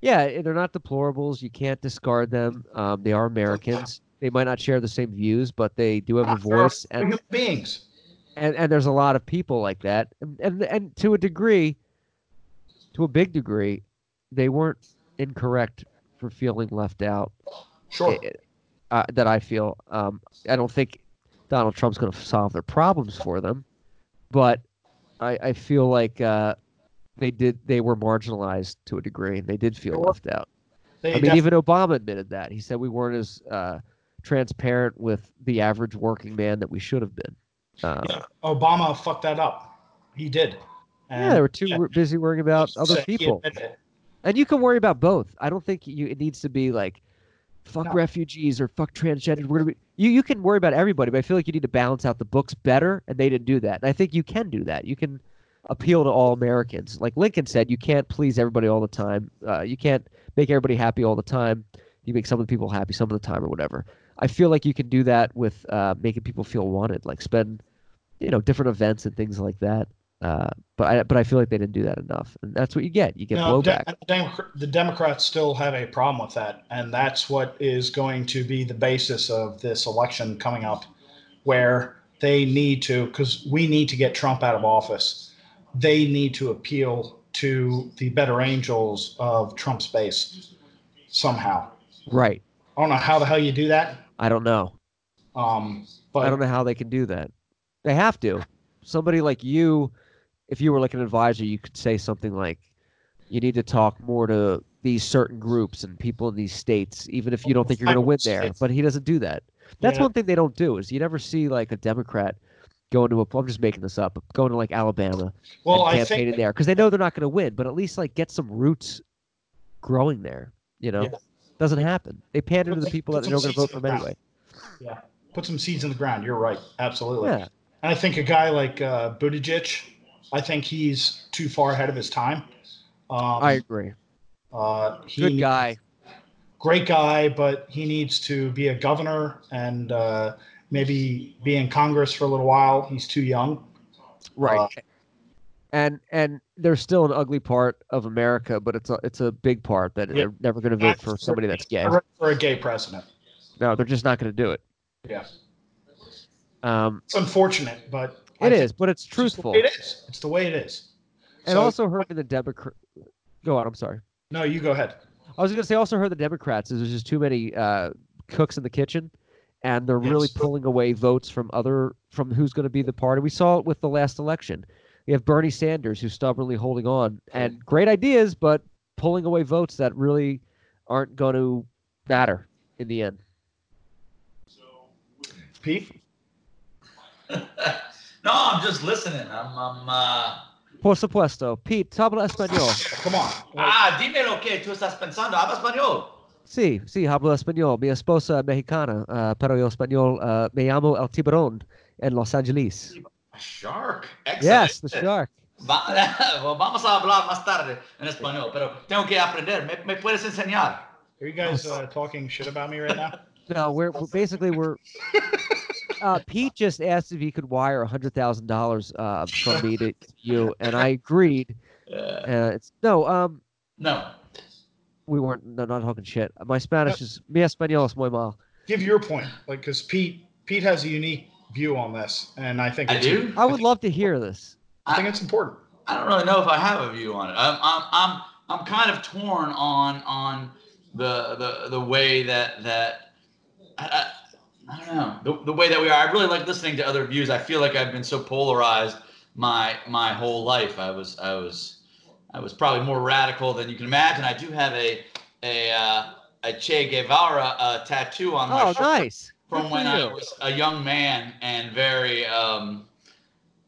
Speaker 1: Yeah, eh, they're not deplorables. You can't discard them. Um, they are Americans. They might not share the same views, but they do have a voice,
Speaker 3: They're
Speaker 1: and
Speaker 3: human beings
Speaker 1: and, and there's a lot of people like that and, and and to a degree to a big degree they weren't incorrect for feeling left out
Speaker 3: sure
Speaker 1: eh, uh, that i feel um, i don't think donald trump's going to solve their problems for them but i, I feel like uh, they did they were marginalized to a degree and they did feel
Speaker 3: Sure.
Speaker 1: left out
Speaker 3: they
Speaker 1: I mean,
Speaker 3: def-
Speaker 1: even Obama admitted that. He said we weren't as uh, transparent with the average working man that we should have been. Um, yeah,
Speaker 3: yeah, obama fucked that up he did
Speaker 1: they were too
Speaker 3: yeah.
Speaker 1: wor- busy worrying about other
Speaker 3: He
Speaker 1: people,
Speaker 3: admitted it.
Speaker 1: and you can worry about both. I don't think you it needs to be like fuck
Speaker 3: No.
Speaker 1: refugees or fuck transgender. We're gonna be, you you can worry about everybody, but I feel like you need to balance out the books better, and they didn't do that. And I think you can do that. You can appeal to all Americans. Like Lincoln said, you can't please everybody all the time. Uh, you can't make everybody happy all the time. You make some of the people happy some of the time or whatever. I feel like you can do that with uh, making people feel wanted, like spend, you know, different events and things like that. Uh, but I but I feel like they didn't do that enough, and that's what you get. You get
Speaker 3: No,
Speaker 1: blowback.
Speaker 3: De- Democr- the Democrats still have a problem with that, and that's what is going to be the basis of this election coming up, where they need to, because we need to get Trump out of office. They need to appeal to the better angels of Trump's base somehow.
Speaker 1: right.
Speaker 3: I don't know how the hell you do that,
Speaker 1: I don't know.
Speaker 3: um, but
Speaker 1: I don't know how they can do that. They have to. Somebody like you, if you were like an advisor, you could say something like, "You need to talk more to these certain groups and people in these states, even if you don't think you're going to win there." But he doesn't do that. That's
Speaker 3: Yeah.
Speaker 1: one thing they don't do is you never see like a Democrat going to a. I'm just making this up. Going to like Alabama
Speaker 3: well,
Speaker 1: and
Speaker 3: I
Speaker 1: campaigning
Speaker 3: think
Speaker 1: there because they know they're not going to win, but at least like get some roots growing there. You know,
Speaker 3: Yeah.
Speaker 1: doesn't happen. They pander to the
Speaker 3: Put-
Speaker 1: people that
Speaker 3: put
Speaker 1: they're going
Speaker 3: some
Speaker 1: to vote
Speaker 3: seeds
Speaker 1: for
Speaker 3: in
Speaker 1: them
Speaker 3: the
Speaker 1: anyway.
Speaker 3: put some seeds in the ground. You're right, absolutely.
Speaker 1: Yeah,
Speaker 3: And I think a guy like uh, Buttigieg, I think he's too far ahead of his time. Um,
Speaker 1: I agree.
Speaker 3: uh, he,
Speaker 1: Good guy.
Speaker 3: great guy, but he needs to be a governor and uh, maybe be in Congress for a little while. He's too young.
Speaker 1: right
Speaker 3: Uh,
Speaker 1: and and there's still an ugly part of america but it's a it's a big part that
Speaker 3: Yeah.
Speaker 1: they're never going to vote for somebody that's gay
Speaker 3: Not For a gay president.
Speaker 1: no they're just not going to do it
Speaker 3: Yeah.
Speaker 1: um
Speaker 3: It's unfortunate, but I
Speaker 1: it
Speaker 3: think
Speaker 1: is but it's
Speaker 3: it's just the
Speaker 1: truthful
Speaker 3: way It is. It's the way it is.
Speaker 1: and
Speaker 3: So-
Speaker 1: also heard in the democrat go on i'm sorry
Speaker 3: No, you go ahead.
Speaker 1: I was gonna say also heard the Democrats is there's just too many uh, cooks in the kitchen, and they're really
Speaker 3: Yes.
Speaker 1: pulling away votes from other from who's going to be the party. We saw it with the last election. We have Bernie Sanders who's stubbornly holding on and great ideas, but pulling away votes that really aren't going to matter in the end.
Speaker 3: Pete?
Speaker 2: no, I'm just listening. I'm, I'm uh,
Speaker 1: Por supuesto, Pete, tú hablas español.
Speaker 3: Come on.
Speaker 2: ah, dime lo que tú estás pensando. Habla español.
Speaker 1: Sí, sí, hablo español. Mi esposa es mexicana, uh, pero yo español. Uh, me llamo El Tiburón en Los Angeles.
Speaker 2: A shark. Excellent.
Speaker 1: Yes, the shark.
Speaker 2: Va- well, vamos a hablar más tarde en español, pero tengo que aprender. ¿Me, me puedes enseñar?
Speaker 3: Are you guys uh, talking shit about me right now?
Speaker 1: No, we're, we're basically we're. Uh, Pete just asked if he could wire a hundred thousand uh, dollars from me to you, and I agreed.
Speaker 2: Uh,
Speaker 1: Uh, it's no, um,
Speaker 2: no.
Speaker 1: we weren't no, not talking shit. My Spanish is mi español es muy mal.
Speaker 3: Give your point, like, because Pete Pete has a unique view on this, and I think
Speaker 2: I
Speaker 3: it's,
Speaker 2: do?
Speaker 1: I would love to hear this.
Speaker 3: I think it's important.
Speaker 2: I don't really know if I have a view on it. I'm I'm I'm, I'm kind of torn on on the the the way that that I, I, I don't know the, the way that we are. I really like listening to other views. I feel like I've been so polarized my my whole life. I was I was I was probably more radical than you can imagine. I do have a a uh, a Che Guevara uh, tattoo on my
Speaker 1: Oh,
Speaker 2: shirt
Speaker 1: nice. Good
Speaker 2: from
Speaker 1: for
Speaker 2: when I
Speaker 1: you.
Speaker 2: was a young man and very um,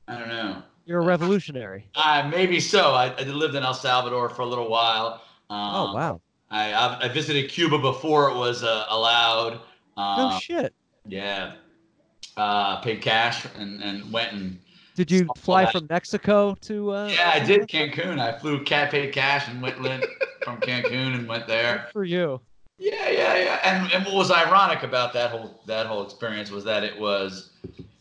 Speaker 2: I don't know.
Speaker 1: You're a revolutionary.
Speaker 2: Uh, maybe so. I, I lived in El Salvador for a little while. Um,
Speaker 1: Oh wow.
Speaker 2: I, I've- I visited Cuba before it was uh, allowed.
Speaker 1: No
Speaker 2: Um,
Speaker 1: shit.
Speaker 2: yeah. Uh, paid cash and, and went and
Speaker 1: Did you
Speaker 2: all
Speaker 1: fly
Speaker 2: that-
Speaker 1: from Mexico to? Uh,
Speaker 2: yeah, I did Cancun. I flew cat paid cash and went went from Cancun and went there.
Speaker 1: Good for you.
Speaker 2: Yeah, yeah, yeah. And, and what was ironic about that whole that whole experience was that it was,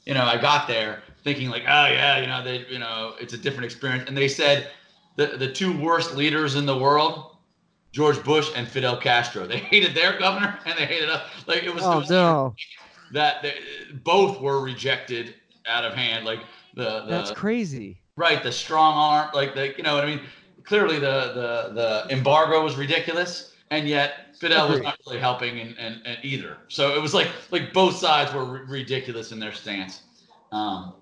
Speaker 2: you know, I got there thinking like, oh yeah, you know, they, you know, it's a different experience. And they said the the two worst leaders in the world, George Bush and Fidel Castro. They hated their governor and they hated us. Like it was, it
Speaker 1: Oh
Speaker 2: was
Speaker 1: no,
Speaker 2: that they, both were rejected out of hand. Like the, the
Speaker 1: that's crazy.
Speaker 2: Right, the strong arm, like the you know what I mean. Clearly, the the the embargo was ridiculous, and yet Fidel was
Speaker 1: Agreed.
Speaker 2: not really helping and, and, and either. So it was like like both sides were ri- ridiculous in their stance. Um,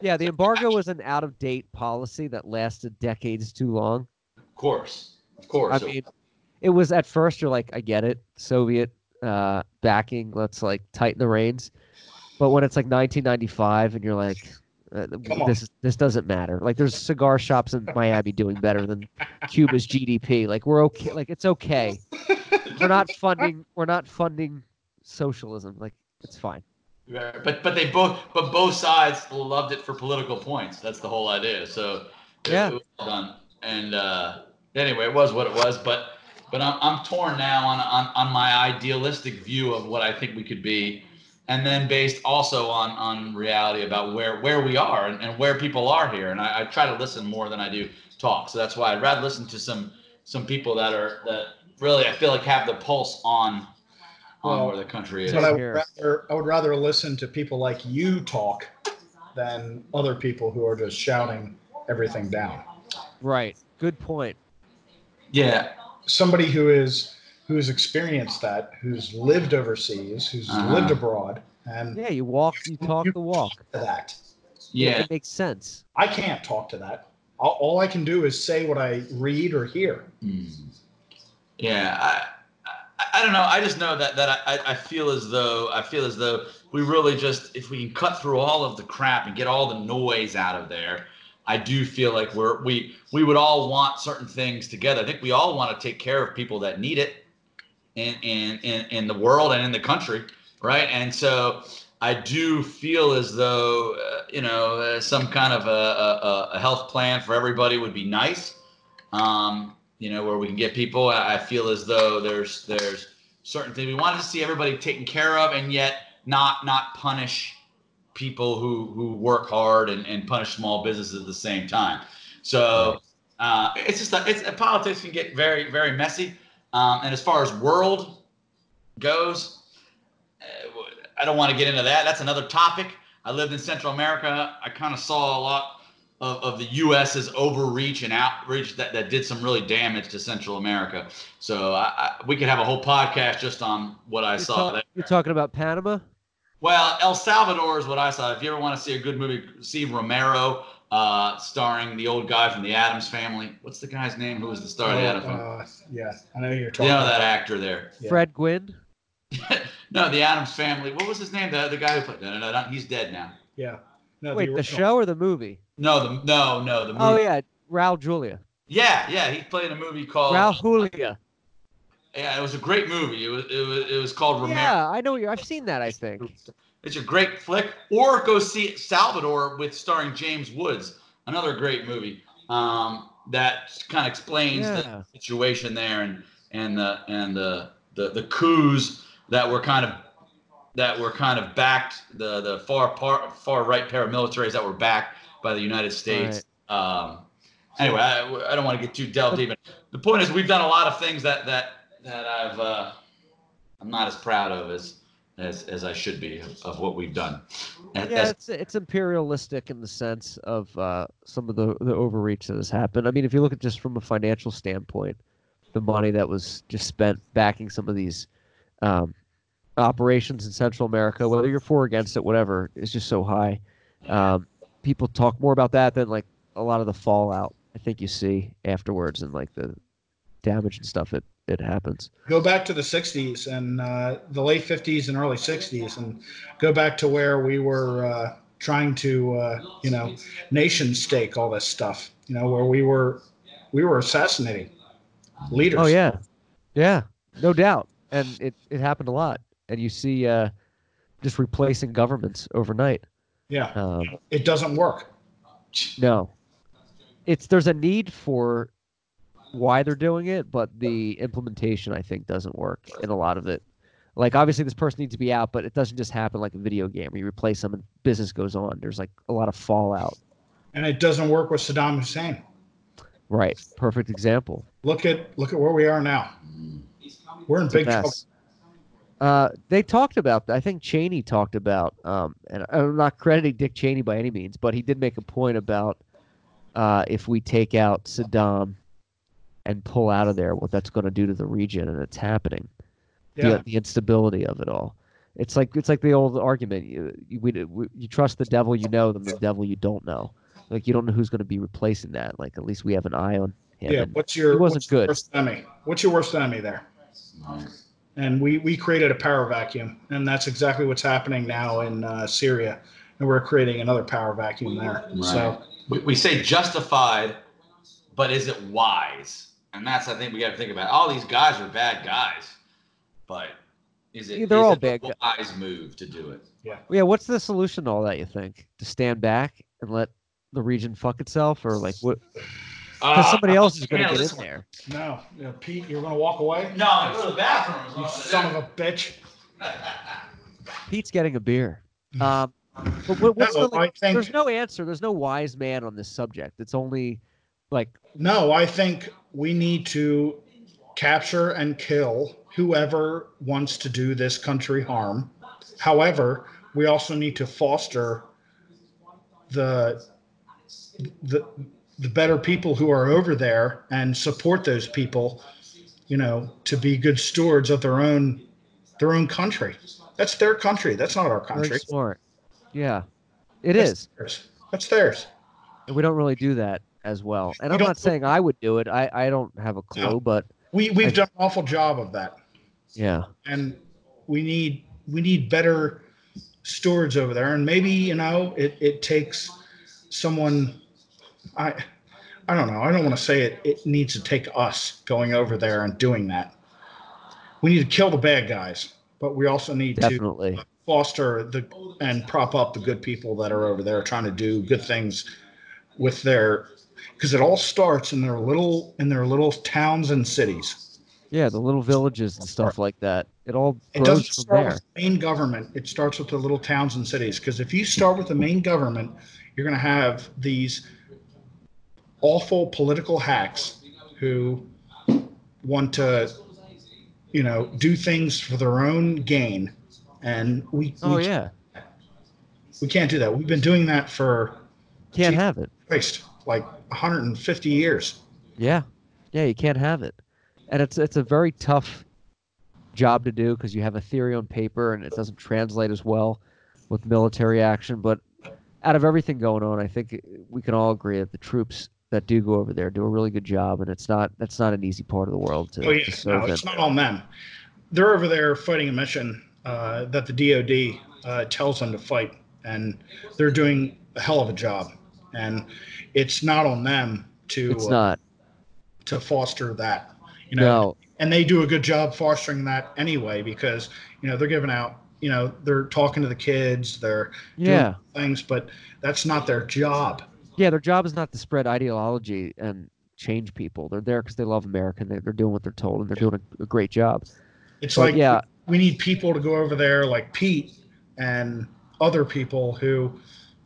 Speaker 1: Yeah, the embargo was an out of date policy that lasted decades too long.
Speaker 2: of course, of course.
Speaker 1: I
Speaker 2: So-
Speaker 1: mean, it was at first you're like, I get it, Soviet uh, backing. Let's like tighten the reins. But when it's like 1995, and you're like, uh,
Speaker 3: Come on.
Speaker 1: this this doesn't matter. Like, there's cigar shops in Miami doing better than Cuba's GDP. Like, we're okay. Like, it's okay. We're not funding. We're not funding socialism. Like, it's fine.
Speaker 2: Right, But but they both but both sides loved it for political points. That's the whole idea. So it-
Speaker 1: Yeah.
Speaker 2: it was well done. And uh, anyway, it was what it was. But but I'm, I'm torn now on, on on my idealistic view of what I think we could be, and then based also on on reality about where where we are and, and where people are here. And I, I try to listen more than I do talk. So that's why I'd rather listen to some some people that are that really I feel like have the pulse on on
Speaker 3: Well,
Speaker 2: where the country is.
Speaker 1: Same
Speaker 3: But I would,
Speaker 1: Oh, here.
Speaker 3: rather, I would rather listen to people like you talk than other people who are just shouting everything down.
Speaker 1: Right. Good point.
Speaker 2: Yeah,
Speaker 3: Somebody who is who's experienced that, who's lived overseas, who's
Speaker 2: Uh-huh.
Speaker 3: lived abroad, and
Speaker 1: Yeah, you walk, you talk the walk.
Speaker 3: to that.
Speaker 2: yeah.
Speaker 1: It makes sense.
Speaker 3: I can't talk to that. All, all I can do is say what I read or hear.
Speaker 2: Mm. Yeah, I, I, I don't know. I just know that that I, I- I feel as though I feel as though we really just if we can cut through all of the crap and get all the noise out of there, I do feel like we're we we would all want certain things together. I think we all want to take care of people that need it in in in, in the world and in the country, right? And so. I do feel as though uh, you know uh, some kind of a, a, a- a health plan for everybody would be nice, um, you know, where we can get people. I, I feel as though there's there's certain things. We wanted to see everybody taken care of, and yet not not punish people who who work hard and, and punish small businesses at the same time. So uh, it's just a, it's politics can get very very messy. Um, and as far as world goes, uh, I don't want to get into that. That's another topic. I lived in Central America. I kind of saw a lot of, of the U.S.'s overreach and outreach that, that did some really damage to Central America. So I, I, we could have a whole podcast just on what I
Speaker 1: You're
Speaker 2: saw.
Speaker 1: talk-
Speaker 2: there.
Speaker 1: you're talking about Panama.
Speaker 2: Well, El Salvador is what I saw. If you ever want to see a good movie, see Romero, uh, starring the old guy from the Adams Family. What's the guy's name? Who was the star of
Speaker 1: Oh,
Speaker 2: the Adams Family?
Speaker 3: Uh, yeah, I know who you're
Speaker 2: You
Speaker 3: talking.
Speaker 2: know
Speaker 3: about.
Speaker 2: that actor there.
Speaker 3: Yeah.
Speaker 1: Fred Gwynn.
Speaker 2: No, the Adams Family. What was his name? The, the guy who played. No, no, no, no. He's dead now.
Speaker 3: Yeah. No,
Speaker 1: Wait, the
Speaker 3: original.
Speaker 1: show or the movie?
Speaker 2: No, the no, no, the movie.
Speaker 1: Oh yeah, Raul Julia.
Speaker 2: yeah, yeah. He played in a movie called.
Speaker 1: Raul Julia.
Speaker 2: Yeah, it was a great movie. It was it was, it was called Romero.
Speaker 1: Yeah, I know you. I've seen that. I think.
Speaker 2: It's a great flick. Or go see Salvador with starring James Woods, another great movie um, that kind of explains
Speaker 1: Yeah.
Speaker 2: the situation there and and the and the, the the coups that were kind of that were kind of backed the the far par, far right paramilitaries that were backed by the United States. Um, anyway, I, I don't want to get too delved deep. in- The point is, we've done a lot of things that that that I've uh, I'm not as proud of as as, as I should be of, of what we've done. As-
Speaker 1: Yeah,
Speaker 2: as-
Speaker 1: it's it's imperialistic in the sense of uh, some of the the overreach that has happened. I mean, if you look at just from a financial standpoint, the money that was just spent backing some of these um, operations in Central America, whether you're for or against it, whatever, is just so high. Um, people talk more about that than like a lot of the fallout. I think you see afterwards and like the damage and stuff it it happens.
Speaker 3: go back to the 60s and uh, the late 50s and early 60s and go back to where we were uh, trying to uh, you know nation stake all this stuff you know where we were we were assassinating leaders
Speaker 1: Oh yeah, yeah, no doubt. And it it happened a lot. And you see uh, just replacing governments overnight.
Speaker 3: yeah
Speaker 1: Um,
Speaker 3: it doesn't work
Speaker 1: no, it's there's a need for why they're doing it, but the implementation I think doesn't work in a lot of it. Like obviously this person needs to be out, but it doesn't just happen like a video game where you replace them and business goes on. There's like a lot of fallout.
Speaker 3: and it doesn't work with saddam hussein
Speaker 1: Right. Perfect example.
Speaker 3: look at look at where we are now we're in big trouble
Speaker 1: mess. Uh, they talked about. I think Cheney talked about, um, and I'm not crediting Dick Cheney by any means, but he did make a point about uh, if we take out Saddam and pull out of there, what that's going to do to the region, and it's happening. The-
Speaker 3: yeah
Speaker 1: The, instability of it all. It's like it's like the old argument: you you, we, we, you trust the devil you know than the devil you don't know. Like you don't know who's going to be replacing that. Like at least we have an eye on him.
Speaker 3: yeah
Speaker 1: and-
Speaker 3: what's your
Speaker 1: It wasn't
Speaker 3: what's your
Speaker 1: good.
Speaker 3: worst enemy what's your worst enemy there and we we created a power vacuum and that's exactly what's happening now in uh, syria and we're creating another power vacuum there so
Speaker 2: we, we say justified, but is it wise? And that's I think we got to think about. All these guys are bad guys, but is it
Speaker 1: Yeah, they're
Speaker 2: is
Speaker 1: all
Speaker 2: it a
Speaker 1: bad gu-
Speaker 2: wise move to do it?
Speaker 1: Yeah, what's the solution to all that? You think to stand back and let the region fuck itself, or like what? Because
Speaker 2: Uh,
Speaker 1: somebody else is going
Speaker 2: yeah,
Speaker 1: to get
Speaker 2: this
Speaker 1: in
Speaker 2: one.
Speaker 1: there.
Speaker 3: no you know, pete you're going to walk away
Speaker 2: No, I go to the bathroom. as
Speaker 3: you
Speaker 2: well.
Speaker 3: son of a bitch
Speaker 1: Pete's getting a beer. Um, but what, what's
Speaker 3: no,
Speaker 1: the, like,
Speaker 3: i think
Speaker 1: there's no answer. There's no wise man on this subject. It's only like
Speaker 3: no i think we need to capture and kill whoever wants to do this country harm however we also need to foster the the the better people who are over there and support those people you know to be good stewards of their own their own country that's their country that's not our
Speaker 1: very
Speaker 3: country
Speaker 1: smart. Yeah, it
Speaker 3: Yes.
Speaker 1: is,
Speaker 3: Theirs. that's theirs
Speaker 1: and we don't really do that as well. And
Speaker 3: We
Speaker 1: I'm
Speaker 3: don't-
Speaker 1: not saying I would do it. I I don't have a clue,
Speaker 3: No.
Speaker 1: but
Speaker 3: we we've
Speaker 1: I-
Speaker 3: done an awful job of that
Speaker 1: yeah,
Speaker 3: and we need we need better stewards over there and maybe you know it, it takes someone i i don't know i don't want to say it it needs to take us going over there and doing that we need to kill the bad guys but we also need
Speaker 1: definitely.
Speaker 3: to foster the and prop up the good people that are over there trying to do good things with their because it all starts in their little in their little towns and cities
Speaker 1: Yeah, the little villages and stuff like that. It all
Speaker 3: It
Speaker 1: grows
Speaker 3: doesn't
Speaker 1: from
Speaker 3: start
Speaker 1: there.
Speaker 3: with the main government. It starts with the little towns and cities. Because if you start with the main government, you're going to have these awful political hacks who want to, you know, do things for their own gain. And we,
Speaker 1: Oh
Speaker 3: we,
Speaker 1: yeah,
Speaker 3: we can't do that. We've been doing that for
Speaker 1: can't
Speaker 3: Gee.
Speaker 1: have it.
Speaker 3: Christ, like 150 years.
Speaker 1: Yeah, yeah, you can't have it, and it's it's a very tough job to do because you have a theory on paper and it doesn't translate as well with military action. But out of everything going on, I think we can all agree that the troops that do go over there do a really good job, and it's not that's not an easy part of the world to,
Speaker 3: Oh yeah,
Speaker 1: to serve
Speaker 3: no,
Speaker 1: in.
Speaker 3: it's not on them. They're over there fighting a mission uh, that the DoD uh, tells them to fight, and they're doing a hell of a job. And it's not on them to uh,
Speaker 1: It's not.
Speaker 3: to foster that, you know.
Speaker 1: No,
Speaker 3: And they do a good job fostering that anyway because you know they're giving out, you know, they're talking to the kids, they're doing
Speaker 1: yeah.
Speaker 3: things, but that's not their job.
Speaker 1: Yeah, their job is not to spread ideology and change people. They're there because they love America. and They, they're doing what they're told, and they're doing a, a great job.
Speaker 3: It's
Speaker 1: But
Speaker 3: like
Speaker 1: yeah,
Speaker 3: we need people to go over there like Pete and other people who,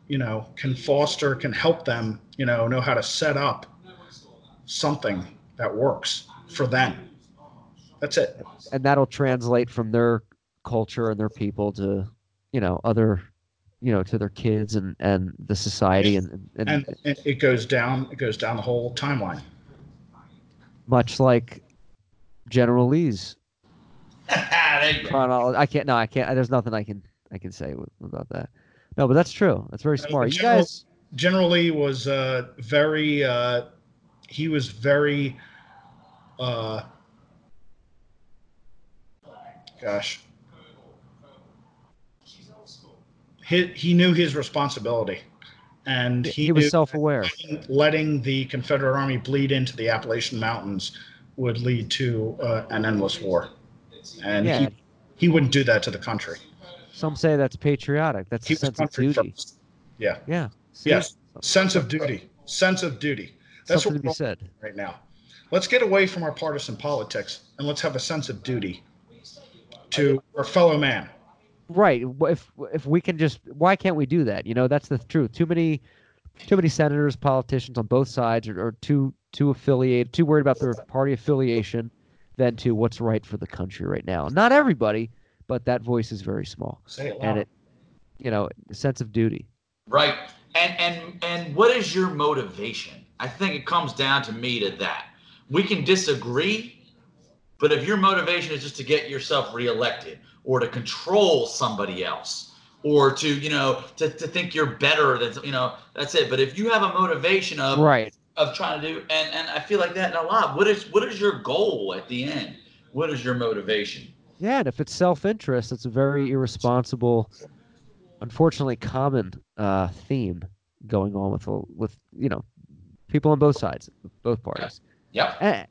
Speaker 3: you know, can foster, can help them, you know, know how to set up something that works for them. That's it.
Speaker 1: and that'll translate from their culture and their people to, you know, other, you know, to their kids and and the society and and,
Speaker 3: And it it goes down, it goes down the whole timeline.
Speaker 1: much like General Lee's
Speaker 2: there you go.
Speaker 1: chronology. I can't. No, I can't. There's nothing I can I can say with, about that. No, but that's true. That's very
Speaker 3: Uh,
Speaker 1: smart. You
Speaker 3: General-
Speaker 1: guys.
Speaker 3: Generally was uh, very, uh, he was very, uh, gosh. He, he knew his responsibility and he,
Speaker 1: He was
Speaker 3: knew
Speaker 1: self-aware.
Speaker 3: letting the Confederate Army bleed into the Appalachian Mountains would lead to uh, an endless war. And
Speaker 1: Yeah,
Speaker 3: he, he wouldn't do that to the country.
Speaker 1: some say that's patriotic. That's a
Speaker 3: He was
Speaker 1: sense of
Speaker 3: country
Speaker 1: duty.
Speaker 3: first. Yeah.
Speaker 1: Yeah. See,
Speaker 3: Yes. Sense of duty. Sense of duty. That's
Speaker 1: something
Speaker 3: what
Speaker 1: to be
Speaker 3: we're
Speaker 1: said.
Speaker 3: right now. Let's get away from our partisan politics and let's have a sense of duty to our fellow man.
Speaker 1: Right. w- If if we can just, why can't we do that? You know, that's the truth. Too many, too many senators, politicians on both sides are, are too too affiliated, too worried about their party affiliation, than to what's right for the country right now. Not everybody, but that voice is very small,
Speaker 3: Say it
Speaker 1: and
Speaker 3: loud.
Speaker 1: it, you know, the sense of duty.
Speaker 2: Right. And and and what is your motivation? I think it comes down to me to that. We can disagree, but if your motivation is just to get yourself reelected or to control somebody else or to, you know, to, to think you're better than you know, that's it. But if you have a motivation
Speaker 7: Um,
Speaker 2: of
Speaker 1: Right.
Speaker 2: of trying to do and, and I feel like that in a lot. What is what is your goal at the end? What is your motivation?
Speaker 1: Yeah, and if it's self-interest, it's a very irresponsible, unfortunately common uh, theme going on with with you know people on both sides, both parties.
Speaker 2: Yep.
Speaker 1: And,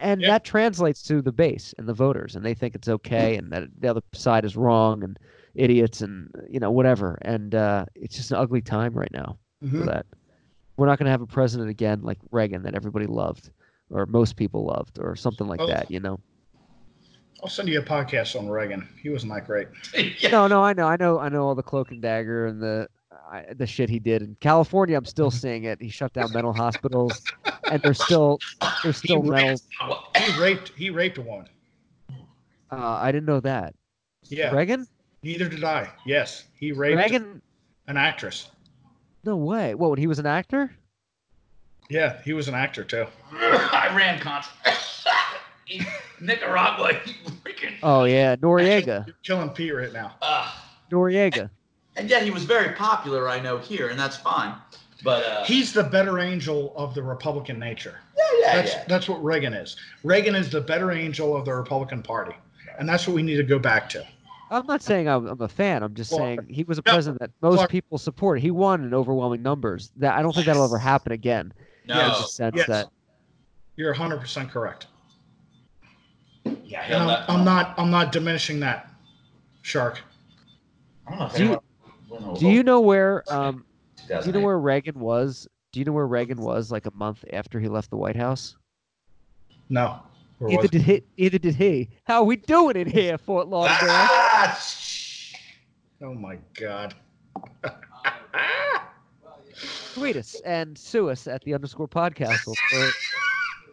Speaker 1: and
Speaker 3: Yeah.
Speaker 1: that translates to the base and the voters, and they think it's okay, and that the other side is wrong and idiots and you know whatever. And uh, it's just an ugly time right now for
Speaker 3: Mhm.
Speaker 1: that. We're not going to have a president again like Reagan that everybody loved, or most people loved, or something like
Speaker 3: Oh.
Speaker 1: that. You know.
Speaker 3: I'll send you a podcast on Reagan. He wasn't that great.
Speaker 2: yeah.
Speaker 1: No, no, I know, I know, I know all the cloak and dagger and the I, the shit he did in California. I'm still seeing it. He shut down mental hospitals, and there's still there's still
Speaker 3: He
Speaker 1: mental.
Speaker 3: He raped he raped a woman.
Speaker 1: Uh, I didn't know that.
Speaker 3: Yeah.
Speaker 1: Reagan,
Speaker 3: Neither did I. Yes. He raped
Speaker 1: Reagan,
Speaker 3: an actress.
Speaker 1: no way. What when he was an actor?
Speaker 3: Yeah, he was an actor too.
Speaker 2: Iran Contra. Nicaragua. you Freaking.
Speaker 1: Oh yeah, Noriega,
Speaker 3: You're killing Pete right now.
Speaker 2: Uh,
Speaker 1: Noriega.
Speaker 2: and yet he was very popular, I know, here, and that's fine. But uh,
Speaker 3: He's the better angel of the Republican nature.
Speaker 2: yeah, yeah,
Speaker 3: That's
Speaker 2: yeah.
Speaker 3: that's what Reagan is. Reagan is the better angel of the Republican Party. And that's what we need to go back to.
Speaker 1: I'm not saying I'm, I'm a fan. I'm just
Speaker 3: Well,
Speaker 1: saying he was a
Speaker 3: no,
Speaker 1: president that most
Speaker 3: Clark-
Speaker 1: people support. He won in overwhelming numbers. That I don't think that'll ever happen again.
Speaker 2: No.
Speaker 1: There's a sense
Speaker 3: Yes.
Speaker 1: that
Speaker 3: You're 100% correct.
Speaker 2: yeah,
Speaker 3: And
Speaker 2: hell,
Speaker 3: I'm,
Speaker 2: that-
Speaker 3: I'm not I'm not diminishing that, Shark.
Speaker 2: I don't know if
Speaker 1: Do you-
Speaker 2: anyone- I don't know
Speaker 1: Do you know where um, Do you
Speaker 2: 2008.
Speaker 1: know where Reagan was? Do you know where Reagan was like a month after he left the White House?
Speaker 3: No. Or
Speaker 1: Either
Speaker 3: was-
Speaker 1: did he. Either did he. How are we doing in here, Fort Lauderdale?
Speaker 2: Ah, shh.
Speaker 3: oh my god. Ah!
Speaker 1: Tweet us and sue us at the underscore podcastle for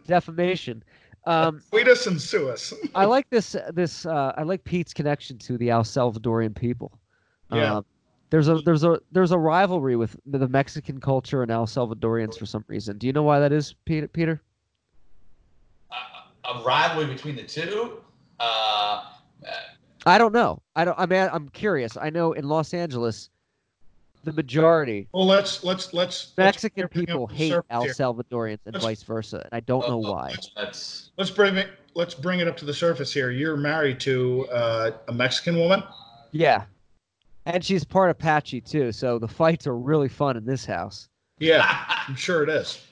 Speaker 1: defamation. Um,
Speaker 3: Tweet us and sue us.
Speaker 1: I like this. This uh, I like Pete's connection to the El Salvadorian people.
Speaker 3: Yeah.
Speaker 1: Um, there's a there's a there's a rivalry with the the Mexican culture and El Salvadorians for some reason. Do you know why that is, Peter? Peter?
Speaker 2: A, a rivalry between the two. Uh,
Speaker 1: I don't know. I don't. I mean, I'm curious. I know in Los Angeles, the majority
Speaker 3: Well, let's let's let's let's
Speaker 1: Mexican
Speaker 3: bring up
Speaker 1: people
Speaker 3: the
Speaker 1: hate
Speaker 3: surface
Speaker 1: El
Speaker 3: here.
Speaker 1: Salvadorians and
Speaker 3: Let's-
Speaker 1: vice versa, and I don't know
Speaker 2: uh,
Speaker 1: why.
Speaker 2: That's
Speaker 3: Let's bring it. Let's bring it up to the surface here. You're married to uh, a Mexican woman.
Speaker 1: Yeah, and she's part Apache too, so the fights are really fun in this house.
Speaker 3: Yeah,
Speaker 2: Ah!
Speaker 3: I'm sure it is.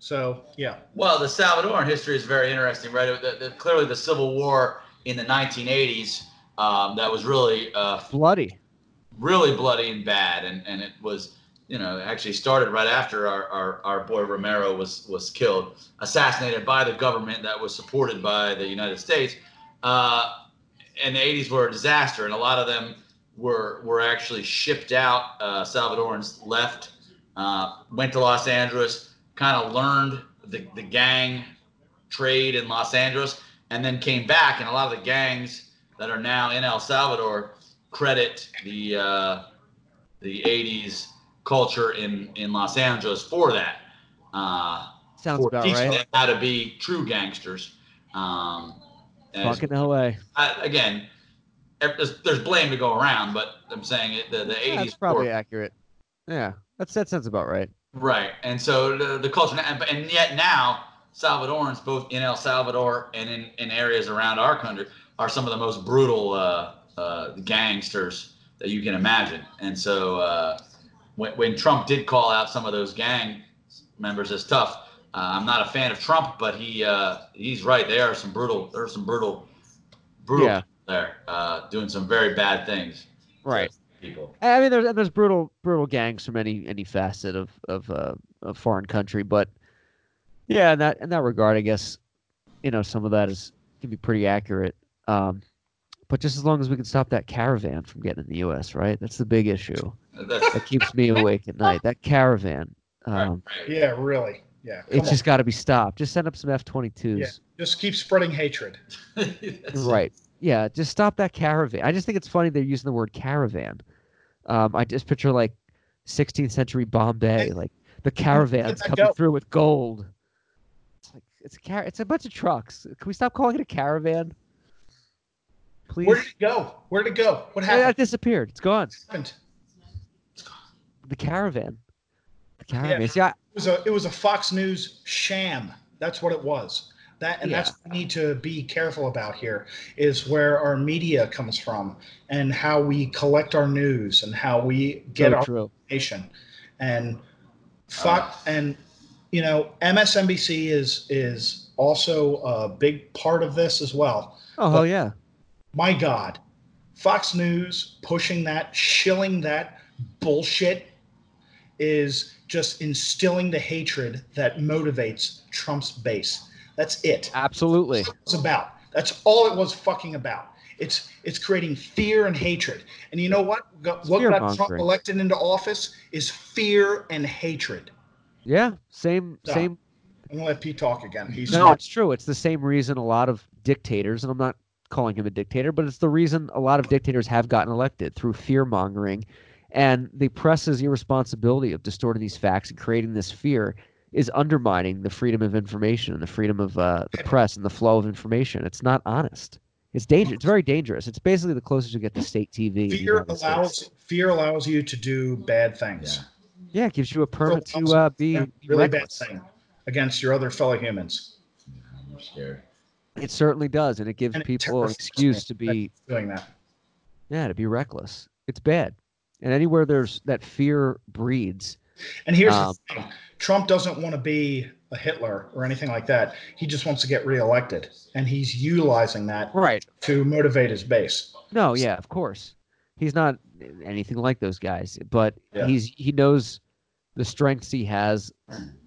Speaker 3: So yeah,
Speaker 2: Well, the Salvadoran history is very interesting, right? The, the, clearly, the Civil War in the 1980s um, that was really, uh,
Speaker 1: Bloody.
Speaker 2: really bloody and bad, and, and it was, you know, actually started right after our, our, our boy Romero was was killed, assassinated by the government that was supported by the United States, uh, and the 80s were a disaster, and a lot of them were were actually shipped out. Uh, Salvadorans left, uh, went to Los Angeles, kind of learned the, the gang trade in Los Angeles, and then came back. And a lot of the gangs that are now in El Salvador credit the uh, the '80s culture in in Los Angeles for that. Uh,
Speaker 1: Sounds
Speaker 2: for
Speaker 1: about
Speaker 2: teaching
Speaker 1: right.
Speaker 2: them how to be true gangsters. Um, and it's-
Speaker 1: Fucking LA.
Speaker 2: I, again, ev- there's, there's blame to go around, but I'm saying it, the the
Speaker 1: Yeah,
Speaker 2: 80s
Speaker 1: that's probably
Speaker 2: were-
Speaker 1: accurate. Yeah, that's that sounds about right.
Speaker 2: Right, and so the, the culture, and, and yet now Salvadorans, both in El Salvador and in, in areas around our country, are some of the most brutal uh, uh, gangsters that you can imagine. And so uh, when, when Trump did call out some of those gang members as tough, uh, I'm not a fan of Trump, but he uh, he's right. There are some brutal, there are some brutal, brutal
Speaker 1: Yeah.
Speaker 2: people there uh, doing some very bad things. to
Speaker 1: Right.
Speaker 2: People.
Speaker 1: I mean, there's and there's brutal brutal gangs from any any facet of of uh, a foreign country, but yeah, in that in that regard, I guess you know some of that is can be pretty accurate. Um, but just as long as we can stop that caravan from getting in the U.S., right? That's the big issue
Speaker 2: That's
Speaker 1: that keeps me awake at night. That caravan,
Speaker 2: right,
Speaker 1: um,
Speaker 2: right.
Speaker 3: yeah, really, yeah. Come
Speaker 1: it's
Speaker 3: on.
Speaker 1: just got to be stopped. Just send up some F-22s.
Speaker 3: Yeah. just keep spreading hatred.
Speaker 2: That's-
Speaker 1: Right. Yeah. Just stop that caravan. I just think it's funny they're using the word caravan. Um, I just picture like 16th century Bombay,
Speaker 3: Hey,
Speaker 1: like the caravans
Speaker 3: that
Speaker 1: coming
Speaker 3: go?
Speaker 1: through with gold. It's like it's a car- It's a bunch of trucks. Can we stop calling it a caravan, please?
Speaker 3: Where did it go? Where did it go? What
Speaker 1: Yeah,
Speaker 3: happened?
Speaker 1: it disappeared. It's gone.
Speaker 3: happened?
Speaker 1: The caravan. The caravan. See, I,
Speaker 3: It was a it was a Fox News sham. That's what it was. That and that's what we need to be careful about here is where our media comes from and how we collect our news and how we get
Speaker 1: so
Speaker 3: our
Speaker 1: true. Uh.
Speaker 3: information. And Fox and you know MSNBC is is also a big part of this as well.
Speaker 1: Oh hell yeah.
Speaker 3: My God, Fox News pushing that, shilling that bullshit is just instilling the hatred that motivates Trump's base. That's it.
Speaker 1: Absolutely.
Speaker 3: It's about. That's all it was fucking about. It's it's creating fear and hatred. And you know what? Got- What got Trump
Speaker 1: Fear-mongering.
Speaker 3: elected into office is fear and hatred.
Speaker 1: Yeah. Same.
Speaker 3: Yeah.
Speaker 1: Same.
Speaker 3: I'm gonna let Pete talk again. He's
Speaker 1: No, it's true. It's the same reason a lot of dictators, and I'm not calling him a dictator, but it's the reason a lot of dictators have gotten elected through fear mongering. And the press's irresponsibility of distorting these facts and creating this fear is undermining the freedom of information and the freedom of uh, the press and the flow of information. It's not honest. It's dangerous. It's very dangerous. It's basically the closest you get to state TV. in the
Speaker 3: fear
Speaker 1: United States.
Speaker 3: allows fear allows you to do bad things.
Speaker 2: Yeah.
Speaker 1: Yeah, it gives you a permit to
Speaker 3: allows-
Speaker 1: uh, be
Speaker 3: Yeah, really bad
Speaker 1: reckless.
Speaker 3: thing against your other fellow humans.
Speaker 2: I'm scared.
Speaker 1: It certainly does, and it gives
Speaker 3: And it
Speaker 1: people an
Speaker 3: terrifies
Speaker 1: excuse
Speaker 3: me.
Speaker 1: to be
Speaker 3: Doing that.
Speaker 1: Yeah, to be reckless. It's bad. And anywhere there's that fear breeds.
Speaker 3: And here's
Speaker 1: Um,
Speaker 3: the thing: Trump doesn't want to be a Hitler or anything like that. He just wants to get reelected, and he's utilizing that
Speaker 1: Right.
Speaker 3: to motivate his base.
Speaker 1: No, yeah, of course. He's not anything like those guys, but
Speaker 3: Yeah.
Speaker 1: he's he knows the strengths he has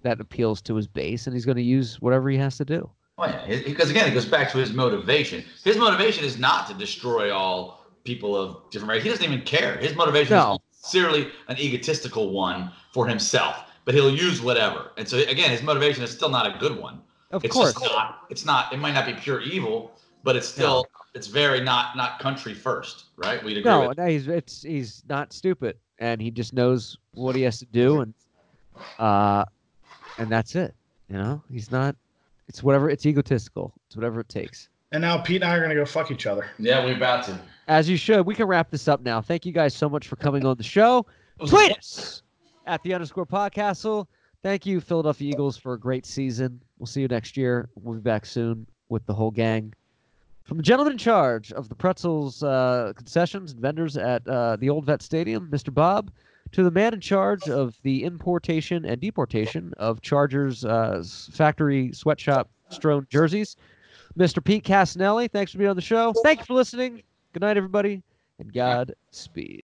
Speaker 1: that appeals to his base and he's going to use whatever he has to do.
Speaker 2: Oh yeah, because again, it goes back to his motivation. His motivation is not to destroy all people of different race. He doesn't even care. His motivation
Speaker 1: No.
Speaker 2: is sincerely an egotistical one for himself, but he'll use whatever. And so again, his motivation is still not a good one.
Speaker 1: Of
Speaker 2: it's
Speaker 1: course.
Speaker 2: just not. It's not. It might not be pure evil, but it's still. It's very not not country first, right? We'd agree
Speaker 1: No,
Speaker 2: with.
Speaker 1: no, he's it's he's not stupid, and he just knows what he has to do, and uh, and that's it. You know, he's not. It's whatever. It's egotistical. It's whatever it takes.
Speaker 3: And now Pete and I are gonna go fuck each other.
Speaker 2: Yeah, we're about to. It
Speaker 1: As you should. We can wrap this up now. Thank you guys so much for coming on the show.
Speaker 2: was-
Speaker 1: Tweet us at the underscore podcastle. Thank you, Philadelphia Eagles, for a great season. We'll see you next year. We'll be back soon with the whole gang. From the gentleman in charge of the pretzels uh, concessions and vendors at uh, the Old Vet Stadium, Mr. Bob, to the man in charge of the importation and deportation of Chargers uh, s- factory sweatshop strown jerseys, Mr. Pete Casanelli. Thanks for being on the show. Thank you for listening. Good night, everybody, and Godspeed.